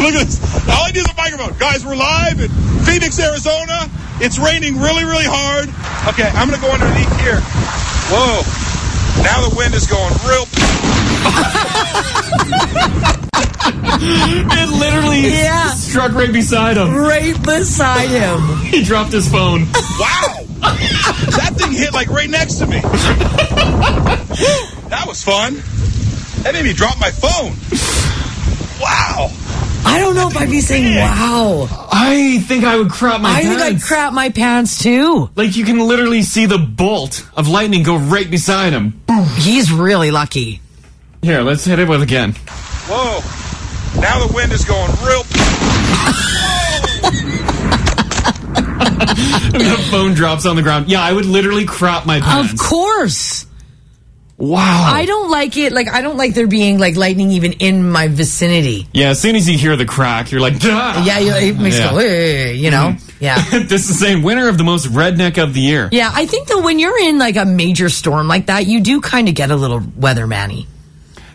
Speaker 10: Look at this. All I need is a microphone. Guys, we're live in Phoenix, Arizona. It's raining really, really hard. Okay, I'm going to go underneath here. Whoa. Now the wind is going real.
Speaker 5: It literally
Speaker 4: Yeah.
Speaker 5: struck right beside him.
Speaker 4: Right beside him.
Speaker 5: He dropped his phone.
Speaker 10: Wow. <laughs> that thing hit like right next to me. that was fun. That made me drop my phone. Wow.
Speaker 4: I don't know if I'd be saying
Speaker 5: Oh,
Speaker 4: wow.
Speaker 5: I think I would crap my
Speaker 4: I think
Speaker 5: pants.
Speaker 4: I'd crap my pants too.
Speaker 5: Like you can literally see the bolt of lightning go right beside him.
Speaker 4: He's really lucky.
Speaker 5: Here, let's hit it with again. <laughs>
Speaker 10: Whoa. Now the wind is going real.
Speaker 5: the phone drops on the ground. Yeah, I would literally crap my pants.
Speaker 4: Of course.
Speaker 5: Wow.
Speaker 4: I don't like it. Like, I don't like there being like lightning even in my vicinity.
Speaker 5: yeah, as soon as you hear the crack, you're like, Duh!
Speaker 4: Yeah, you, it makes
Speaker 5: Ah, Yeah. Mm-hmm.
Speaker 4: go, "Eh," you know? Yeah.
Speaker 5: <laughs> this is saying winner of the most redneck of the year.
Speaker 4: Yeah, I think though when you're in like a major storm like that, you do kind of get a little weatherman-y.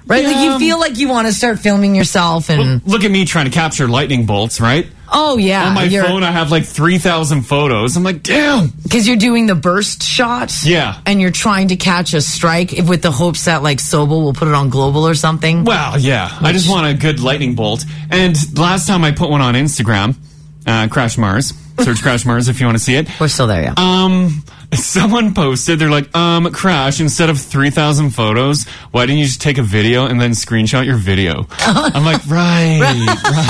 Speaker 4: Right? Like
Speaker 5: Yeah.
Speaker 4: you feel like you want to start filming yourself and
Speaker 5: Look at me trying to capture lightning bolts, right?
Speaker 4: oh yeah,
Speaker 5: On my
Speaker 4: you're-
Speaker 5: phone, I have like 3,000 photos. I'm like, damn.
Speaker 4: because you're doing the burst shot.
Speaker 5: Yeah.
Speaker 4: And you're trying to catch a strike if- with the hopes that like Sobel will put it on global or something.
Speaker 5: Well, yeah. I just want a good lightning bolt. And last time I put one on Instagram, uh, Crash Mars. Search Crash Mars if you want to see it.
Speaker 4: We're still there, yeah.
Speaker 5: Um, someone posted, they're like, um, Crash, instead of 3,000 photos, why didn't you just take a video and then screenshot your video? I'm like, right,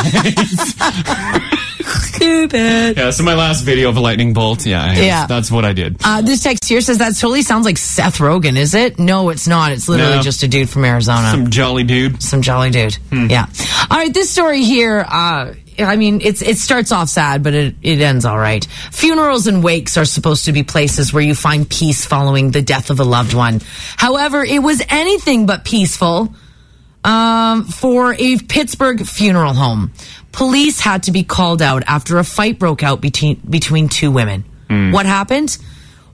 Speaker 5: right.
Speaker 4: Stupid.
Speaker 5: yeah, so my last video of a lightning bolt, yeah, I-
Speaker 4: Yeah.
Speaker 5: that's what I did.
Speaker 4: Uh, this text here says that totally sounds like Seth Rogen, is it? No, it's not. It's literally
Speaker 5: No.
Speaker 4: just a dude from Arizona.
Speaker 5: Some Hmm. jolly dude.
Speaker 4: some jolly dude. Yeah. All right, this story here. Uh, I mean, it's it starts off sad, but it, it ends all right. Funerals and wakes are supposed to be places where you find peace following the death of a loved one. However, it was anything but peaceful um, for a Pittsburgh funeral home. Police had to be called out after a fight broke out between between two women. What happened?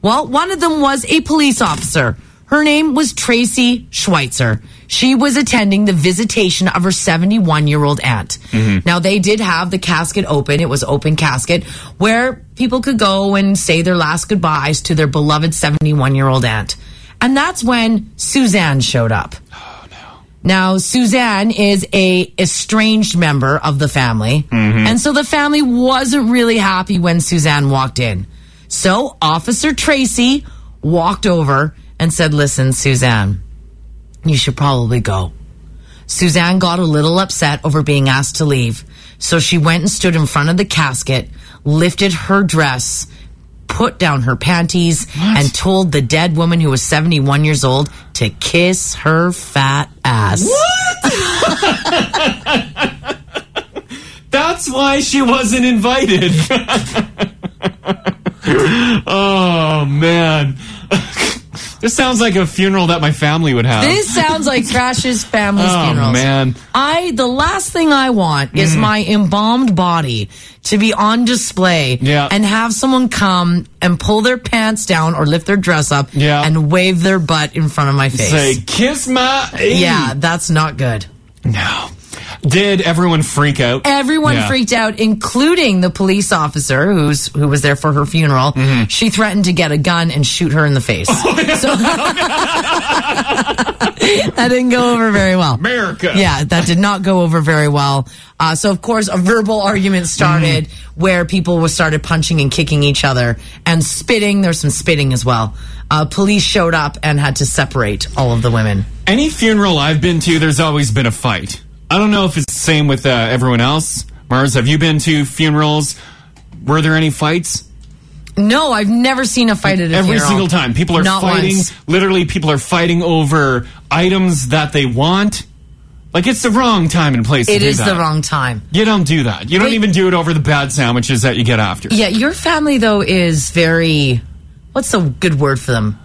Speaker 4: Well, one of them was a police officer. Her name was Tracy Schweitzer. She was attending the visitation of her 71 year old aunt. Now, they did have the casket open. It was open casket where people could go and say their last goodbyes to their beloved 71 year old aunt. And that's when Suzanne showed up. Now, Suzanne is a estranged member of the family. And so the family wasn't really happy when Suzanne walked in. So Officer Tracy walked over and said, listen, Suzanne, you should probably go. Suzanne got a little upset over being asked to leave. So she went and stood in front of the casket, lifted her dress, put down her panties, and told the dead woman who was 71 years old to kiss her fat ass.
Speaker 5: That's why she wasn't invited. oh, man. this sounds like a funeral that my family would have.
Speaker 4: This sounds like Crash's family's
Speaker 5: Oh,
Speaker 4: funerals.
Speaker 5: man. Mm.
Speaker 4: I the last thing I want is my embalmed body to be on display
Speaker 5: Yeah.
Speaker 4: and have someone come and pull their pants down or lift their dress up
Speaker 5: Yeah.
Speaker 4: and wave their butt in front of my face.
Speaker 5: Say, kiss my.
Speaker 4: yeah, that's not good.
Speaker 5: No. Did everyone freak out?
Speaker 4: Everyone
Speaker 5: Yeah.
Speaker 4: freaked out, including the police officer who's who was there for her funeral.
Speaker 5: Mm-hmm.
Speaker 4: She threatened to get a gun and shoot her in the face.
Speaker 5: Oh,
Speaker 4: so <laughs> that didn't go over very well.
Speaker 5: America.
Speaker 4: Yeah, that did not go over very well. Uh, so, of course, a verbal argument started
Speaker 5: Mm-hmm.
Speaker 4: where people were started punching and kicking each other and spitting. There's some spitting as well. Uh, police showed up and had to separate all of the women.
Speaker 5: Any funeral I've been to, there's always been a fight. I don't know if it's the same with uh, everyone else. Mars, have you been to funerals? Were there any fights?
Speaker 4: No, I've never seen a fight at a
Speaker 5: Every
Speaker 4: funeral.
Speaker 5: single time, people are
Speaker 4: Not
Speaker 5: fighting.
Speaker 4: once.
Speaker 5: Literally, people are fighting over items that they want. Like it's the wrong time and place. to
Speaker 4: It
Speaker 5: do
Speaker 4: is
Speaker 5: that.
Speaker 4: the wrong time.
Speaker 5: You don't do that. You don't
Speaker 4: Wait.
Speaker 5: even do it over the bad sandwiches that you get after.
Speaker 4: Yeah, your family though is very. What's a good word for them?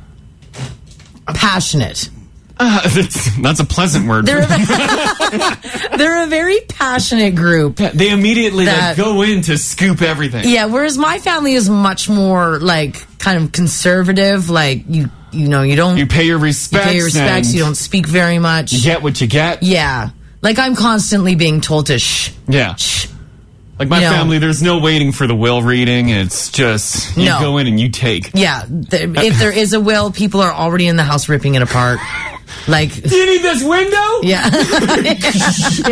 Speaker 4: Passionate. <laughs>
Speaker 5: Uh, <laughs> that's, that's a pleasant word.
Speaker 4: They're
Speaker 5: for
Speaker 4: a, they're a very passionate group.
Speaker 5: <laughs> They immediately like,
Speaker 4: That-
Speaker 5: go in to scoop everything.
Speaker 4: Yeah, whereas my family is much more like kind of conservative. Like you, you know, you don't
Speaker 5: You pay your
Speaker 4: you
Speaker 5: respects.
Speaker 4: pay your respects.
Speaker 5: and
Speaker 4: You don't speak very much.
Speaker 5: you get what you get.
Speaker 4: Yeah. Like I'm constantly being told to shh,
Speaker 5: Yeah.
Speaker 4: shh.
Speaker 5: Like my
Speaker 4: No.
Speaker 5: family, there's no waiting for the will reading. It's just you
Speaker 4: No.
Speaker 5: go in and you take.
Speaker 4: Yeah. There, if there is a will, people are already in the house ripping it apart. Like, <laughs>
Speaker 5: You need this window? <laughs>
Speaker 4: yeah, <laughs>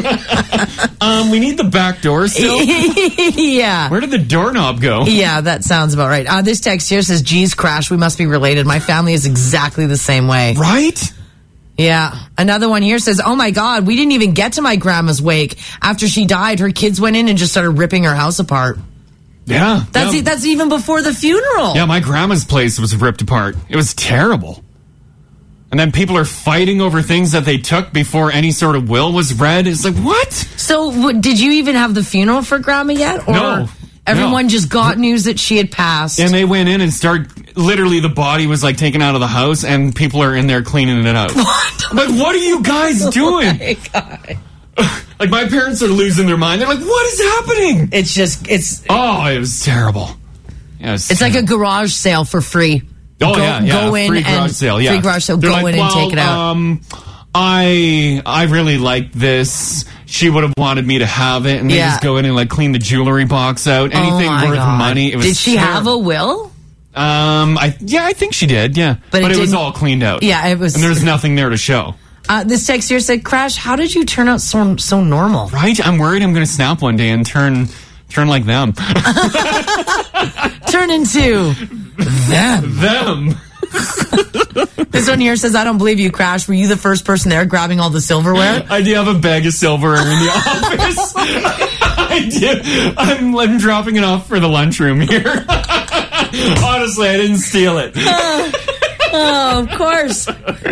Speaker 5: Um, we need the back door still.
Speaker 4: <laughs> yeah.
Speaker 5: Where did the doorknob go?
Speaker 4: Yeah, that sounds about right. Uh, this text here says, Geez, crash, we must be related. My family is exactly the same way.
Speaker 5: Right?
Speaker 4: Yeah. Another one here says, Oh my God, we didn't even get to my grandma's wake. After she died, her kids went in and just started ripping her house apart.
Speaker 5: Yeah.
Speaker 4: That's,
Speaker 5: yeah.
Speaker 4: e- that's even before the funeral.
Speaker 5: yeah, my grandma's place was ripped apart. It was terrible. And then people are fighting over things that they took before any sort of will was read. It's like, what?
Speaker 4: So, w- did you even have the funeral for grandma yet? Or
Speaker 5: No,
Speaker 4: everyone
Speaker 5: no.
Speaker 4: just got news that she had passed? <laughs>
Speaker 5: And they went in and start. Literally, the body was like taken out of the house, and people are in there cleaning it out. I'm like, what are you guys
Speaker 4: <laughs>
Speaker 5: doing?
Speaker 4: Oh My God.
Speaker 5: Like, my parents are losing their mind. They're like, what is happening?
Speaker 4: It's just, it's,
Speaker 5: Oh, it was terrible. Yeah, it was
Speaker 4: it's like a
Speaker 5: terrible.
Speaker 4: garage sale for free.
Speaker 5: oh
Speaker 4: go-
Speaker 5: yeah, yeah.
Speaker 4: go in
Speaker 5: free garage
Speaker 4: and-
Speaker 5: sale. Yeah,
Speaker 4: free garage sale,
Speaker 5: They're
Speaker 4: go
Speaker 5: like,
Speaker 4: in and
Speaker 5: "Well,
Speaker 4: take it out."
Speaker 5: Um, I I really like this. She would have wanted me to have it, and they
Speaker 4: Yeah.
Speaker 5: just go in and like clean the jewelry box out. Anything
Speaker 4: Oh my
Speaker 5: worth
Speaker 4: God.
Speaker 5: money. It was
Speaker 4: Did she have a
Speaker 5: terrible.
Speaker 4: will?
Speaker 5: Um, I yeah, I think she did. Yeah,
Speaker 4: But it
Speaker 5: it, was
Speaker 4: didn't-
Speaker 5: all cleaned out.
Speaker 4: Yeah, it was-
Speaker 5: and there's nothing there to show.
Speaker 4: Uh, this text here said, "Crash, how did you turn out so so normal?"
Speaker 5: Right? I'm worried I'm going to snap one day and turn turn like them. <laughs>
Speaker 4: Turn into them.
Speaker 5: them.
Speaker 4: This one here says, "I don't believe you, Crash. Were you the first person there grabbing all the silverware?"
Speaker 5: I do have a bag of silverware in the <laughs> office. I do. I'm, I'm dropping it off for the lunchroom here. <laughs> Honestly, I didn't steal
Speaker 4: <laughs>
Speaker 5: it.
Speaker 4: oh, <laughs> of course.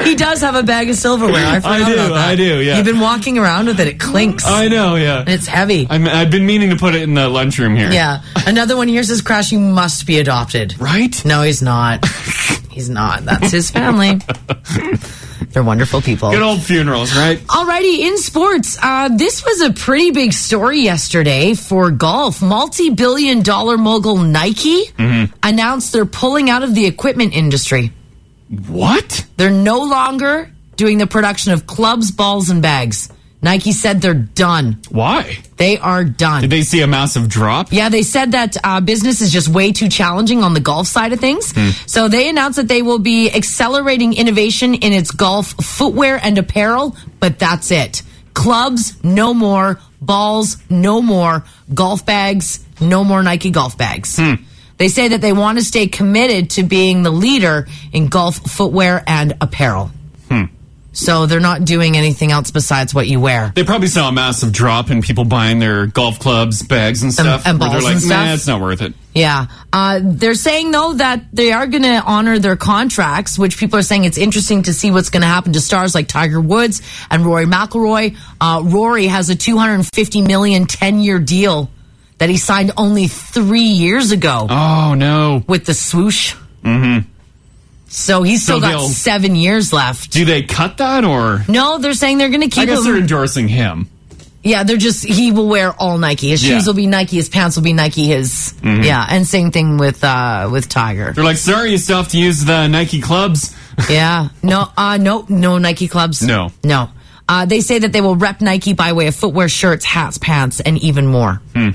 Speaker 4: He does have a bag of silverware. I forgot
Speaker 5: I do,
Speaker 4: about that.
Speaker 5: I do, yeah.
Speaker 4: You've been walking around with it. It clinks.
Speaker 5: I know, yeah.
Speaker 4: it's heavy.
Speaker 5: I'm, I've been meaning to put it in the lunchroom here.
Speaker 4: yeah. Another one here says, "Crash, you must be adopted."
Speaker 5: Right?
Speaker 4: No, he's not. he's not. That's his <laughs> family. They're wonderful people.
Speaker 5: Good old funerals, right?
Speaker 4: Alrighty, in sports, uh, this was a pretty big story yesterday for golf. Multi billion dollar mogul Nike announced they're pulling out of the equipment industry.
Speaker 5: What?
Speaker 4: They're no longer doing the production of clubs, balls, and bags. Nike said they're done.
Speaker 5: Why?
Speaker 4: They are done.
Speaker 5: Did they see a massive drop?
Speaker 4: Yeah, they said that uh, business is just way too challenging on the golf side of things. So they announced that they will be accelerating innovation in its golf footwear and apparel, but that's it. Clubs, no more. Balls, no more. Golf bags, no more Nike golf bags. They say that they want to stay committed to being the leader in golf footwear and apparel. So they're not doing anything else besides what you wear.
Speaker 5: They probably saw a massive drop in people buying their golf clubs, bags, and stuff.
Speaker 4: and
Speaker 5: where
Speaker 4: balls
Speaker 5: they're like,
Speaker 4: and stuff.
Speaker 5: nah, it's not worth it.
Speaker 4: Yeah. Uh, they're saying, though, that they are going to honor their contracts, which people are saying it's interesting to see what's going to happen to stars like Tiger Woods and Rory McIlroy. Uh, Rory has a $250 million 10 year deal that he signed only three years ago
Speaker 5: Oh, no.
Speaker 4: with the swoosh. Mm hmm. So he's still
Speaker 5: So
Speaker 4: got
Speaker 5: they'll-
Speaker 4: seven years left.
Speaker 5: Do they cut that or?
Speaker 4: No, they're saying they're going to
Speaker 5: I
Speaker 4: keep
Speaker 5: guess
Speaker 4: him.
Speaker 5: they're endorsing him.
Speaker 4: Yeah, they're just he will wear all Nike. His
Speaker 5: Yeah. Mm-hmm.
Speaker 4: shoes will be Nike. His pants will be Nike. His yeah, and same thing with uh with Tiger.
Speaker 5: They're like, sorry, you still have to use the Nike clubs.
Speaker 4: Yeah. No, uh, no, no Nike clubs.
Speaker 5: No.
Speaker 4: No. Uh, they say that they will rep Nike by way of footwear, shirts, hats, pants, and even more.
Speaker 5: Hmm.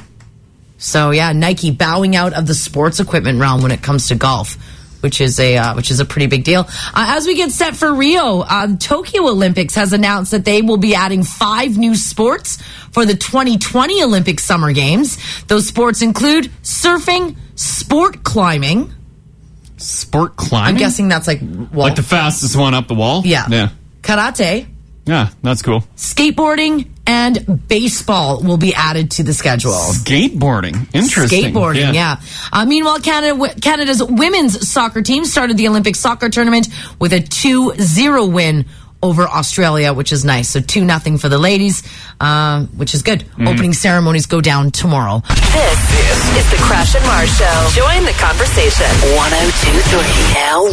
Speaker 4: So yeah, Nike bowing out of the sports equipment realm when it comes to golf, which is a uh, which is a pretty big deal. Uh, as we get set for Rio, uh, Tokyo Olympics has announced that they will be adding five new sports for the 2020 Olympic Summer Games. Those sports include surfing, sport climbing.
Speaker 5: Sport climbing?
Speaker 4: I'm guessing that's like well,
Speaker 5: Hmm. Like the fastest one up the wall?
Speaker 4: yeah.
Speaker 5: Yeah.
Speaker 4: Karate,
Speaker 5: Yeah, that's cool.
Speaker 4: skateboarding, and baseball will be added to the schedule.
Speaker 5: Skateboarding. Interesting.
Speaker 4: Skateboarding, yeah. Uh, meanwhile, Canada, Canada's women's soccer team started the Olympic soccer tournament with a 2-0 win over Australia, which is nice. So 2 nothing for the ladies, uh, which is good.
Speaker 5: Mm-hmm.
Speaker 4: Opening ceremonies go down tomorrow.
Speaker 2: This is the Crash and Mars Show. Join the conversation.
Speaker 1: 1023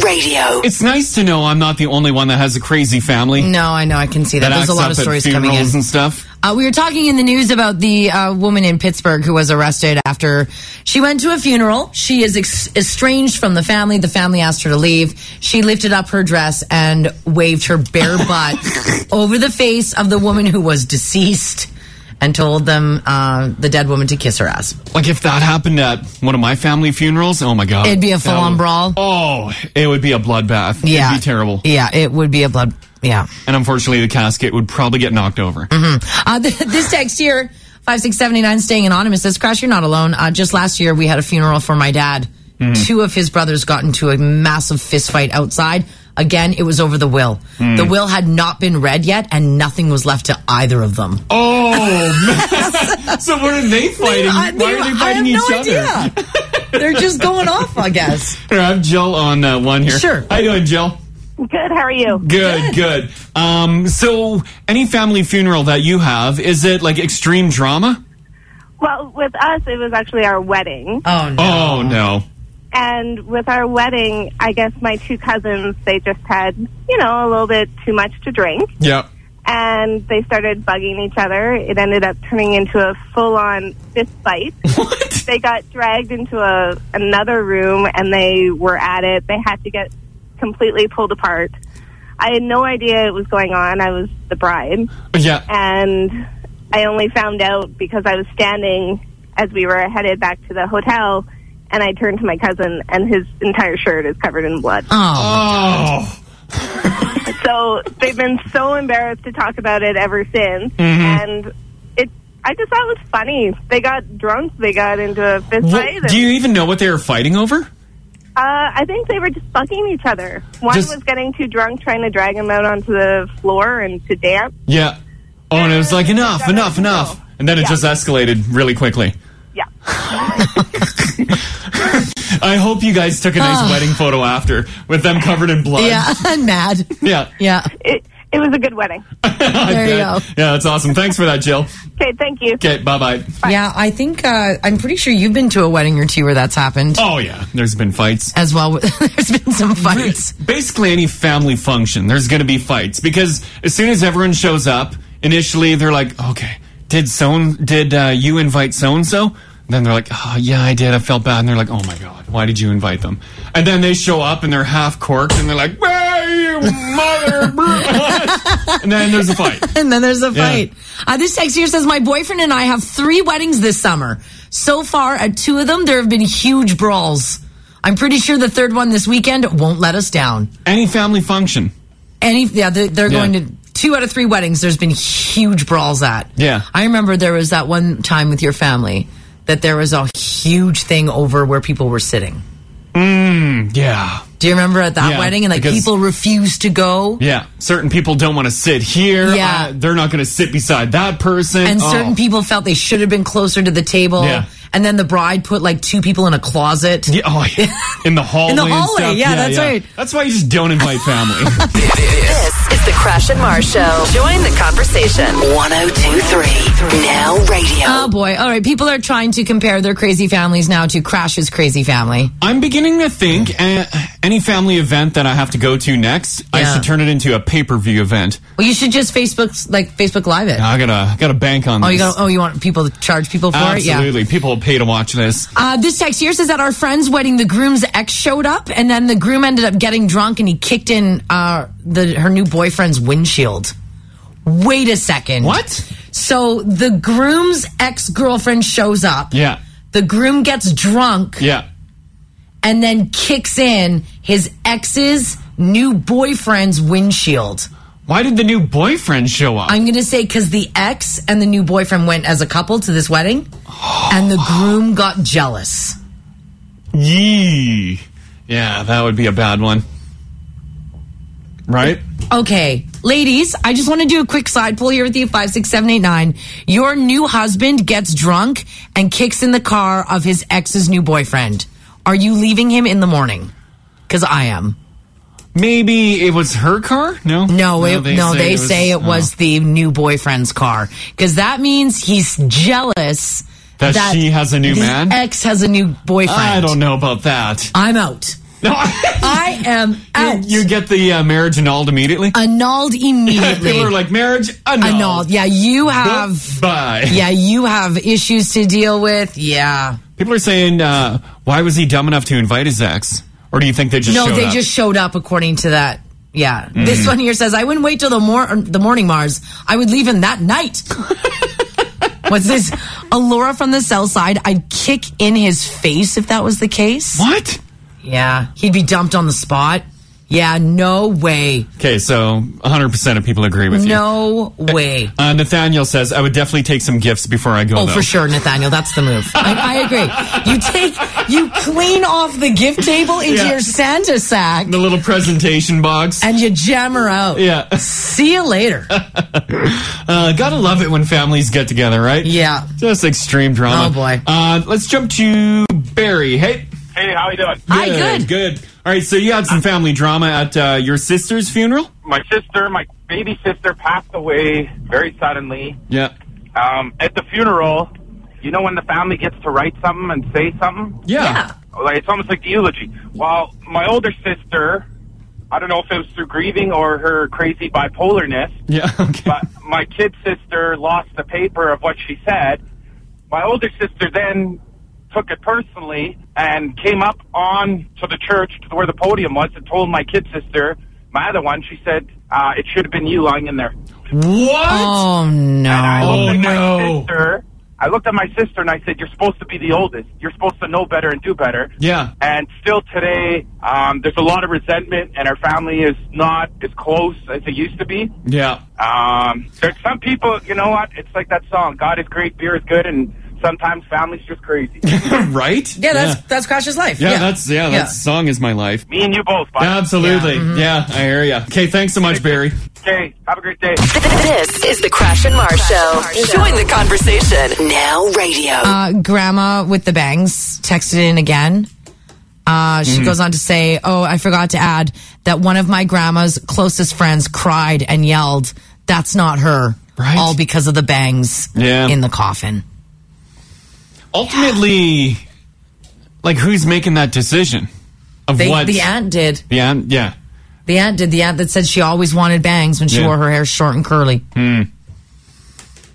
Speaker 1: Now Radio.
Speaker 5: It's nice to know I'm not the only one that has a crazy family
Speaker 4: No, I know, I can see that.
Speaker 5: that
Speaker 4: There's
Speaker 5: acts
Speaker 4: a lot
Speaker 5: up
Speaker 4: of
Speaker 5: at
Speaker 4: stories
Speaker 5: funerals
Speaker 4: coming in.
Speaker 5: and stuff.
Speaker 4: Uh, we were talking in the news about the uh, woman in Pittsburgh who was arrested after she went to a funeral. She is ex- estranged from the family. The family asked her to leave. She lifted up her dress and waved her bare butt over the face of the woman who was deceased and told them, uh, the dead woman, to kiss her ass.
Speaker 5: Like if that happened at one of my family funerals, oh my god,
Speaker 4: It'd be a
Speaker 5: That
Speaker 4: full-on
Speaker 5: would-
Speaker 4: brawl.
Speaker 5: Oh, it would be a bloodbath.
Speaker 4: Yeah.
Speaker 5: It'd be terrible.
Speaker 4: Yeah, it would be a blood. Yeah.
Speaker 5: And unfortunately, the casket would probably get knocked over.
Speaker 4: Uh, th- this text here, 5679, staying anonymous, says, Crash, you're not alone. Uh, just last year, we had a funeral for my dad.
Speaker 5: Mm-hmm.
Speaker 4: Two of his brothers got into a massive fist fight outside. Again, it was over the will.
Speaker 5: Mm.
Speaker 4: The will had not been read yet, and nothing was left to either of them.
Speaker 5: Oh, <laughs> man. so what are they fighting?
Speaker 4: I,
Speaker 5: Why are they
Speaker 4: uh, I
Speaker 5: fighting each
Speaker 4: have
Speaker 5: other?
Speaker 4: no idea.
Speaker 5: <laughs>
Speaker 4: They're just going off, I guess.
Speaker 5: Here, I have Jill on uh, one here.
Speaker 4: Sure.
Speaker 5: How you doing, Jill?
Speaker 11: Good. How are you?
Speaker 5: Good, good. Um, so any family funeral that you have, is it like extreme drama?
Speaker 11: Well, with us, it was actually our wedding.
Speaker 4: Oh, no.
Speaker 5: Oh no.
Speaker 11: And with our wedding, I guess my two cousins, they just had, you know, a little bit too much to drink.
Speaker 5: Yeah.
Speaker 11: And they started bugging each other. It ended up turning into a full on fist fight.
Speaker 5: Oh, What?
Speaker 11: They got dragged into a, another room and they were at it. They had to get completely pulled apart. I had no idea it was going on. I was the bride.
Speaker 5: Yeah.
Speaker 11: and I only found out because I was standing as we were headed back to the hotel, and I turned to my cousin, and his entire shirt is covered in blood.
Speaker 4: Oh.
Speaker 5: Oh.
Speaker 11: So they've been so embarrassed to talk about it ever since,
Speaker 5: Mm-hmm.
Speaker 11: and it. I just thought it was funny. They got drunk. They got into a fist fight.
Speaker 5: What- do you even know what they were fighting over?
Speaker 11: uh, I think they were just fucking each other. One
Speaker 5: Just-
Speaker 11: was getting too drunk, trying to drag him out onto the floor and to dance.
Speaker 5: Yeah. Oh, and it was like enough, enough, enough. And then it
Speaker 11: Yeah.
Speaker 5: just escalated really quickly.
Speaker 11: Yeah.
Speaker 5: <laughs> I hope you guys took a nice wedding photo after with them covered in blood.
Speaker 4: Ah. Yeah, <laughs> I'm mad.
Speaker 5: Yeah.
Speaker 4: Yeah.
Speaker 11: It, it was a good wedding.
Speaker 5: I
Speaker 4: There you
Speaker 5: bet.
Speaker 4: go.
Speaker 5: Yeah, that's awesome. Thanks for that, Jill.
Speaker 11: Okay, thank you.
Speaker 5: Okay, bye bye.
Speaker 4: Yeah, I think, uh, I'm pretty sure you've been to a wedding or two where that's happened
Speaker 5: Oh, yeah. There's been fights.
Speaker 4: as well. <laughs> There's been some fights.
Speaker 5: Basically, any family function, there's going to be fights because as soon as everyone shows up, initially they're like, "Okay, did so did uh, you invite so and so?" Then they're like, "Oh yeah, I did. I felt bad." And they're like, "Oh my god, why did you invite them?" And then they show up and they're half corked and they're like, "Hey, you mother!" <laughs> bro-" and then there's a fight.
Speaker 4: <laughs> and then there's a fight. Uh, this text here says, My boyfriend and I have three weddings this summer. So far, at two of them, there have been huge brawls. I'm pretty sure the third one this weekend won't let us down.
Speaker 5: Any family function.
Speaker 4: Any, yeah, they're, they're
Speaker 5: Yeah.
Speaker 4: going to two out of three weddings. There's been huge brawls at.
Speaker 5: Yeah.
Speaker 4: I remember there was that one time with your family that there was a huge thing over where people were sitting.
Speaker 5: Hmm, Yeah.
Speaker 4: Do you remember at that
Speaker 5: Yeah,
Speaker 4: wedding and like
Speaker 5: because-
Speaker 4: people refused to go?
Speaker 5: Yeah, certain people don't want to sit here.
Speaker 4: Yeah.
Speaker 5: Uh, they're not going to sit beside that person.
Speaker 4: and
Speaker 5: Oh.
Speaker 4: certain people felt they should have been closer to the table.
Speaker 5: Yeah.
Speaker 4: And then the bride put like two people in a closet.
Speaker 5: Yeah, oh,
Speaker 4: <laughs>
Speaker 5: yeah. in the hallway. and
Speaker 4: hallway,
Speaker 5: stuff.
Speaker 4: yeah, that's right.
Speaker 5: That's why you just don't invite
Speaker 4: <laughs>
Speaker 5: family.
Speaker 2: This is the Crash and Mars Show. Join the conversation.
Speaker 1: 1023 Now Radio.
Speaker 2: Uh,
Speaker 4: Oh boy. All right. People are trying to compare their crazy families now to Crash's crazy family.
Speaker 5: I'm beginning to think uh, any family event that I have to go to next, I
Speaker 4: Yeah.
Speaker 5: should turn it into a pay per view event.
Speaker 4: Well, you should just Facebook, like Facebook Live it.
Speaker 5: I gotta gotta bank on
Speaker 4: Oh,
Speaker 5: this.
Speaker 4: you got, oh, you want people to charge people for it? Yeah.
Speaker 5: Absolutely, people will pay to watch this.
Speaker 4: Uh, this text here says at our friend's wedding, the groom's ex showed up and then the groom ended up getting drunk and he kicked in, uh, the, her new boyfriend's windshield. Wait a second.
Speaker 5: What?
Speaker 4: So the groom's ex girlfriend shows up.
Speaker 5: Yeah,
Speaker 4: The groom gets drunk
Speaker 5: yeah.
Speaker 4: and then kicks in his ex's new boyfriend's windshield.
Speaker 5: Why did the new boyfriend show up?
Speaker 4: I'm going to say because the ex and the new boyfriend went as a couple to this wedding and the groom got jealous.
Speaker 5: Yee. Yeah, that would be a bad one. Right?
Speaker 4: Okay, Ladies, I just want to do a quick side poll here with you. 56789. Your new husband gets drunk and kicks in the car of his ex's new boyfriend. Are you leaving him in the morning? Because I am.
Speaker 5: Maybe it was her car? No.
Speaker 4: No, it, no, they say it was the new boyfriend's car because that means he's jealous
Speaker 5: That she has a new
Speaker 4: his
Speaker 5: man?
Speaker 4: Ex has a new boyfriend.
Speaker 5: I don't know about that.
Speaker 4: I'm out. I am
Speaker 5: <laughs>
Speaker 4: out.
Speaker 5: you get the uh, marriage annulled immediately. <laughs>
Speaker 4: annulled immediately.
Speaker 5: People are like marriage annulled.
Speaker 4: annulled. Yeah, you have.
Speaker 5: Bye.
Speaker 4: Yeah, you have issues to deal with. Yeah.
Speaker 5: People are saying, uh, why was he dumb enough to invite his ex? Or do you think they just
Speaker 4: No,
Speaker 5: showed
Speaker 4: they
Speaker 5: up? Mm-hmm.
Speaker 4: just showed up according to that. Yeah. This one here says, I wouldn't wait till the, mor- the morning, Mars. I would leave him
Speaker 5: <laughs>
Speaker 4: that night. What's this? A Laura from the cell side. I'd kick in his face if that was the case.
Speaker 5: what?
Speaker 4: Yeah. He'd be dumped on the spot. Yeah, no way.
Speaker 5: Okay, so 100 percent of people agree with you.
Speaker 4: No way.
Speaker 5: Uh, Nathaniel says, I would definitely take some gifts before I go.
Speaker 4: Oh,
Speaker 5: though.
Speaker 4: for sure, Nathaniel. That's the move. I, I agree. You take, you clean off the gift table into
Speaker 5: Yeah.
Speaker 4: your Santa sack
Speaker 5: The little presentation box.
Speaker 4: and you jam her out.
Speaker 5: yeah,
Speaker 4: See
Speaker 5: <laughs>
Speaker 4: you later.
Speaker 5: uh, gotta love it when families get together, right?
Speaker 4: Yeah.
Speaker 5: Just extreme drama.
Speaker 4: Oh, boy.
Speaker 5: Uh, let's jump to Barry. Hey.
Speaker 9: Hey, how you doing?
Speaker 4: Hi, good.
Speaker 5: Good. All right, so you had some family drama at uh, your sister's funeral.
Speaker 9: My sister, my baby sister, passed away very suddenly.
Speaker 5: Yeah.
Speaker 9: Um, at the funeral, you know when the family gets to write something and say something?
Speaker 5: Yeah.
Speaker 9: Like, it's almost like the eulogy. Well, my older sister, I don't know if it was through grieving or her crazy bipolarness,
Speaker 5: Yeah. <laughs> Okay.
Speaker 9: but my kid sister lost the paper of what she said. My older sister then took it personally and came up on to the church to where the podium was and told my kid sister, my other one, she said, uh, it should have been you lying in there.
Speaker 5: What?
Speaker 4: Oh
Speaker 9: I
Speaker 4: no.
Speaker 5: Oh,
Speaker 9: looked at
Speaker 5: no.
Speaker 9: my sister. I looked at my sister and I said, "You're supposed to be the oldest. You're supposed to know better and do better."
Speaker 5: Yeah.
Speaker 9: And still today, um, there's a lot of resentment, and our family is not as close as it used to be.
Speaker 5: Yeah.
Speaker 9: <coughs> Um, there's some people, you know what? It's like that song, "God is great, beer is good," and sometimes family's just crazy.
Speaker 5: right?
Speaker 4: Yeah, that's that's Crash's life.
Speaker 5: Yeah, that's yeah, that song is my life.
Speaker 9: Me and you both. bud.
Speaker 5: Absolutely. Yeah, I hear you. Okay, thanks so much, Barry.
Speaker 9: Okay, have a great day.
Speaker 2: This is the Crash and Mars Show. Join the conversation.
Speaker 1: Now radio.
Speaker 4: Uh, Grandma with the bangs texted in again. Uh, she
Speaker 5: Mm-hmm.
Speaker 4: goes on to say, "Oh, I forgot to add that one of my grandma's closest friends cried and yelled, "That's not her."
Speaker 5: Right.
Speaker 4: All because of the bangs
Speaker 5: Yeah.
Speaker 4: in the coffin.
Speaker 5: Ultimately, like who's making that decision of
Speaker 4: They,
Speaker 5: what?
Speaker 4: the aunt did.
Speaker 5: The aunt, yeah.
Speaker 4: The aunt did. The aunt that said she always wanted bangs when she
Speaker 5: Yeah. Hmm.
Speaker 4: wore her hair short and curly.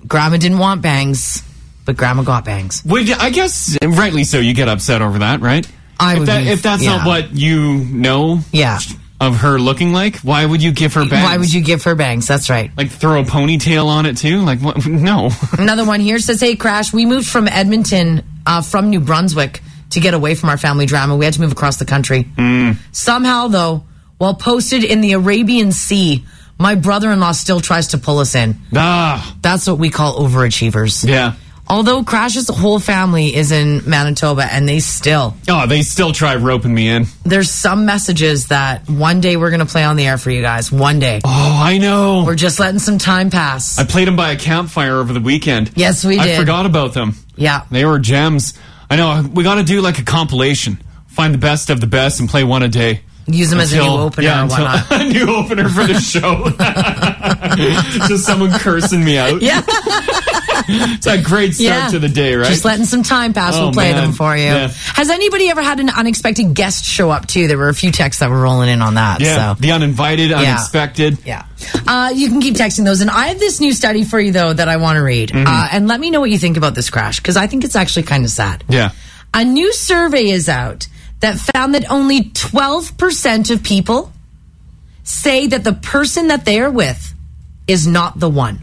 Speaker 4: Grandma didn't want bangs, but Grandma got bangs.
Speaker 5: Would I guess rightly so? You get upset over that, right?
Speaker 4: I
Speaker 5: if
Speaker 4: would
Speaker 5: That,
Speaker 4: be-
Speaker 5: if that's
Speaker 4: yeah.
Speaker 5: not what you know
Speaker 4: Yeah.
Speaker 5: of her looking like, why would you give her back?
Speaker 4: Why would you give her bangs? That's right.
Speaker 5: like throw a ponytail on it too? Like what?
Speaker 4: <laughs>
Speaker 5: No.
Speaker 4: Another one here says, "Hey, Crash, we moved from Edmonton uh, from New Brunswick to get away from our family drama. We had to move across the country.
Speaker 5: Hmm.
Speaker 4: Somehow, though, while posted in the Arabian Sea, my brother-in-law still tries to pull us in.
Speaker 5: ah,
Speaker 4: That's what we call overachievers.
Speaker 5: yeah.
Speaker 4: Although Crash's whole family is in Manitoba, and they still
Speaker 5: Oh, they still try roping me in.
Speaker 4: there's some messages that one day we're gonna play on the air for you guys. One day,
Speaker 5: Oh, I know.
Speaker 4: we're just letting some time pass.
Speaker 5: I played them by a campfire over the weekend.
Speaker 4: Yes, we
Speaker 5: I
Speaker 4: did.
Speaker 5: forgot about them.
Speaker 4: yeah,
Speaker 5: They were gems. I know. We got to do like a compilation. Find the best of the best and play one a day.
Speaker 4: use them as a new
Speaker 5: Until-
Speaker 4: opener
Speaker 5: yeah,
Speaker 4: or
Speaker 5: until- <laughs>
Speaker 4: whatnot.
Speaker 5: a new opener for the
Speaker 4: <laughs>
Speaker 5: show. Just someone cursing me out.
Speaker 4: Yeah.
Speaker 5: It's a great start to the day, right?
Speaker 4: Just letting some time pass.
Speaker 5: Oh,
Speaker 4: we'll play
Speaker 5: man.
Speaker 4: them for you.
Speaker 5: Yeah.
Speaker 4: Has anybody ever had an unexpected guest show up too? There were a few texts that were rolling in on that.
Speaker 5: yeah.
Speaker 4: So.
Speaker 5: The uninvited, unexpected.
Speaker 4: Yeah. Uh, you can keep texting those. And I have this new study for you, though, that I want to read.
Speaker 5: Mm-hmm.
Speaker 4: Uh, and let me know what you think about this crash, because I think it's actually kind of sad.
Speaker 5: Yeah.
Speaker 4: A new survey is out that found that only 12% of people say that the person that they are with is not the one.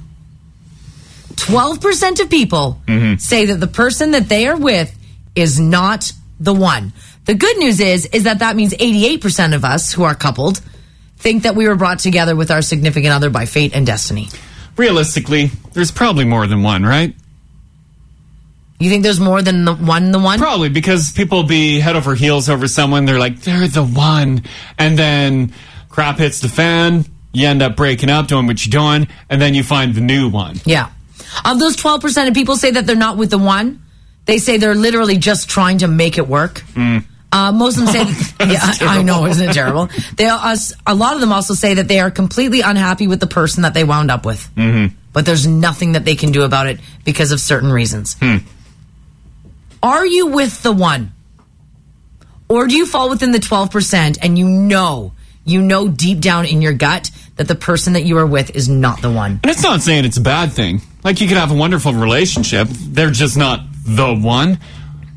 Speaker 4: 12% of people say that the person that they are with is not the one. The good news is is that that means 88% of us who are coupled think that we were brought together with our significant other by fate and destiny.
Speaker 5: Realistically, there's probably more than one, right?
Speaker 4: You think there's more than the one the one?
Speaker 5: Probably because people be head over heels over someone. They're like, they're the one. And then crap hits the fan. You end up breaking up, doing what you're doing, and then you find the new one.
Speaker 4: Yeah. Of those 12% of people say that they're not with the one, they say they're literally just trying to make it work. Uh, most of <laughs> them say, that, yeah, I- I know, isn't it terrible? They, us, a lot of them also say that they are completely unhappy with the person that they wound up with. Mm-hmm. But there's nothing that they can do about it because of certain reasons. Are you with the one? Or do you fall within the 12% and you know, you know deep down in your gut that the person that you are with is not the one?
Speaker 5: And it's not saying it's a bad thing. Like you could have a wonderful relationship, they're just not the one.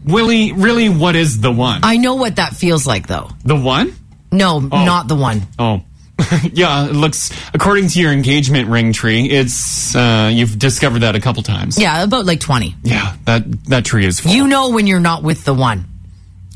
Speaker 5: Willie, really, what is the one?
Speaker 4: I know what that feels like though.
Speaker 5: the one?
Speaker 4: No, not the one.
Speaker 5: Oh. <laughs> yeah, it looks according to your engagement ring tree, it's uh you've discovered that a couple times.
Speaker 4: Yeah, about like 20.
Speaker 5: Yeah, that that tree is full.
Speaker 4: You know when you're not with the one.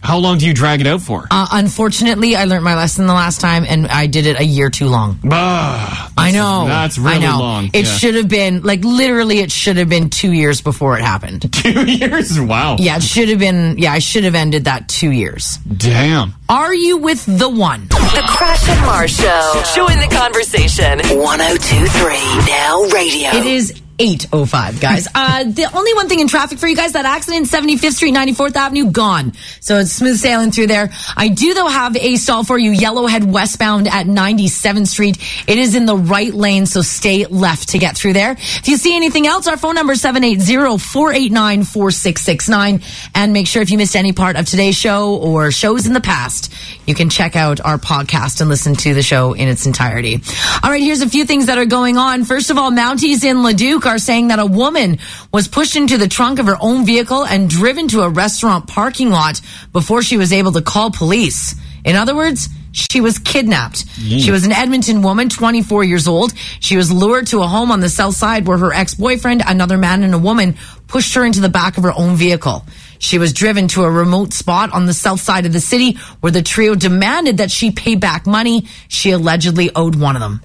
Speaker 5: How long do you drag it out for?
Speaker 4: Uh, unfortunately, I learned my lesson the last time and I did it a year too long.
Speaker 5: Ah,
Speaker 4: I know.
Speaker 5: that's
Speaker 4: I
Speaker 5: really
Speaker 4: know.
Speaker 5: long.
Speaker 4: It
Speaker 5: Yeah.
Speaker 4: should have been, like, literally, it should have been two years before it happened.
Speaker 5: <laughs> two years. Wow.
Speaker 4: Yeah, it should have been, yeah, I should have ended that two years.
Speaker 5: Damn.
Speaker 4: Are you with the one?
Speaker 2: The Crash and Mars Show. Join the conversation.
Speaker 1: 1023 Now Radio.
Speaker 4: It is 8.05, guys. Uh, the only one thing in traffic for you guys, that accident, 75th Street, 94th Avenue, gone. So it's smooth sailing through there. I do, though, have a stall for you, Yellowhead westbound at 97th Street. It is in the right lane, so stay left to get through there. If you see anything else, our phone number is 780-489-4669. And make sure if you missed any part of today's show or shows in the past, you can check out our podcast and listen to the show in its entirety. All right, here's a few things that are going on. First of all, Mounties in Leduc are saying that a woman was pushed into the trunk of her own vehicle and driven to a restaurant parking lot before she was able to call police. In other words, she was kidnapped. She was an Edmonton woman, 24 years old. She was lured to a home on the south side where her ex-boyfriend, another man and a woman pushed her into the back of her own vehicle. She was driven to a remote spot on the south side of the city where the trio demanded that she pay back money she allegedly owed one of them.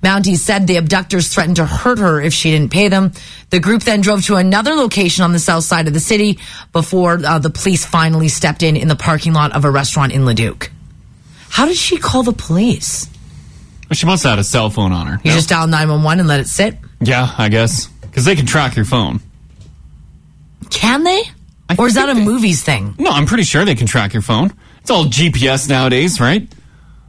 Speaker 4: Mounties said the abductors threatened to hurt her if she didn't pay them. The group then drove to another location on the south side of the city before uh, the police finally stepped in in the parking lot of a restaurant in Leduc. How did she call the police?
Speaker 5: She must have had a cell phone on her.
Speaker 4: You just dial 911 and let it sit?
Speaker 5: Yeah, I guess because they can track your phone.
Speaker 4: Can they? or is that a
Speaker 5: think they-
Speaker 4: movies thing?
Speaker 5: No, I'm pretty sure they can track your phone. It's all GPS nowadays, right?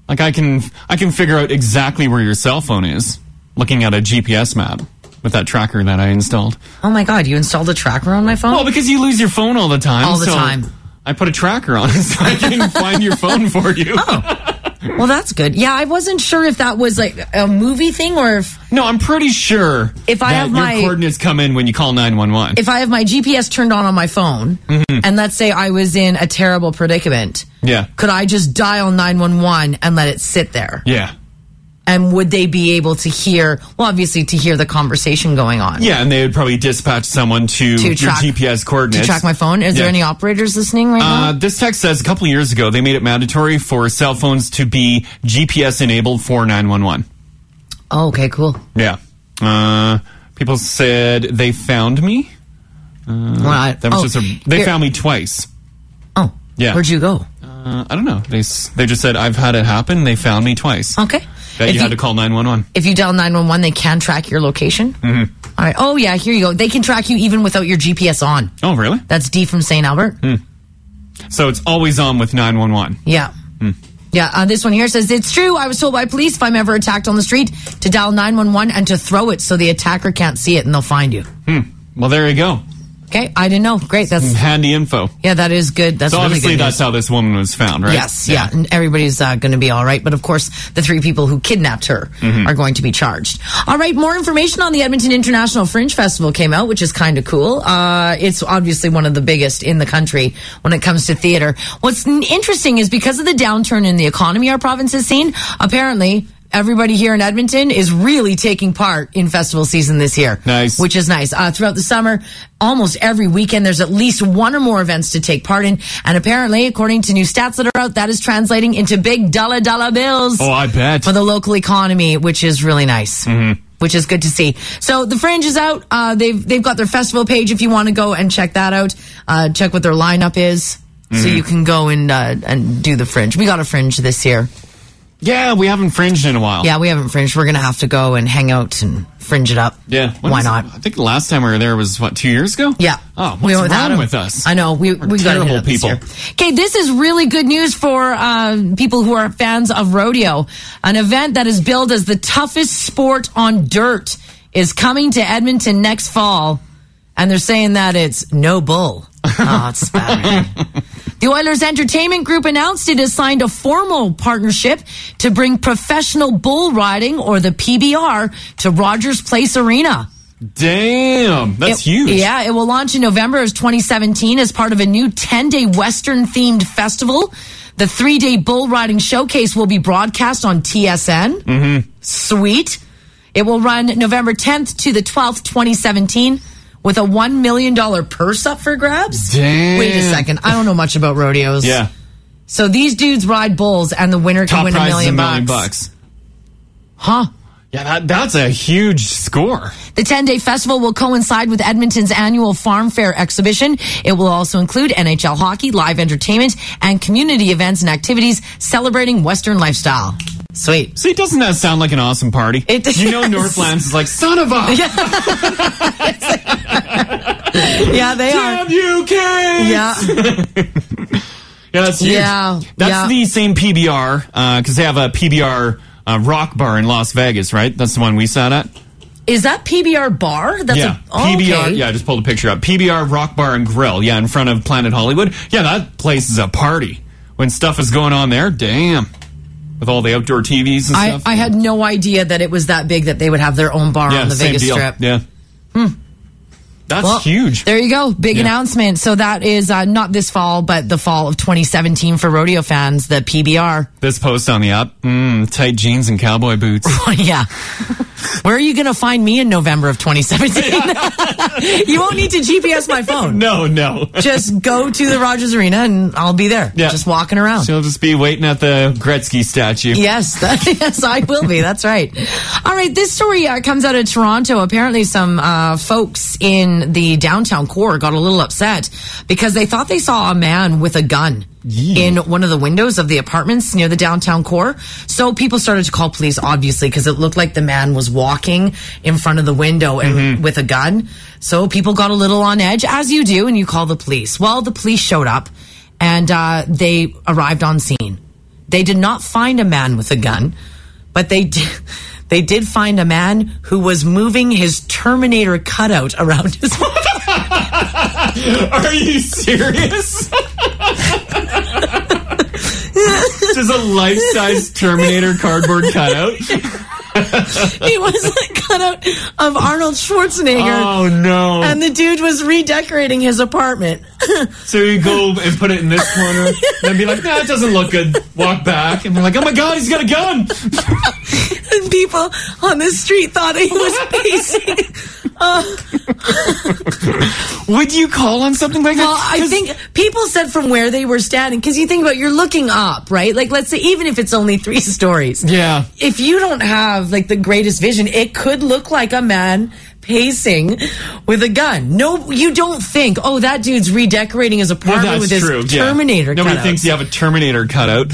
Speaker 5: Like I can I can figure out exactly where your cell phone is looking at a GPS map with that tracker that I installed.
Speaker 4: Oh my god, you installed a tracker on my phone?
Speaker 5: Well, because you lose your phone all the time.
Speaker 4: All the
Speaker 5: so
Speaker 4: time.
Speaker 5: I put a tracker on it <laughs> so I can find your phone for you.
Speaker 4: Oh. Well, that's good. Yeah, I wasn't sure if that was like a movie thing or if
Speaker 5: No, I'm pretty sure
Speaker 4: If I
Speaker 5: that
Speaker 4: have
Speaker 5: your
Speaker 4: my-
Speaker 5: coordinates come in when you call 911.
Speaker 4: if I have my GPS turned on on my phone,
Speaker 5: Mm-hmm.
Speaker 4: and let's say I was in a terrible predicament,
Speaker 5: yeah.
Speaker 4: could I just dial 911 and let it sit there?
Speaker 5: Yeah.
Speaker 4: And would they be able to hear, well, obviously to hear the conversation going on?
Speaker 5: Yeah, and they would probably dispatch someone to,
Speaker 4: To
Speaker 5: your
Speaker 4: track-
Speaker 5: GPS coordinates.
Speaker 4: To track my phone? Is there
Speaker 5: Yeah.
Speaker 4: any operators listening right
Speaker 5: Uh,
Speaker 4: now?
Speaker 5: this text says a couple years ago they made it mandatory for cell phones to be GPS enabled for 911.
Speaker 4: Oh, okay, cool.
Speaker 5: Yeah. Uh, people said they found me.
Speaker 4: Well, I-
Speaker 5: uh, That was
Speaker 4: oh,
Speaker 5: just a, they
Speaker 4: here-
Speaker 5: found me twice.
Speaker 4: Oh,
Speaker 5: Yeah.
Speaker 4: Where'd you go?
Speaker 5: Uh, I don't know. They s- they just said I've had it happen. They found me twice.
Speaker 4: Okay.
Speaker 5: That
Speaker 4: If
Speaker 5: you had to call 911.
Speaker 4: if you dial 911, they can track your location. Mm-hmm. right. Oh, yeah, here you go. They can track you even without your GPS on.
Speaker 5: Oh, really?
Speaker 4: That's D from St. Albert.
Speaker 5: Hmm. So it's always on with 911.
Speaker 4: Yeah.
Speaker 5: Hmm.
Speaker 4: Yeah, uh, this one here says it's true. I was told by police if I'm ever attacked on the street to dial 911 and to throw it so the attacker can't see it and they'll find you.
Speaker 5: Hmm. Well, there you go.
Speaker 4: Okay, I didn't know. Great, that's
Speaker 5: Handy info.
Speaker 4: yeah, that is good. That's
Speaker 5: Hmm. So
Speaker 4: really
Speaker 5: obviously
Speaker 4: good.
Speaker 5: that's
Speaker 4: news.
Speaker 5: how this woman was found, right?
Speaker 4: Yes, yeah, and everybody's uh, going to be all right. But of course, the three people who kidnapped her
Speaker 5: Mm-hmm.
Speaker 4: are going to be charged. All right, more information on the Edmonton International Fringe Festival came out, which is kind of cool. Uh, it's obviously one of the biggest in the country when it comes to theater. What's n- interesting is because of the downturn in the economy our province has seen, apparently. Everybody here in Edmonton is really taking part in festival season this year.
Speaker 5: Nice.
Speaker 4: Which is nice. Uh, throughout the summer, almost every weekend, there's at least one or more events to take part in. And apparently, according to new stats that are out, that is translating into big dollar dollar bills
Speaker 5: Oh, I bet.
Speaker 4: for the local economy, which is really nice.
Speaker 5: Mm-hmm.
Speaker 4: Which is good to see. So the fringe is out. Uh, they've they've got their festival page if you want to go and check that out. Uh, check what their
Speaker 5: Mm-hmm.
Speaker 4: lineup is, so you can go and uh, and do the fringe. We got a fringe this year.
Speaker 5: Yeah, we haven't fringed in a while.
Speaker 4: Yeah, we haven't fringed. We're gonna have to go and hang out and fringe it up.
Speaker 5: Yeah. When
Speaker 4: why
Speaker 5: was-
Speaker 4: not?
Speaker 5: I think the last time we were there was what two years ago.
Speaker 4: Yeah.
Speaker 5: Oh,
Speaker 4: We
Speaker 5: what's
Speaker 4: went without
Speaker 5: wrong
Speaker 4: him.
Speaker 5: with us?
Speaker 4: I know. We
Speaker 5: We're
Speaker 4: we got
Speaker 5: terrible people.
Speaker 4: Okay, this is really good news for uh, people who are fans of rodeo. An event that is billed as the toughest sport on dirt is coming to Edmonton next fall, and they're saying that it's
Speaker 5: <laughs>
Speaker 4: no bull. oh, it's spattering. The Oilers Entertainment Group announced it has signed a formal partnership to bring professional bull riding, or the PBR, to Rogers Place Arena.
Speaker 5: Damn, that's
Speaker 4: It-
Speaker 5: huge.
Speaker 4: Yeah, it will launch in November of 2017 as part of a new 10 day Western themed festival. The three day bull riding showcase will be broadcast on TSN. Mm-hmm. Sweet. It will run November 10th to the 12th, 2017. With a $1 million purse up for grabs?
Speaker 5: Damn.
Speaker 4: Wait a second. I don't know much about rodeos.
Speaker 5: Yeah.
Speaker 4: So these dudes ride bulls and the winner can
Speaker 5: Top
Speaker 4: win a
Speaker 5: prize is
Speaker 4: million,
Speaker 5: a million bucks.
Speaker 4: bucks. Huh.
Speaker 5: Yeah, that, that's a huge score.
Speaker 4: The 10 day festival will coincide with Edmonton's annual Farm Fair exhibition. It will also include NHL hockey, live entertainment, and community events and activities celebrating Western lifestyle. Sweet.
Speaker 5: See, doesn't that sound like an awesome party?
Speaker 4: It does.
Speaker 5: You know, Northlands is like son of
Speaker 4: <laughs>
Speaker 5: a.
Speaker 4: Yeah, they are.
Speaker 5: Damn you, kids!
Speaker 4: Yeah.
Speaker 5: Yeah, that's huge.
Speaker 4: Yeah,
Speaker 5: that's
Speaker 4: yeah.
Speaker 5: the same PBR because uh, they have a PBR uh, rock bar in Las Vegas, right? That's the one we sat at.
Speaker 4: Is that PBR bar? That's
Speaker 5: yeah,
Speaker 4: a, oh,
Speaker 5: PBR.
Speaker 4: okay.
Speaker 5: Yeah, I just pulled a picture up. PBR Rock Bar and Grill. Yeah, in front of Planet Hollywood. Yeah, that place is a party. When stuff is going on there, damn, with all the outdoor TVs and
Speaker 4: I,
Speaker 5: stuff.
Speaker 4: I had no idea that it was that big that they would have their own bar
Speaker 5: yeah,
Speaker 4: on the
Speaker 5: same
Speaker 4: Vegas
Speaker 5: deal.
Speaker 4: Strip.
Speaker 5: Yeah, that's
Speaker 4: Well,
Speaker 5: huge.
Speaker 4: There you go. Big
Speaker 5: Yeah.
Speaker 4: announcement. So that is uh, not this fall, but the fall of 2017 for rodeo fans, the PBR.
Speaker 5: This post on the app: mm, tight jeans and cowboy
Speaker 4: <laughs>
Speaker 5: boots.
Speaker 4: Oh, yeah. Where are you going to find me in November of
Speaker 5: <laughs>
Speaker 4: 2017? you won't need to GPS my phone.
Speaker 5: no, no. <laughs>
Speaker 4: Just go to the Rogers Arena and I'll be there.
Speaker 5: Yeah.
Speaker 4: Just walking around.
Speaker 5: She'll just be waiting at the Gretzky statue.
Speaker 4: <laughs> Yes, that, yes, I will be. That's right. All right, this story uh, comes out of Toronto. Apparently, some uh, folks in the downtown core got a little upset because they thought they saw a man with a gun in one of the windows of the apartments near the downtown core. So people started to call police, obviously, because it looked like the man was walking in front of the window and with a gun. So people got a little on edge, as you do, and you call the police. Well, the police showed up and uh, they arrived on scene. They did not find a man with a gun, but they did, <laughs> they did find a man who was moving his Terminator cutout around his. <laughs>
Speaker 5: <laughs> Are you
Speaker 4: <laughs>
Speaker 5: serious? Just a life-size Terminator cardboard
Speaker 4: <laughs>
Speaker 5: cutout.
Speaker 4: it was a cutout of Arnold Schwarzenegger,
Speaker 5: Oh no!
Speaker 4: and the dude was redecorating his apartment. <laughs>
Speaker 5: so you go and put it in this corner, then be like, "Nah, it doesn't look good." Walk back, and they're like, "Oh my god, he's got a gun!"
Speaker 4: and people on the street thought he <laughs> was pacing.
Speaker 5: Would you call on something like
Speaker 4: Well,
Speaker 5: that?
Speaker 4: I think people said from where they were standing because you think about you're looking up, right? Like, let's say even if it's only three <laughs> stories,
Speaker 5: Yeah.
Speaker 4: if you don't have like the greatest vision, it could look like a man pacing with a gun. No, you don't think, oh, that dude's redecorating his
Speaker 5: Well,
Speaker 4: apartment with his
Speaker 5: yeah.
Speaker 4: Terminator
Speaker 5: Nobody
Speaker 4: cutout.
Speaker 5: thinks you have a Terminator cutout.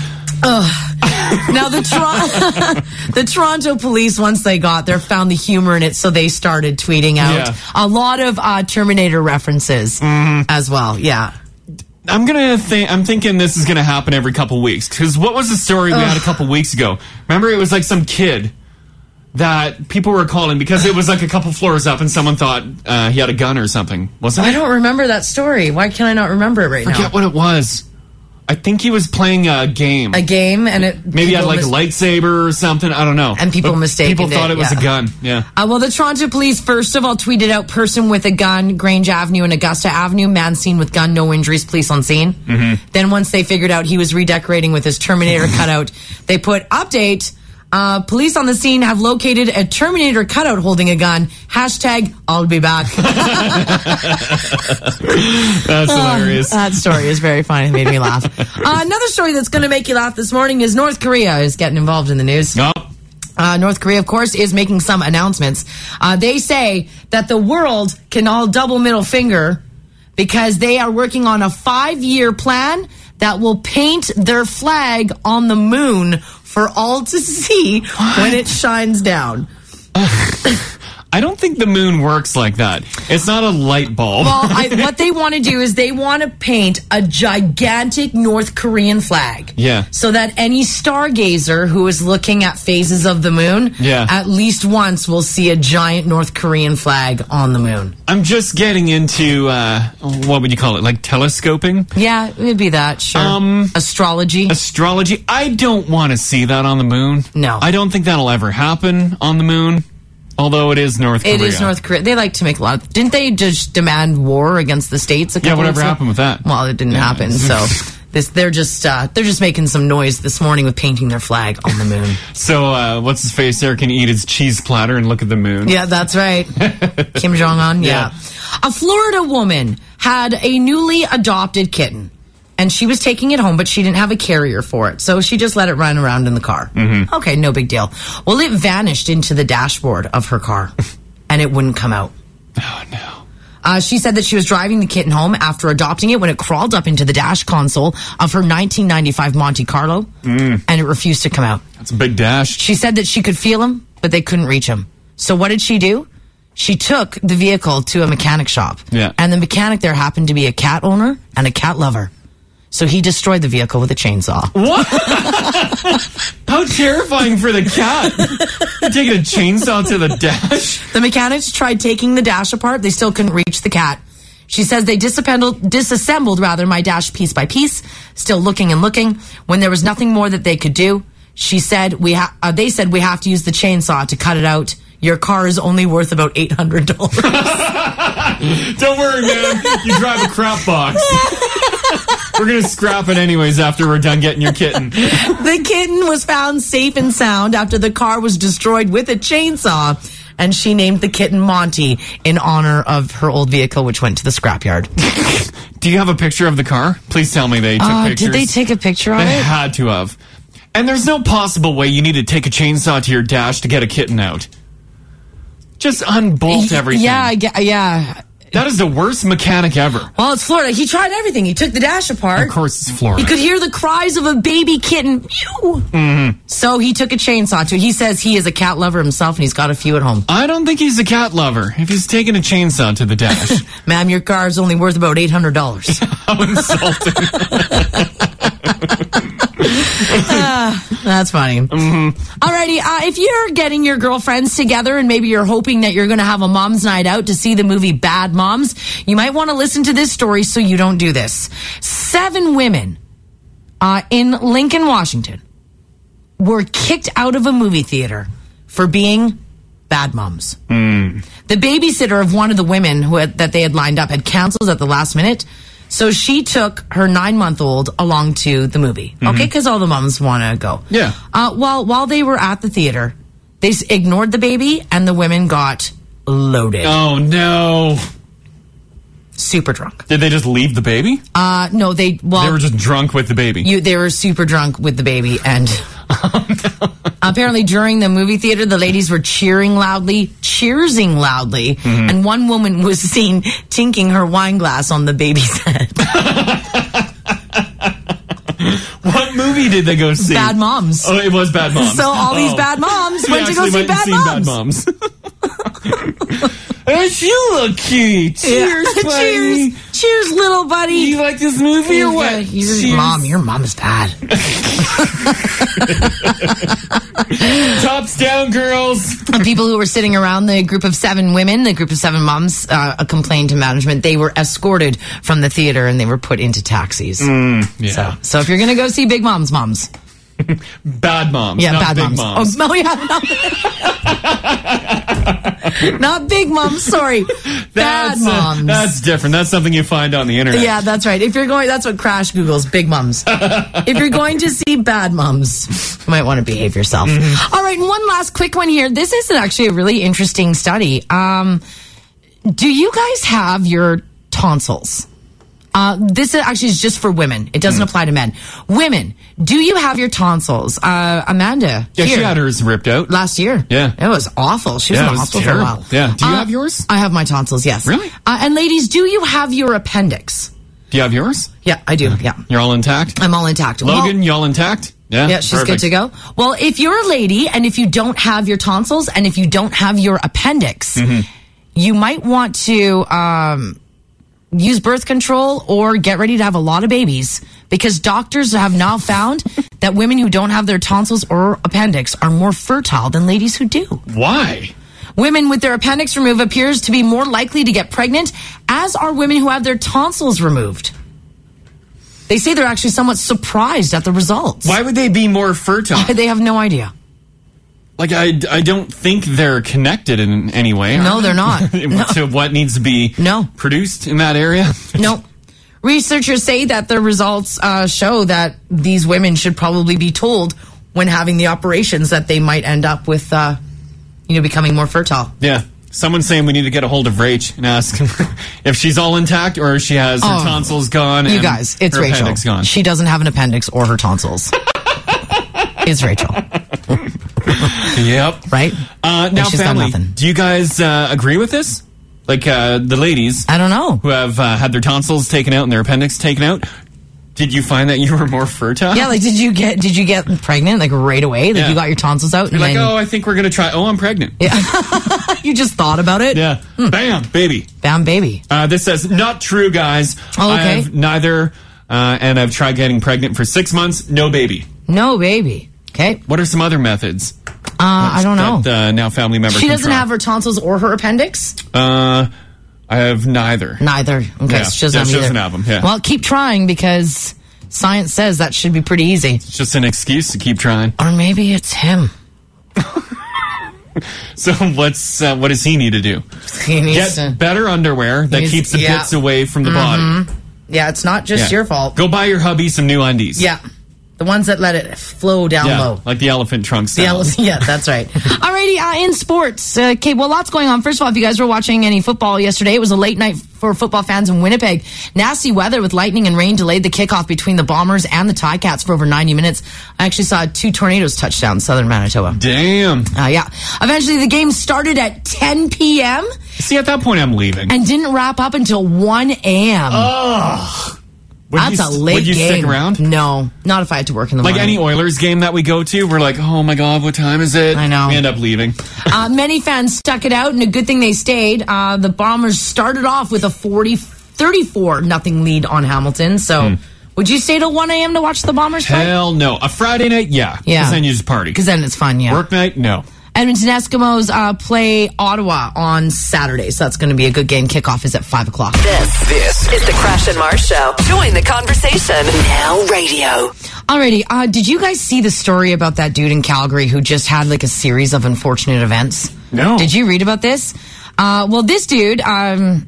Speaker 4: Now the Toronto, <laughs> the Toronto police, once they got there, found the humor in it, so they started tweeting out
Speaker 5: Yeah. Mm-hmm.
Speaker 4: a lot of uh, Terminator references as well. Yeah.
Speaker 5: I'm gonna think. I'm thinking this is gonna happen every couple weeks. Because what was the story we had a couple weeks ago? Remember, it was like some kid that people were calling because it was like a couple floors up, and someone thought uh, he had a gun or something. Wasn't
Speaker 4: I
Speaker 5: it?
Speaker 4: don't remember that story. Why can I not remember it right
Speaker 5: I
Speaker 4: now?
Speaker 5: forget what it was. I think he was playing a game.
Speaker 4: A game and it
Speaker 5: Maybe he had
Speaker 4: people
Speaker 5: like
Speaker 4: mis-
Speaker 5: a lightsaber or something. I don't know.
Speaker 4: And people mistaken
Speaker 5: People thought
Speaker 4: it,
Speaker 5: it, was
Speaker 4: yeah.
Speaker 5: a gun. Yeah.
Speaker 4: Uh, well, the Toronto police, first of all, tweeted out person with a gun, Grange Avenue and Augusta Avenue, man seen with gun, no injuries, police on scene. Mm-hmm. Then once they figured out he was redecorating with his Terminator cutout, they put update. Uh, police on the scene have located a Terminator cutout holding a gun. Hashtag I'll be back.
Speaker 5: That's
Speaker 4: um,
Speaker 5: hilarious.
Speaker 4: that story is very funny. It made me laugh. Uh, another story that's going to make you laugh this morning is North Korea is getting involved in the news.
Speaker 5: No.
Speaker 4: Uh, North Korea, of course, is making some announcements. Uh, they say that the world can all double middle finger because they are working on a five year plan that will paint their flag on the moon for all to <laughs> see when it shines down.
Speaker 5: I don't think the moon works like that. It's not a light bulb.
Speaker 4: Well, I, what they want to do is they want to paint a gigantic North Korean flag.
Speaker 5: Yeah.
Speaker 4: So that any stargazer who is looking at phases of the moon,
Speaker 5: Yeah.
Speaker 4: at least once will see a giant North Korean flag on the moon.
Speaker 5: I'm just getting into uh, what would you call it? Like telescoping?
Speaker 4: Yeah, it'd be that, sure.
Speaker 5: Um,
Speaker 4: Astrology.
Speaker 5: Astrology? I don't want to see that on the moon.
Speaker 4: No.
Speaker 5: I don't think that'll ever happen on the moon. Although it is North Korea.
Speaker 4: It is North Korea. They like to make a lot. Of, didn't they just demand war against the states? A couple
Speaker 5: Yeah, whatever
Speaker 4: weeks ago?
Speaker 5: happened with that?
Speaker 4: Well, it didn't
Speaker 5: Yeah. <laughs>
Speaker 4: happen. So this, they're just uh, they're just making some noise this morning with painting their flag on the moon.
Speaker 5: So, uh, what's his face there can eat his cheese platter and look at the moon.
Speaker 4: Yeah, that's right. Kim Jong Un. Yeah. A Florida woman had a newly adopted kitten. And she was taking it home, but she didn't have a carrier for it. So she just let it run around in the car. Okay, no big deal. Well, it vanished into the dashboard of her car and it wouldn't come out.
Speaker 5: Oh, no.
Speaker 4: Uh, she said that she was driving the kitten home after adopting it when it crawled up into the dash console of her 1995 Monte Carlo and it refused to come out.
Speaker 5: That's a big dash.
Speaker 4: She said that she could feel him, but they couldn't reach him. So what did she do? She took the vehicle to a mechanic shop.
Speaker 5: Yeah.
Speaker 4: And the mechanic there happened to be a cat owner and a cat lover. So he destroyed the vehicle with a chainsaw.
Speaker 5: What? How terrifying for the cat. You're taking a chainsaw to the dash.
Speaker 4: The mechanics tried taking the dash apart. They still couldn't reach the cat. She says they disassembled, disassembled rather my dash piece by piece, still looking and looking. When there was nothing more that they could do, she said we ha- uh, they said we have to use the chainsaw to cut it out. Your car is only worth about eight hundred dollars.
Speaker 5: Don't worry, man. You drive a crap box. We're going to scrap it anyways after we're done getting your kitten.
Speaker 4: the kitten was found safe and sound after the car was destroyed with a chainsaw, and she named the kitten Monty in honor of her old vehicle, which went to the scrapyard.
Speaker 5: Do you have a picture of the car? Please tell me they took
Speaker 4: Uh,
Speaker 5: pictures.
Speaker 4: did they take a picture of
Speaker 5: They
Speaker 4: it?
Speaker 5: had to have. And there's no possible way you need to take a chainsaw to your dash to get a kitten out. Just unbolt everything.
Speaker 4: Yeah, I ge- yeah.
Speaker 5: That is the worst mechanic ever.
Speaker 4: Well, it's Florida. He tried everything. He took the dash apart.
Speaker 5: Of course, it's Florida.
Speaker 4: He could hear the cries of a baby kitten. Mew.
Speaker 5: Mm-hmm.
Speaker 4: So he took a chainsaw to it. He says he is a cat lover himself and he's got a few at home.
Speaker 5: I don't think he's a cat lover if he's taking a chainsaw to the
Speaker 4: <laughs>
Speaker 5: dash.
Speaker 4: Ma'am, your car is only worth
Speaker 5: <laughs>
Speaker 4: about $800.
Speaker 5: How insulting.
Speaker 4: <laughs> That's funny. Alrighty, uh, if you're getting your girlfriends together and maybe you're hoping that you're going to have a mom's night out to see the movie Bad Moms, you might want to listen to this story so you don't do this. Seven women uh, in Lincoln, Washington, were kicked out of a movie theater for being bad moms. The babysitter of one of the women who had, that they had lined up had canceled at the last minute. So she took her nine month old along to the movie. Okay, because all the moms want to go.
Speaker 5: Yeah.
Speaker 4: Uh, while while they were at the theater, they s- ignored the baby, and the women got loaded,
Speaker 5: oh, no.
Speaker 4: super drunk.
Speaker 5: Did they just leave the baby?
Speaker 4: Uh, no, they well,
Speaker 5: they were just drunk with the baby.
Speaker 4: you they were super drunk with the baby
Speaker 5: <laughs>
Speaker 4: and
Speaker 5: Oh,
Speaker 4: apparently during the movie theater the ladies were cheering loudly cheersing loudly
Speaker 5: Mm-hmm.
Speaker 4: and one woman was seen tinking her wine glass on the
Speaker 5: <laughs>
Speaker 4: baby's head
Speaker 5: what movie did they go see?
Speaker 4: bad moms
Speaker 5: Oh, it was Bad Moms.
Speaker 4: so all these
Speaker 5: Oh.
Speaker 4: bad moms
Speaker 5: We
Speaker 4: went to go
Speaker 5: actually
Speaker 4: see
Speaker 5: went and seen
Speaker 4: bad moms.
Speaker 5: Bad Moms. you look cute. Cheers, buddy.
Speaker 4: <laughs> <laughs> cheers cheers little buddy
Speaker 5: You like this movie or what?
Speaker 4: He's just,
Speaker 5: Cheers.
Speaker 4: mom your mom's bad
Speaker 5: Tops down, girls.
Speaker 4: And people who were sitting around the group of seven women the group of seven moms uh, complained to management they were escorted from the theater and they were put into taxis
Speaker 5: Mm. Yeah.
Speaker 4: So if you're gonna go see Big Mom's Moms,
Speaker 5: Bad Moms.
Speaker 4: yeah,
Speaker 5: not
Speaker 4: Bad
Speaker 5: big
Speaker 4: Moms.
Speaker 5: moms.
Speaker 4: Oh, no, yeah,
Speaker 5: <laughs>
Speaker 4: not, not Big <laughs> Moms. Sorry, Bad
Speaker 5: That's, uh,
Speaker 4: Moms.
Speaker 5: that's different. That's something you find on the internet.
Speaker 4: yeah, that's right. If you're going, that's what Crash Google's Big Moms. if you're going to see Bad Moms, you might want to behave yourself.
Speaker 5: Mm-hmm.
Speaker 4: All right, and one last quick one here. This is actually a really interesting study. Um, do you guys have your tonsils? Uh, this is- actually is just for women. It
Speaker 5: Mm.
Speaker 4: doesn't apply to men. Women, do you have your tonsils? Uh, Amanda,
Speaker 5: Yeah, she
Speaker 4: here,
Speaker 5: had hers ripped out.
Speaker 4: last year.
Speaker 5: Yeah.
Speaker 4: it was awful. She was
Speaker 5: Yeah,
Speaker 4: in
Speaker 5: it
Speaker 4: the
Speaker 5: was
Speaker 4: hospital for a
Speaker 5: terrible.
Speaker 4: while.
Speaker 5: Yeah. Do you
Speaker 4: Uh,
Speaker 5: have yours?
Speaker 4: I have my tonsils. Yes.
Speaker 5: Really?
Speaker 4: Uh, and ladies, do you have your appendix?
Speaker 5: Do you have yours?
Speaker 4: Yeah, I do. Yeah.
Speaker 5: You're all intact?
Speaker 4: I'm all intact.
Speaker 5: Logan,
Speaker 4: Well,
Speaker 5: y'all intact? Yeah,
Speaker 4: Yeah, she's good
Speaker 5: perfect.
Speaker 4: to go. Well, if you're a lady and if you don't have your tonsils and if you don't have your appendix,
Speaker 5: Mm-hmm.
Speaker 4: you might want to um, use birth control or get ready to have a lot of babies because doctors have now found <laughs> that women who don't have their tonsils or appendix are more fertile than ladies who do.
Speaker 5: Why?
Speaker 4: Women with their appendix removed appears to be more likely to get pregnant, as are women who have their tonsils removed. They say they're actually somewhat surprised at the results.
Speaker 5: Why would they be more fertile?
Speaker 4: They have no idea.
Speaker 5: Like I, I don't think they're connected in any way.
Speaker 4: No,
Speaker 5: are
Speaker 4: they're not.
Speaker 5: they? <laughs> to what needs to be
Speaker 4: No.
Speaker 5: produced in that area.
Speaker 4: No. Researchers say that the results uh, show that these women should probably be told when having the operations that they might end up with, uh, you know, becoming more fertile.
Speaker 5: <laughs> Yeah. Someone's saying we need to get a hold of Rach and ask <laughs> if she's all intact or if she has her
Speaker 4: Oh.
Speaker 5: tonsils gone.
Speaker 4: You
Speaker 5: and
Speaker 4: guys, it's
Speaker 5: her
Speaker 4: Rachel.
Speaker 5: appendix gone.
Speaker 4: She doesn't have an appendix or her
Speaker 5: <laughs>
Speaker 4: tonsils. it's Rachel,
Speaker 5: yep.
Speaker 4: right?
Speaker 5: Uh, now,
Speaker 4: she's got
Speaker 5: family,
Speaker 4: nothing.
Speaker 5: do you guys uh, agree with this? Like uh, the ladies
Speaker 4: I don't know.
Speaker 5: who have uh, had their tonsils taken out and their appendix taken out. Did you find that you were more fertile?
Speaker 4: Yeah, like did you get did you get pregnant like right away? Like
Speaker 5: Yeah.
Speaker 4: you got your tonsils out
Speaker 5: You're
Speaker 4: and
Speaker 5: like,
Speaker 4: then
Speaker 5: oh, I think we're gonna try. Oh, I'm pregnant. Yeah.
Speaker 4: you just thought about it?
Speaker 5: Bam, baby.
Speaker 4: Bam baby.
Speaker 5: Uh, this says, not true, guys.
Speaker 4: Oh, okay.
Speaker 5: I've neither, uh, and I've tried getting pregnant for six months, no baby.
Speaker 4: No baby. Okay.
Speaker 5: What are some other methods?
Speaker 4: Uh, I don't know.
Speaker 5: That, uh, now family member.
Speaker 4: she
Speaker 5: can
Speaker 4: doesn't
Speaker 5: try?
Speaker 4: have her tonsils or her appendix?
Speaker 5: Uh, I have neither.
Speaker 4: Neither. Okay,
Speaker 5: Yeah.
Speaker 4: so she doesn't
Speaker 5: Yeah,
Speaker 4: have
Speaker 5: she
Speaker 4: either.
Speaker 5: doesn't have 'em, yeah.
Speaker 4: Well, keep trying because science says that should be pretty easy.
Speaker 5: It's just an excuse to keep trying. <laughs>
Speaker 4: Or maybe it's him. <laughs>
Speaker 5: So what's uh, what does he need to do?
Speaker 4: He
Speaker 5: Get
Speaker 4: needs to-
Speaker 5: better underwear that
Speaker 4: He's-
Speaker 5: keeps the
Speaker 4: yeah. Mm-hmm.
Speaker 5: bits away from the body.
Speaker 4: yeah, it's not just
Speaker 5: Yeah.
Speaker 4: your fault.
Speaker 5: Go buy your hubby some new undies.
Speaker 4: Yeah, the ones that let it flow down
Speaker 5: Yeah,
Speaker 4: low.
Speaker 5: like the elephant trunk
Speaker 4: The
Speaker 5: style.
Speaker 4: LC <laughs> yeah, that's right. Alrighty, uh, in sports, uh, okay. Well, lots going on. First of all, if you guys were watching any football yesterday, it was a late night for football fans in Winnipeg. Nasty weather with lightning and rain delayed the kickoff between the Bombers and the Ticats for over 90 minutes. I actually saw two tornadoes touch down southern Manitoba.
Speaker 5: Damn.
Speaker 4: Uh, yeah. Eventually, the game started at 10 p.m.
Speaker 5: See, at that point, I'm leaving.
Speaker 4: and didn't wrap up until 1 a.m.
Speaker 5: Oh, Would
Speaker 4: That's
Speaker 5: you,
Speaker 4: a
Speaker 5: st-
Speaker 4: late
Speaker 5: Would you
Speaker 4: game.
Speaker 5: stick around?
Speaker 4: No, not if I had to work in the
Speaker 5: Like
Speaker 4: morning.
Speaker 5: any Oilers game that we go to, we're like, oh my god, what time is it?
Speaker 4: I know.
Speaker 5: We end up leaving.
Speaker 4: Uh, many fans stuck it out, and a good thing they stayed. Uh, the Bombers started off with a 40, 34 nothing lead on Hamilton. So, would you stay till 1 a.m. to watch the Bombers play?
Speaker 5: Hmm. Hell no. A Friday night, yeah.
Speaker 4: Yeah.
Speaker 5: Because then you just party.
Speaker 4: Because then it's fun, yeah.
Speaker 5: Work night, no.
Speaker 4: Edmonton Eskimos uh, play Ottawa on Saturday, so that's going to be a good game. Kickoff is at 5 o'clock.
Speaker 2: This, this is the Crash and Mars Show. Join the conversation.
Speaker 1: Now radio.
Speaker 4: Alrighty, uh, did you guys see the story about that dude in Calgary who just had like a series of unfortunate events?
Speaker 5: No.
Speaker 4: Did you read about this? Uh, well, this dude, um,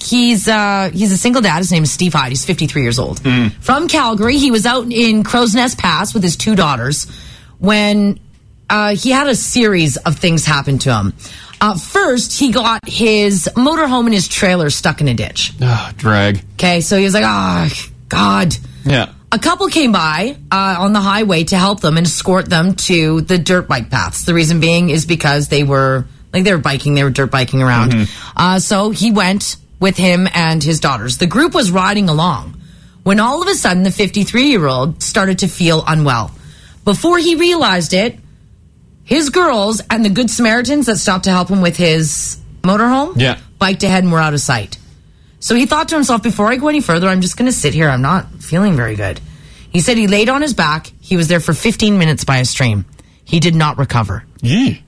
Speaker 4: he's uh, he's a single dad. His name is Steve Hyde. He's 53 years old from Calgary. He was out in Crow's Nest Pass with his two daughters when uh, he had a series of things happen to him. Uh, first, he got his motorhome and his trailer stuck in a ditch.
Speaker 5: Ah, drag.
Speaker 4: Okay, so he was like, "Ah, God."
Speaker 5: Yeah.
Speaker 4: A couple came by uh, on the highway to help them and escort them to the dirt bike paths. The reason being is because they were like they were biking, they were dirt biking around. Uh, so he went with him and his daughters. The group was riding along when all of a sudden the 53 year old started to feel unwell. Before he realized it, his girls and the Good Samaritans that stopped to help him with his motorhome
Speaker 5: Yeah.
Speaker 4: biked ahead and were out of sight. So he thought to himself, before I go any further, I'm just going to sit here. I'm not feeling very good. He said he laid on his back. He was there for 15 minutes by a stream. He did not recover.
Speaker 5: Yee.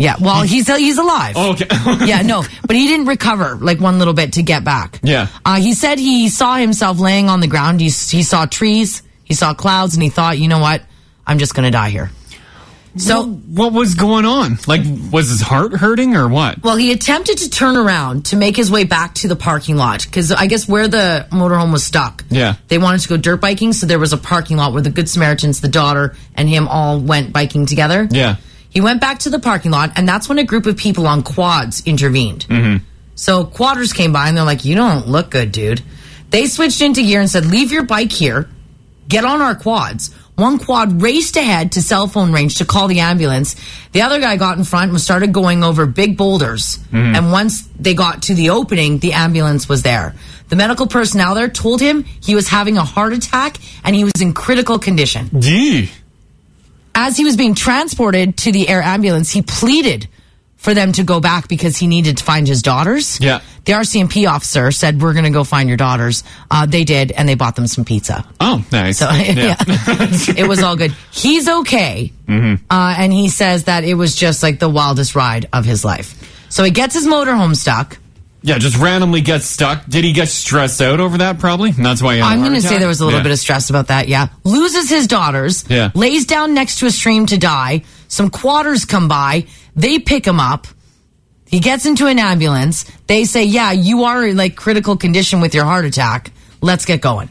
Speaker 4: Yeah, well, he's he's alive.
Speaker 5: Oh, okay.
Speaker 4: <laughs> yeah, no, but he didn't recover like one little bit to get back.
Speaker 5: Yeah.
Speaker 4: uh, he said he saw himself laying on the ground. He s- he saw trees, he saw clouds, and he thought, you know what, I'm just going to die here. So
Speaker 5: What was going on? Like, was his heart hurting or what?
Speaker 4: Well, he attempted to turn around to make his way back to the parking lot because I guess where the motorhome was stuck.
Speaker 5: Yeah.
Speaker 4: They wanted to go dirt biking, so there was a parking lot where the Good Samaritans, the daughter, and him all went biking together.
Speaker 5: Yeah.
Speaker 4: He went back to the parking lot, and that's when a group of people on quads intervened. Mm-hmm. So quadders came by, and they're like, You don't look good, dude. They switched into gear and said, Leave your bike here, get on our quads. One quad raced ahead to cell phone range to call the ambulance. The other guy got in front and started going over big boulders. And once they got to the opening, the ambulance was there. The medical personnel there told him he was having a heart attack and he was in critical condition.
Speaker 5: Gee.
Speaker 4: As he was being transported to the air ambulance, he pleaded for them to go back because he needed to find his daughters.
Speaker 5: Yeah.
Speaker 4: The RCMP officer said, We're going to go find your daughters. Uh, they did, and they bought them some pizza. <laughs>
Speaker 5: Oh, nice.
Speaker 4: So, yeah. <laughs> it was all good. He's okay. Uh, and he says that it was just like the wildest ride of his life. So he gets his motorhome stuck.
Speaker 5: Yeah, just randomly gets stuck. Did he get stressed out over that? Probably. And that's why he had a
Speaker 4: I'm
Speaker 5: heart
Speaker 4: going to say
Speaker 5: attack?
Speaker 4: there was a little
Speaker 5: Yeah.
Speaker 4: bit of stress about that. Yeah. Loses his daughters.
Speaker 5: Yeah.
Speaker 4: Lays down next to a stream to die. Some quarters come by. They pick him up. He gets into an ambulance. They say, yeah, you are in like critical condition with your heart attack. Let's get going.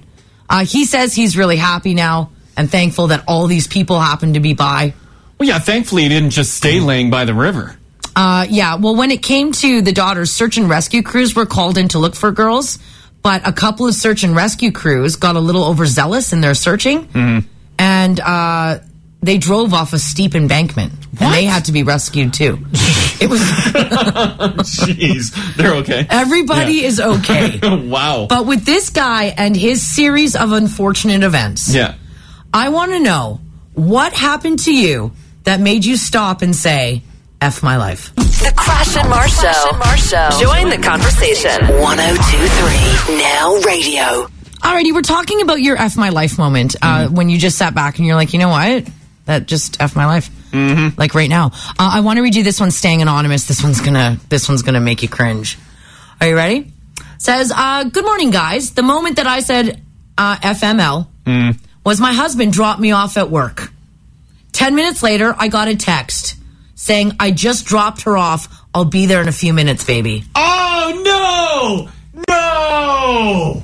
Speaker 4: Uh, he says he's really happy now and thankful that all these people happen to be by.
Speaker 5: Well, yeah. Thankfully, he didn't just stay laying by the river.
Speaker 4: Uh, yeah. Well, when it came to the daughters, search and rescue crews were called in to look for girls, but a couple of search and rescue crews got a little overzealous in their searching,
Speaker 5: Mm-hmm.
Speaker 4: and uh, they drove off a steep embankment, and they had to be
Speaker 5: <laughs>
Speaker 4: rescued too. it was
Speaker 5: <laughs> Jeez, they're okay.
Speaker 4: everybody
Speaker 5: Yeah.
Speaker 4: is okay,
Speaker 5: <laughs> wow.
Speaker 4: but with this guy and his series of unfortunate events,
Speaker 5: yeah.
Speaker 4: I want to know what happened to you that made you stop and say, "F my life."
Speaker 2: The Crash and Mars Show. oh Join the conversation.
Speaker 1: 1023 Now Radio.
Speaker 4: Alrighty, we're talking about your F my life moment uh, when you just sat back and you're like, you know what? That just F my life. Mm-hmm. Like right now. Uh, I want to read you this one, staying anonymous. This one's gonna, this one's gonna make you cringe. Are you ready? Says, uh, good morning, guys. The moment that I said uh, FML was my husband dropped me off at work. Ten minutes later, I got a text saying, I just dropped her off. I'll be there in a few minutes, baby.
Speaker 5: Oh no! No!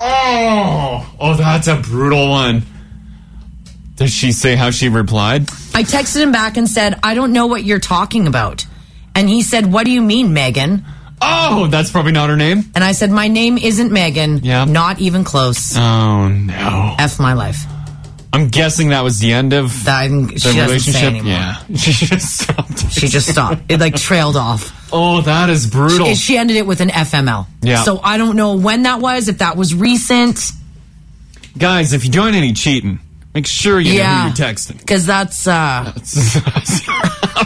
Speaker 5: Oh! Oh, that's a brutal one. Does she say how she replied?
Speaker 4: I texted him back and said, I don't know what you're talking about. And he said, What do you mean, Megan?
Speaker 5: Oh, that's probably not her name.
Speaker 4: And I said, My name isn't Megan.
Speaker 5: Yeah.
Speaker 4: Not even close.
Speaker 5: Oh no!
Speaker 4: F my life.
Speaker 5: I'm guessing that was the end of
Speaker 4: That- I didn't-
Speaker 5: the
Speaker 4: she doesn't
Speaker 5: relationship.
Speaker 4: say anymore.
Speaker 5: Yeah, <laughs> she just stopped.
Speaker 4: She just stopped. It like trailed off.
Speaker 5: Oh, that is brutal.
Speaker 4: She ended it with an FML.
Speaker 5: Yeah.
Speaker 4: So I don't know when that was, if that was recent.
Speaker 5: Guys, if you're doing any cheating, make sure you
Speaker 4: Yeah.
Speaker 5: know who you're texting.
Speaker 4: Because that's, uh,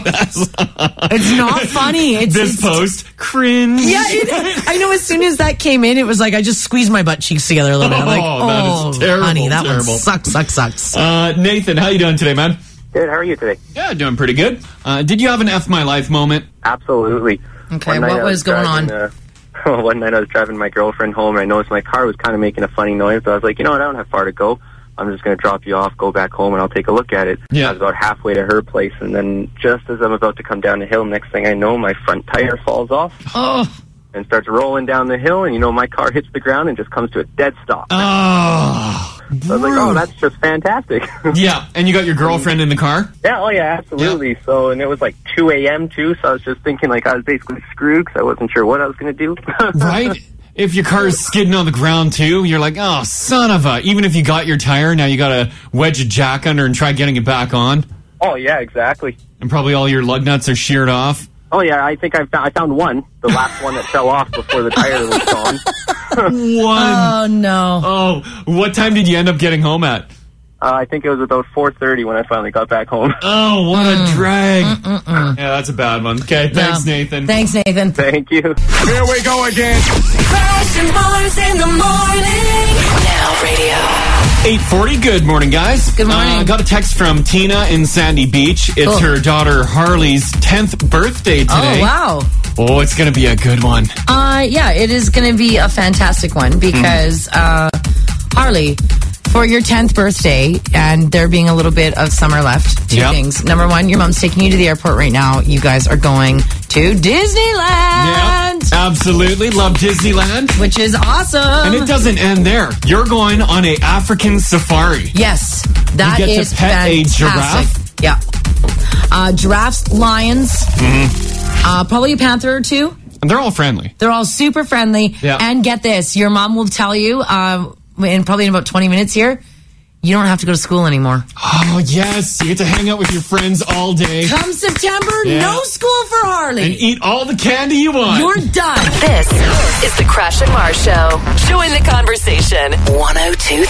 Speaker 5: <laughs>
Speaker 4: it's not funny. It's,
Speaker 5: this
Speaker 4: it's-
Speaker 5: post cringe. <laughs>
Speaker 4: Yeah, it, I know. As soon as that came in, it was like I just squeezed my butt cheeks together a little bit. I'm like,
Speaker 5: Oh, that
Speaker 4: oh,
Speaker 5: is terrible,
Speaker 4: honey, that
Speaker 5: terrible.
Speaker 4: one sucks, sucks, sucks.
Speaker 5: Uh, Nathan, how you doing today, man?
Speaker 12: Good. How are you today?
Speaker 5: Yeah, doing pretty good. Uh, did you have an F my life moment?
Speaker 12: Absolutely.
Speaker 4: Okay,
Speaker 12: night
Speaker 4: what
Speaker 12: I
Speaker 4: was going
Speaker 12: driving, Uh, <laughs> one night I was driving my girlfriend home, and I noticed my car was kind of making a funny noise. But I was like, you know what? I don't have far to go. I'm just going to drop you off, go back home, and I'll take a look at it.
Speaker 5: Yeah.
Speaker 12: I was about halfway to her place, and then just as I'm about to come down the hill, next thing I know, my front tire falls off
Speaker 4: oh,
Speaker 12: and starts rolling down the hill, and you know my car hits the ground and just comes to a dead stop.
Speaker 5: Oh,
Speaker 12: so I was like, oh, that's just fantastic. <laughs>
Speaker 5: yeah. And you got your girlfriend in the car?
Speaker 12: Yeah, oh yeah, absolutely. So, and it was like 2 a.m. too, so I was just thinking like I was basically screwed because I wasn't sure what I was going to do.
Speaker 5: Right? if your car is skidding on the ground too, you're like, oh, son of a. Even if you got your tire, now you got to wedge a jack under and try getting it back on.
Speaker 12: oh yeah, exactly.
Speaker 5: And probably all your lug nuts are sheared off.
Speaker 12: Oh yeah, I think I found, I found one, the last one that fell off before the tire was gone.
Speaker 5: One.
Speaker 4: oh no.
Speaker 5: Oh, what time did you end up getting home at?
Speaker 12: Uh, I think it was about 4:30 when I finally got back home. <laughs>
Speaker 5: Oh, what a drag. Yeah, that's a bad one. Okay, thanks,
Speaker 4: No.
Speaker 5: Nathan.
Speaker 4: Thanks, Nathan.
Speaker 12: Thank you.
Speaker 10: Here we go again.
Speaker 1: Crash and Mars in the morning. Now Radio.
Speaker 5: 840. Good morning, guys.
Speaker 4: Good morning.
Speaker 5: Uh, got a text from Tina in Sandy Beach. It's
Speaker 4: Cool.
Speaker 5: her daughter Harley's 10th birthday
Speaker 4: Oh
Speaker 5: today.
Speaker 4: wow.
Speaker 5: Oh, it's going to be a good one.
Speaker 4: Uh, yeah, it is going to be a fantastic one because
Speaker 5: Hmm.
Speaker 4: uh, Harley, for your tenth birthday, and there being a little bit of summer left, two
Speaker 5: Yep.
Speaker 4: things. Number one, your mom's taking you to the airport right now. You guys are going to Disneyland,
Speaker 5: Absolutely. Love Disneyland.
Speaker 4: which is awesome.
Speaker 5: And it doesn't end there. You're going on a African safari.
Speaker 4: yes, that
Speaker 5: You
Speaker 4: is
Speaker 5: get to pet a giraffe?
Speaker 4: fantastic. Yeah, uh, giraffes, lions,
Speaker 5: Mm-hmm.
Speaker 4: uh, probably a panther or two.
Speaker 5: And they're all friendly.
Speaker 4: They're all super friendly.
Speaker 5: Yeah.
Speaker 4: uh, And get this, your mom will tell you, um, in probably in about 20 minutes here, You don't have to go to school anymore.
Speaker 5: Oh, yes. You get to hang out with your friends all day
Speaker 4: Come September,
Speaker 5: Yeah.
Speaker 4: no school for Harley.
Speaker 5: and eat all the candy you want.
Speaker 4: You're done.
Speaker 2: This is the Crash and Mars Show. Join the conversation. 1023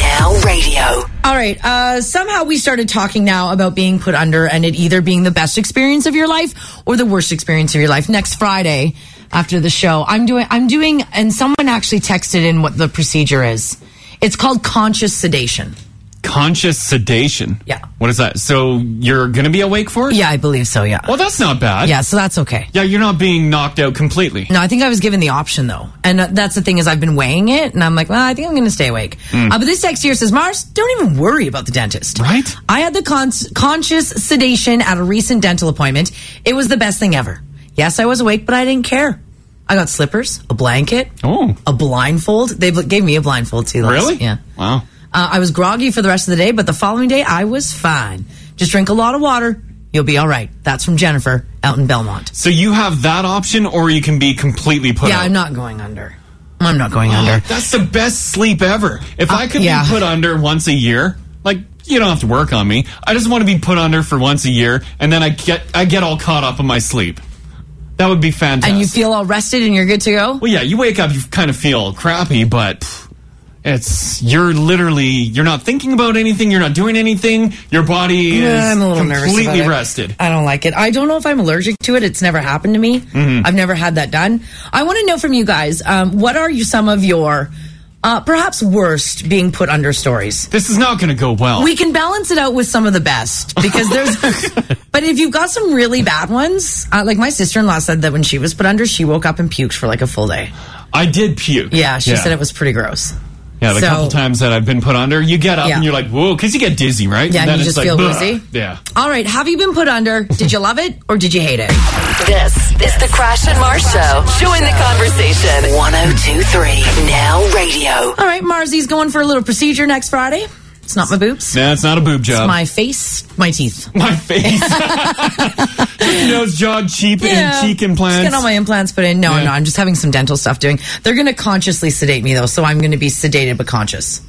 Speaker 2: Now Radio.
Speaker 4: All right. Uh, somehow we started talking now about being put under and it either being the best experience of your life or the worst experience of your life. Next Friday after the show, I'm doing, I'm doing, and someone actually texted in what the procedure is. It's called conscious sedation.
Speaker 5: Conscious sedation.
Speaker 4: Yeah.
Speaker 5: What is that? So you're going to be awake for it?
Speaker 4: Yeah, I believe so. Yeah.
Speaker 5: Well, that's not bad.
Speaker 4: Yeah. So that's okay.
Speaker 5: Yeah, you're not being knocked out completely.
Speaker 4: No, I think I was given the option though, and uh, that's the thing is I've been weighing it, and I'm like, well, I think I'm going to stay awake.
Speaker 5: Hmm.
Speaker 4: Uh, but this text here says, Mars, don't even worry about the dentist.
Speaker 5: Right?
Speaker 4: I had the con- conscious sedation at a recent dental appointment. It was the best thing ever. Yes, I was awake, but I didn't care. I got slippers, a blanket,
Speaker 5: Oh.
Speaker 4: a blindfold. They bl- gave me a blindfold too. last-
Speaker 5: Really?
Speaker 4: Yeah.
Speaker 5: Wow.
Speaker 4: Uh, I was groggy for the rest of the day, but the following day I was fine. Just drink a lot of water. You'll be all right. That's from Jennifer out in Belmont.
Speaker 5: So you have that option, or you can be completely put
Speaker 4: Yeah,
Speaker 5: out.
Speaker 4: I'm not going under. I'm
Speaker 5: <gasps>
Speaker 4: not going under.
Speaker 5: That's the best sleep ever. If I could
Speaker 4: Uh, yeah.
Speaker 5: be put under once a year, like you don't have to work on me. I just want to be put under for once a year, and then I get I get all caught up in my sleep. That would be fantastic.
Speaker 4: and you feel all rested and you're good to go.
Speaker 5: well, yeah, you wake up, you kind of feel crappy, but pff, it's you're literally you're not thinking about anything, you're not doing anything. Your body is
Speaker 4: Yeah, I'm a little nervous.
Speaker 5: completely
Speaker 4: about it.
Speaker 5: rested.
Speaker 4: I don't like it. I don't know if I'm allergic to it. It's never happened to me.
Speaker 5: Mm-hmm.
Speaker 4: I've never had that done. I want to know from you guys um, what are you some of your uh, perhaps worst being put under stories?
Speaker 5: This is not going to go well.
Speaker 4: We can balance it out with some of the best because
Speaker 5: <laughs>
Speaker 4: there's, but if you've got some really bad ones, uh, like my sister in law said that when she was put under, she woke up and puked for like a full day.
Speaker 5: I did puke.
Speaker 4: Yeah, she said it was pretty gross.
Speaker 5: Yeah, the
Speaker 4: So-
Speaker 5: couple times that I've been put under, you get up
Speaker 4: Yeah.
Speaker 5: and you're like, whoa, because you get dizzy, right?
Speaker 4: Yeah,
Speaker 5: and
Speaker 4: and
Speaker 5: then
Speaker 4: you
Speaker 5: it's
Speaker 4: just feel
Speaker 5: like,
Speaker 4: woozy.
Speaker 5: "Bleh." Yeah.
Speaker 4: All right, have you been put under? Did you love it or did you hate it?
Speaker 2: This is the Crash and Mars Show. Join the conversation. 1023 Now Radio.
Speaker 4: All right, Marzi's going for a little procedure next Friday. It's not my boobs.
Speaker 5: Nah, it's not a boob job.
Speaker 4: My face, my
Speaker 5: <laughs>
Speaker 4: teeth.
Speaker 5: My face.
Speaker 4: <laughs>
Speaker 5: Just nose, jaw, cheek, and cheek
Speaker 4: Just
Speaker 5: implants.
Speaker 4: Getting all my implants put in. No,
Speaker 5: Yeah.
Speaker 4: no, I'm just having some dental stuff doing. They're going to consciously sedate me though, so I'm going to be sedated but conscious.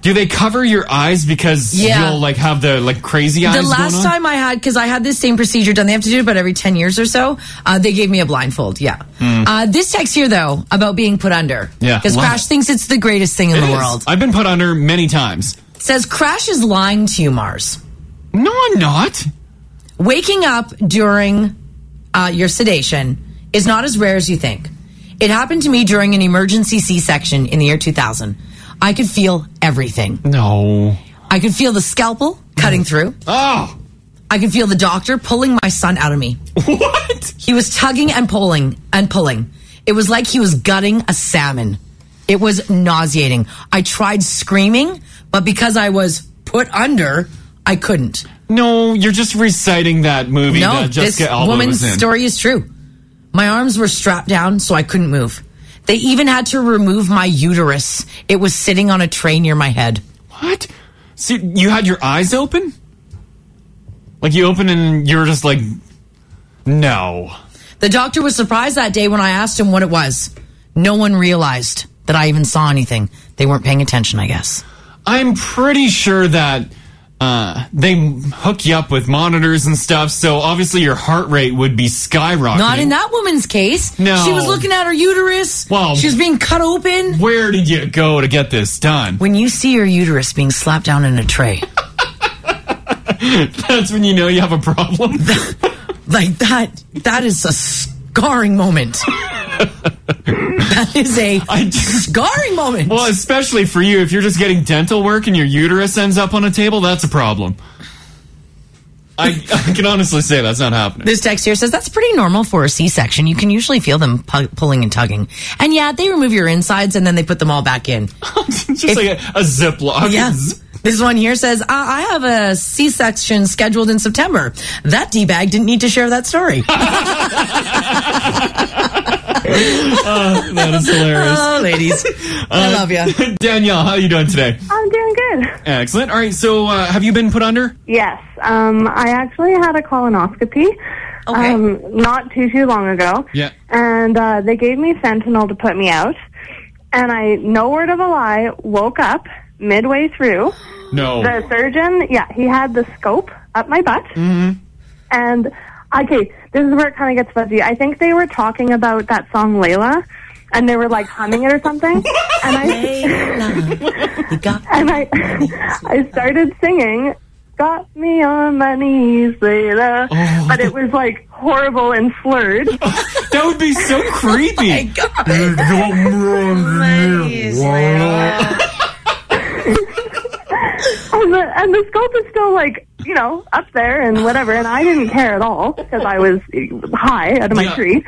Speaker 5: Do they cover your eyes because
Speaker 4: Yeah.
Speaker 5: you'll like have the like crazy eyes?
Speaker 4: the last
Speaker 5: going on?
Speaker 4: time I had, because I had this same procedure done, they have to do it about every 10 years or so. Uh, they gave me a blindfold. Yeah. Uh, this text here though, about being put under.
Speaker 5: Hmm. Yeah,
Speaker 4: Because
Speaker 5: love
Speaker 4: Crash
Speaker 5: it.
Speaker 4: thinks it's the greatest thing in
Speaker 5: It
Speaker 4: the
Speaker 5: is.
Speaker 4: world.
Speaker 5: I've been put under many times.
Speaker 4: Says Crash is lying to you, Mars.
Speaker 5: No, I'm not.
Speaker 4: waking up during uh, your sedation is not as rare as you think. It happened to me during an emergency C section in the year 2000. I could feel everything.
Speaker 5: No.
Speaker 4: I could feel the scalpel cutting through.
Speaker 5: Oh,
Speaker 4: I could feel the doctor pulling my son out of me.
Speaker 5: what?
Speaker 4: He was tugging and pulling and pulling. It was like he was gutting a salmon. It was nauseating. I tried screaming, but because I was put under, I couldn't.
Speaker 5: No, you're just reciting that movie
Speaker 4: No,
Speaker 5: that
Speaker 4: this
Speaker 5: Jessica Alba
Speaker 4: woman's
Speaker 5: was in.
Speaker 4: story is true. My arms were strapped down, so I couldn't move. They even had to remove my uterus. It was sitting on a tray near my head.
Speaker 5: What? So you had your eyes open? Like you open and you're just like, no.
Speaker 4: The doctor was surprised that day when I asked him what it was. No one realized that I even saw anything. They weren't paying attention, I guess.
Speaker 5: I'm pretty sure that uh, they hook you up with monitors and stuff, so obviously your heart rate would be skyrocketing.
Speaker 4: Not in that woman's case.
Speaker 5: No.
Speaker 4: She was looking at her uterus.
Speaker 5: Well-
Speaker 4: she was being cut open.
Speaker 5: Where did you go to get this done? <laughs>
Speaker 4: When you see your uterus being slapped down in a tray
Speaker 5: That's when you know you have a problem.
Speaker 4: <laughs> like that, that is a
Speaker 5: <laughs>
Speaker 4: scarring moment. that is a
Speaker 5: I just-
Speaker 4: scarring moment.
Speaker 5: well, especially for you, if you're just getting dental work and your uterus ends up on a table, that's a problem. I, I can honestly say that's not happening.
Speaker 4: This text here says that's pretty normal for a C-section. You can usually feel them pu- pulling and tugging. And yeah, they remove your insides and then they put them all
Speaker 5: <laughs>
Speaker 4: back in.
Speaker 5: It's just like a, a ziploc.
Speaker 4: Yes. This one here says, I-, I have a C-section scheduled in September. That D-bag didn't need to share
Speaker 5: <laughs>
Speaker 4: that story.
Speaker 5: Uh, that is hilarious. <laughs>
Speaker 4: oh, ladies.
Speaker 5: Uh,
Speaker 4: I love you.
Speaker 5: Danielle, how are you doing today?
Speaker 8: I'm doing good.
Speaker 5: Excellent. All right, so uh, have you been put under?
Speaker 8: Yes, um, I actually had a colonoscopy
Speaker 4: Okay.
Speaker 8: um, not too too long ago.
Speaker 5: Yeah.
Speaker 8: and uh, they gave me fentanyl to put me out. And I, no word of a lie, woke up midway through.
Speaker 5: No.
Speaker 8: The surgeon, yeah, he had the scope up my butt. And, okay, this is where it kind of gets fuzzy. I think they were talking about that song Layla, and they were like humming it or something. and I,
Speaker 4: You got
Speaker 8: and I, <laughs> I started singing, Got Me on My Knees Layla.
Speaker 5: Oh,
Speaker 8: But it was like horrible and slurred. <laughs>
Speaker 5: That would be
Speaker 8: Oh
Speaker 5: so creepy.
Speaker 8: And the, and the scope is still like, you know, up there and whatever. And I didn't care at all because I was high out of my
Speaker 5: Yeah.
Speaker 8: tree.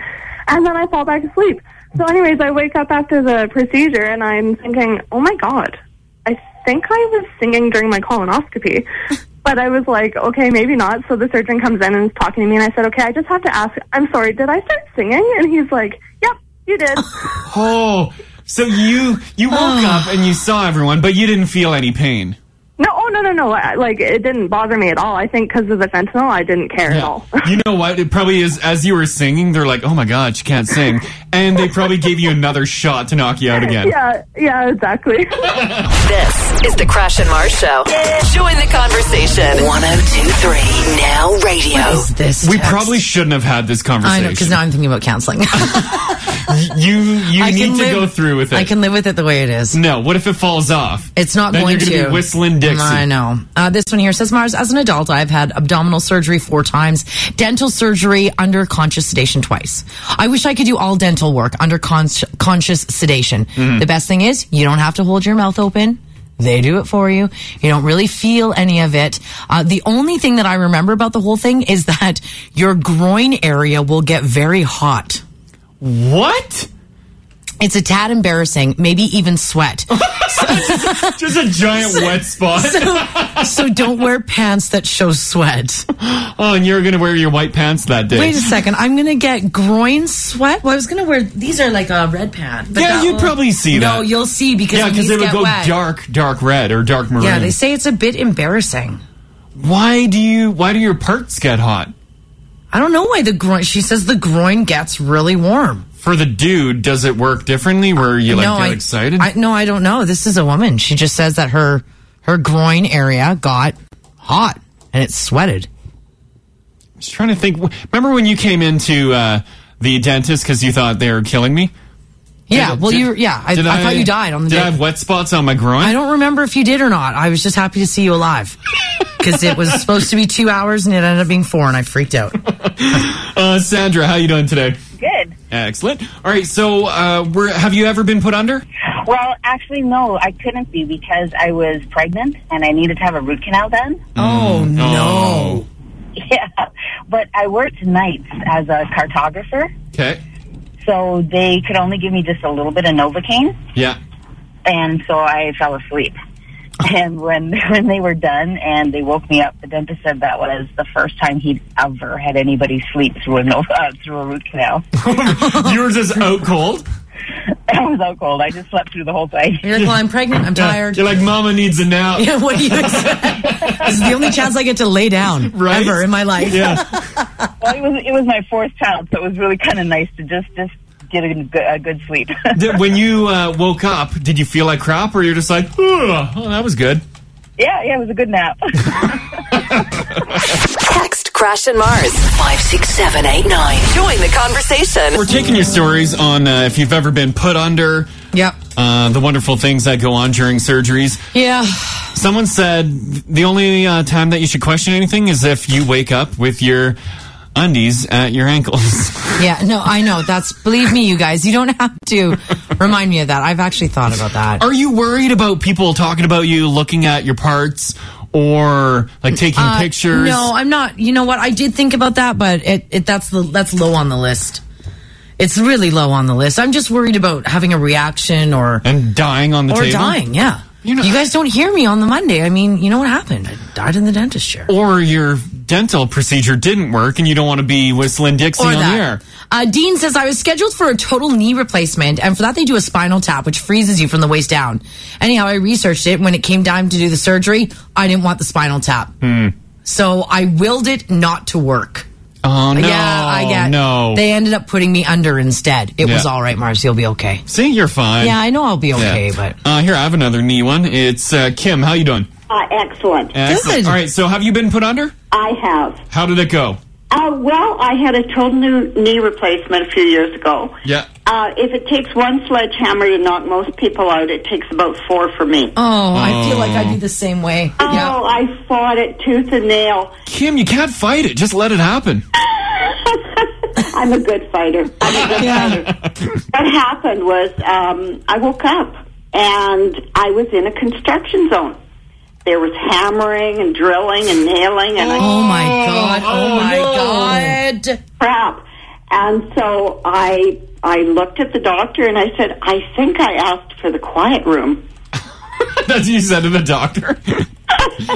Speaker 8: And then I fall back asleep. So, anyways, I wake up after the procedure and I'm thinking, oh my God, I think I was singing during
Speaker 13: <laughs>
Speaker 8: my colonoscopy. But I was like, okay, maybe not. So the surgeon comes in and is talking to me, and I said, okay, I just have to ask, I'm sorry, did I start singing? And he's like, yep,
Speaker 13: <laughs>
Speaker 8: you did.
Speaker 5: oh, so you you
Speaker 8: <sighs>
Speaker 5: woke up and you saw everyone, but you didn't feel any pain.
Speaker 8: no, oh, no, no, no. I- Like, it didn't bother me at all. I think because of the fentanyl, I didn't care at all.
Speaker 5: You know what? It probably is. As you were singing, they're like, "Oh my god, she can't sing," and they probably gave you another shot to knock you out again.
Speaker 8: Yeah, Uh, yeah, exactly.
Speaker 2: This is the Crash and Mars Show. Join the conversation. 1023 Now Radio.
Speaker 4: is this.
Speaker 5: We
Speaker 4: text?
Speaker 5: probably shouldn't have had this
Speaker 4: I
Speaker 5: conversation.
Speaker 4: know because now I'm thinking about
Speaker 5: <laughs>
Speaker 4: counseling. <laughs> I
Speaker 5: you you
Speaker 4: can
Speaker 5: need to
Speaker 4: live-
Speaker 5: go through with it.
Speaker 4: I can live with it the way it is.
Speaker 5: no, what if it falls off?
Speaker 4: It's not
Speaker 5: Then
Speaker 4: going
Speaker 5: you're gonna
Speaker 4: to
Speaker 5: be whistling Dixie.
Speaker 4: I know. Uh, this one here says, Mars, as an adult, I've had abdominal surgery four times, dental surgery under conscious sedation twice. I wish I could do all dental work under con- conscious sedation.
Speaker 5: Mm-hmm.
Speaker 4: The best thing is you don't have to hold your mouth open. They do it for you. You don't really feel any of it. Uh, the only thing that I remember about the whole thing is that your groin area will get very hot.
Speaker 5: What?
Speaker 4: It's a tad embarrassing, maybe even sweat.
Speaker 5: Just a
Speaker 4: <laughs>
Speaker 5: giant wet spot.
Speaker 4: so don't wear pants that show sweat.
Speaker 5: oh, and you're gonna wear your white pants that day.
Speaker 4: Wait a second. I'm gonna get groin sweat. Well, I was gonna wear these are like a red pant. but
Speaker 5: Yeah,
Speaker 4: that
Speaker 5: you'd
Speaker 4: will-
Speaker 5: probably see
Speaker 4: No,
Speaker 5: that.
Speaker 4: you'll see because
Speaker 5: yeah,
Speaker 4: because
Speaker 5: because it would go
Speaker 4: wet.
Speaker 5: dark, dark red or dark maroon.
Speaker 4: Yeah, they say it's a bit embarrassing.
Speaker 5: why do you? Why do your parts get hot?
Speaker 4: I don't know why the groin. She says the groin gets really warm.
Speaker 5: For the dude, does it work differently? Where you like
Speaker 4: no,
Speaker 5: get
Speaker 4: I,
Speaker 5: excited?
Speaker 4: I, no, I don't know. This is a woman. She just says that her her groin area got hot and it sweated.
Speaker 5: Just trying to think. Remember when you came into uh, the dentist because you thought they were killing me?
Speaker 4: Yeah.
Speaker 5: Did-
Speaker 4: well,
Speaker 5: did-
Speaker 4: you. Yeah. I, I
Speaker 5: did
Speaker 4: thought you died on the
Speaker 5: Did
Speaker 4: day.
Speaker 5: I have wet spots on my groin?
Speaker 4: I don't remember if you did or not. I was just happy to see you <laughs> alive. Because it was supposed to be two hours and it ended up being four, and I freaked out.
Speaker 5: Uh, Sandra, how you doing today?
Speaker 13: Good. <laughs>
Speaker 5: Excellent. All right. So, uh, we're, have you ever been put under?
Speaker 13: Well, actually, no, I couldn't be because I was pregnant and I needed to have a root canal done.
Speaker 4: Oh no!
Speaker 13: <laughs> Yeah. But I worked nights as a cartographer,
Speaker 5: Okay.
Speaker 13: so they could only give me just a little bit of Novocaine,
Speaker 4: <laughs>
Speaker 5: Yeah.
Speaker 13: and so I fell asleep. <laughs> And when <laughs> when they were done and they woke me up, the dentist said that was the first time he'd ever had anybody sleep through a no- <laughs> uh, through a root canal.
Speaker 5: you were just out cold.
Speaker 13: I was out cold. I just slept through the whole thing. <laughs>
Speaker 4: You're like, well, I'm pregnant. I'm <laughs> tired.
Speaker 5: You're like, Mama needs a nap.
Speaker 4: Yeah, what do you expect? this is the only chance I get to lay down
Speaker 5: Right?
Speaker 4: ever in my life.
Speaker 5: Yeah.
Speaker 13: Well, it was it was my fourth child, so it was really kind of nice to just just get a, good- a good sleep.
Speaker 5: <laughs>
Speaker 13: <laughs>
Speaker 5: Did- when you uh, woke up, did you feel like crap, or you're just like, "Ugh, oh, that was good?
Speaker 13: yeah, yeah, it was a good nap. <laughs>
Speaker 2: Text Crash and Mars 56789. Join the conversation.
Speaker 5: We're taking your stories on uh, if you've ever been put under,
Speaker 4: Yep.
Speaker 5: uh, the wonderful things that go on during surgeries.
Speaker 4: Yeah.
Speaker 5: Someone said the only uh, time that you should question anything is if you wake up with your undies at your
Speaker 4: <laughs>
Speaker 5: ankles.
Speaker 4: Yeah. No, I know. That's believe me, you guys. You don't have to remind me of that. I've actually thought about that.
Speaker 5: Are you worried about people talking about you, looking at your parts, or like taking pictures?
Speaker 4: Uh, No, I'm not. You know what? I did think about that, but it, it that's the that's low on the list. It's really low on the list. I'm just worried about having a reaction or
Speaker 5: and dying on the
Speaker 4: or
Speaker 5: table,
Speaker 4: dying. Yeah.
Speaker 5: You're not-
Speaker 4: you guys don't hear me on the Monday. I mean, you know what happened? I died in the dentist chair.
Speaker 5: or your dental procedure didn't work, and you don't want to be whistling Dixie on the air.
Speaker 4: Uh, Dean says, I was scheduled for a total knee replacement, and for that, they do a spinal tap, which freezes you from the waist down. Anyhow, I researched it. When it came time to do the
Speaker 5: Hmm.
Speaker 4: surgery, I didn't want the spinal tap. So I willed it not to work.
Speaker 5: Oh no!
Speaker 4: yeah, I got.
Speaker 5: no.
Speaker 4: They ended up putting me under instead. It was
Speaker 5: Yeah.
Speaker 4: all right, Mars. You'll be okay.
Speaker 5: See, you're fine.
Speaker 4: Yeah, I know I'll be
Speaker 5: Yeah.
Speaker 4: okay, but
Speaker 5: uh, here I have another knee one. It's uh, Kim. How you doing?
Speaker 14: Uh, excellent.
Speaker 5: Excellent. All right. So have you been put under?
Speaker 14: I have.
Speaker 5: How did it go?
Speaker 14: Uh, well, I had a total new knee replacement a few years ago.
Speaker 5: Yeah.
Speaker 14: Uh, if it takes one sledgehammer to knock most people out, uh, it takes about four for me.
Speaker 4: Oh, I feel like I'd be the same way.
Speaker 14: Oh, I fought it tooth and nail.
Speaker 5: Kim, you can't fight it. Just let it
Speaker 14: <laughs>
Speaker 5: happen. <laughs>
Speaker 14: I'm a good fighter. I'm a good fighter. What happened was um, I woke up and I was in a construction zone. There was hammering and drilling and nailing and
Speaker 4: Oh, my
Speaker 14: god!
Speaker 4: Oh, my god!
Speaker 14: Crap! And so I I looked at the doctor and I said, I think I asked for the quiet room.
Speaker 5: That's what you said to the
Speaker 14: <laughs>
Speaker 5: doctor.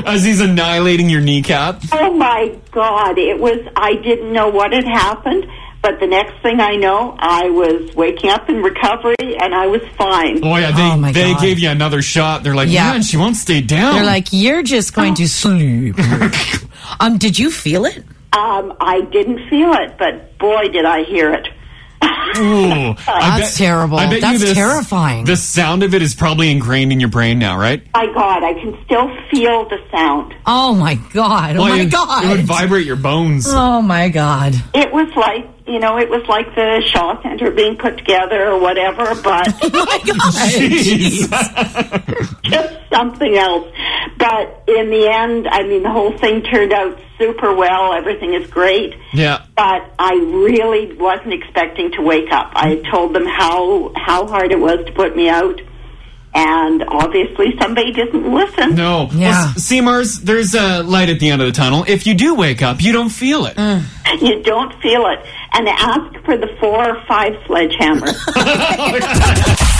Speaker 5: As he's annihilating your kneecap.
Speaker 14: Oh my God! It was I didn't know what had happened, but the next thing I know, I was waking up in recovery and I was fine.
Speaker 5: Oh yeah, they
Speaker 4: my
Speaker 5: they
Speaker 4: God.
Speaker 5: gave you another shot. They're like,
Speaker 4: Yeah.
Speaker 5: man, she won't stay down.
Speaker 4: They're like, you're just going
Speaker 5: <laughs>
Speaker 4: to sleep. um, did you feel it?
Speaker 14: Um, I didn't feel it, but boy, did I hear it.
Speaker 5: Ooh, I
Speaker 4: That's terrible.
Speaker 5: I bet you
Speaker 4: That's
Speaker 5: this-
Speaker 4: terrifying.
Speaker 5: The sound of it is probably ingrained in your brain now, right?
Speaker 14: <laughs> My God, I can still feel the sound.
Speaker 4: Oh my god! Oh
Speaker 5: Well,
Speaker 4: my
Speaker 5: it, It would
Speaker 4: god!
Speaker 5: vibrate your bones.
Speaker 4: Oh my god! <laughs>
Speaker 14: It was like, you know, it was like the Shaw Center being put together or whatever, but
Speaker 4: Oh my
Speaker 5: <laughs>
Speaker 4: god!
Speaker 14: just something else. But in the end, I mean, the whole thing turned out super well. Everything is great.
Speaker 5: Yeah.
Speaker 14: But I really wasn't expecting to wake up. I told them how how hard it was to put me out, and obviously somebody didn't listen.
Speaker 5: No.
Speaker 4: Yeah.
Speaker 5: Well, s- see, Mars, there's a light at the end of the tunnel. If you do wake up, you don't feel it.
Speaker 14: You don't feel it, and ask for the four or five sledgehammers.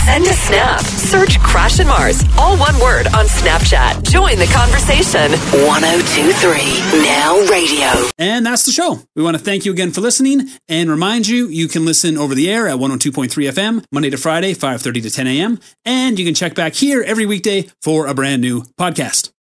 Speaker 2: Send a snap. Search Crash and Mars, all one word on Snapchat. Join the conversation. 1023 Now Radio.
Speaker 15: And that's the show. We want to thank you again for listening and remind you you can listen over the air at 102.3 FM Monday to Friday 5:30 to 10 a.m. and you can check back here every weekday for a brand new podcast.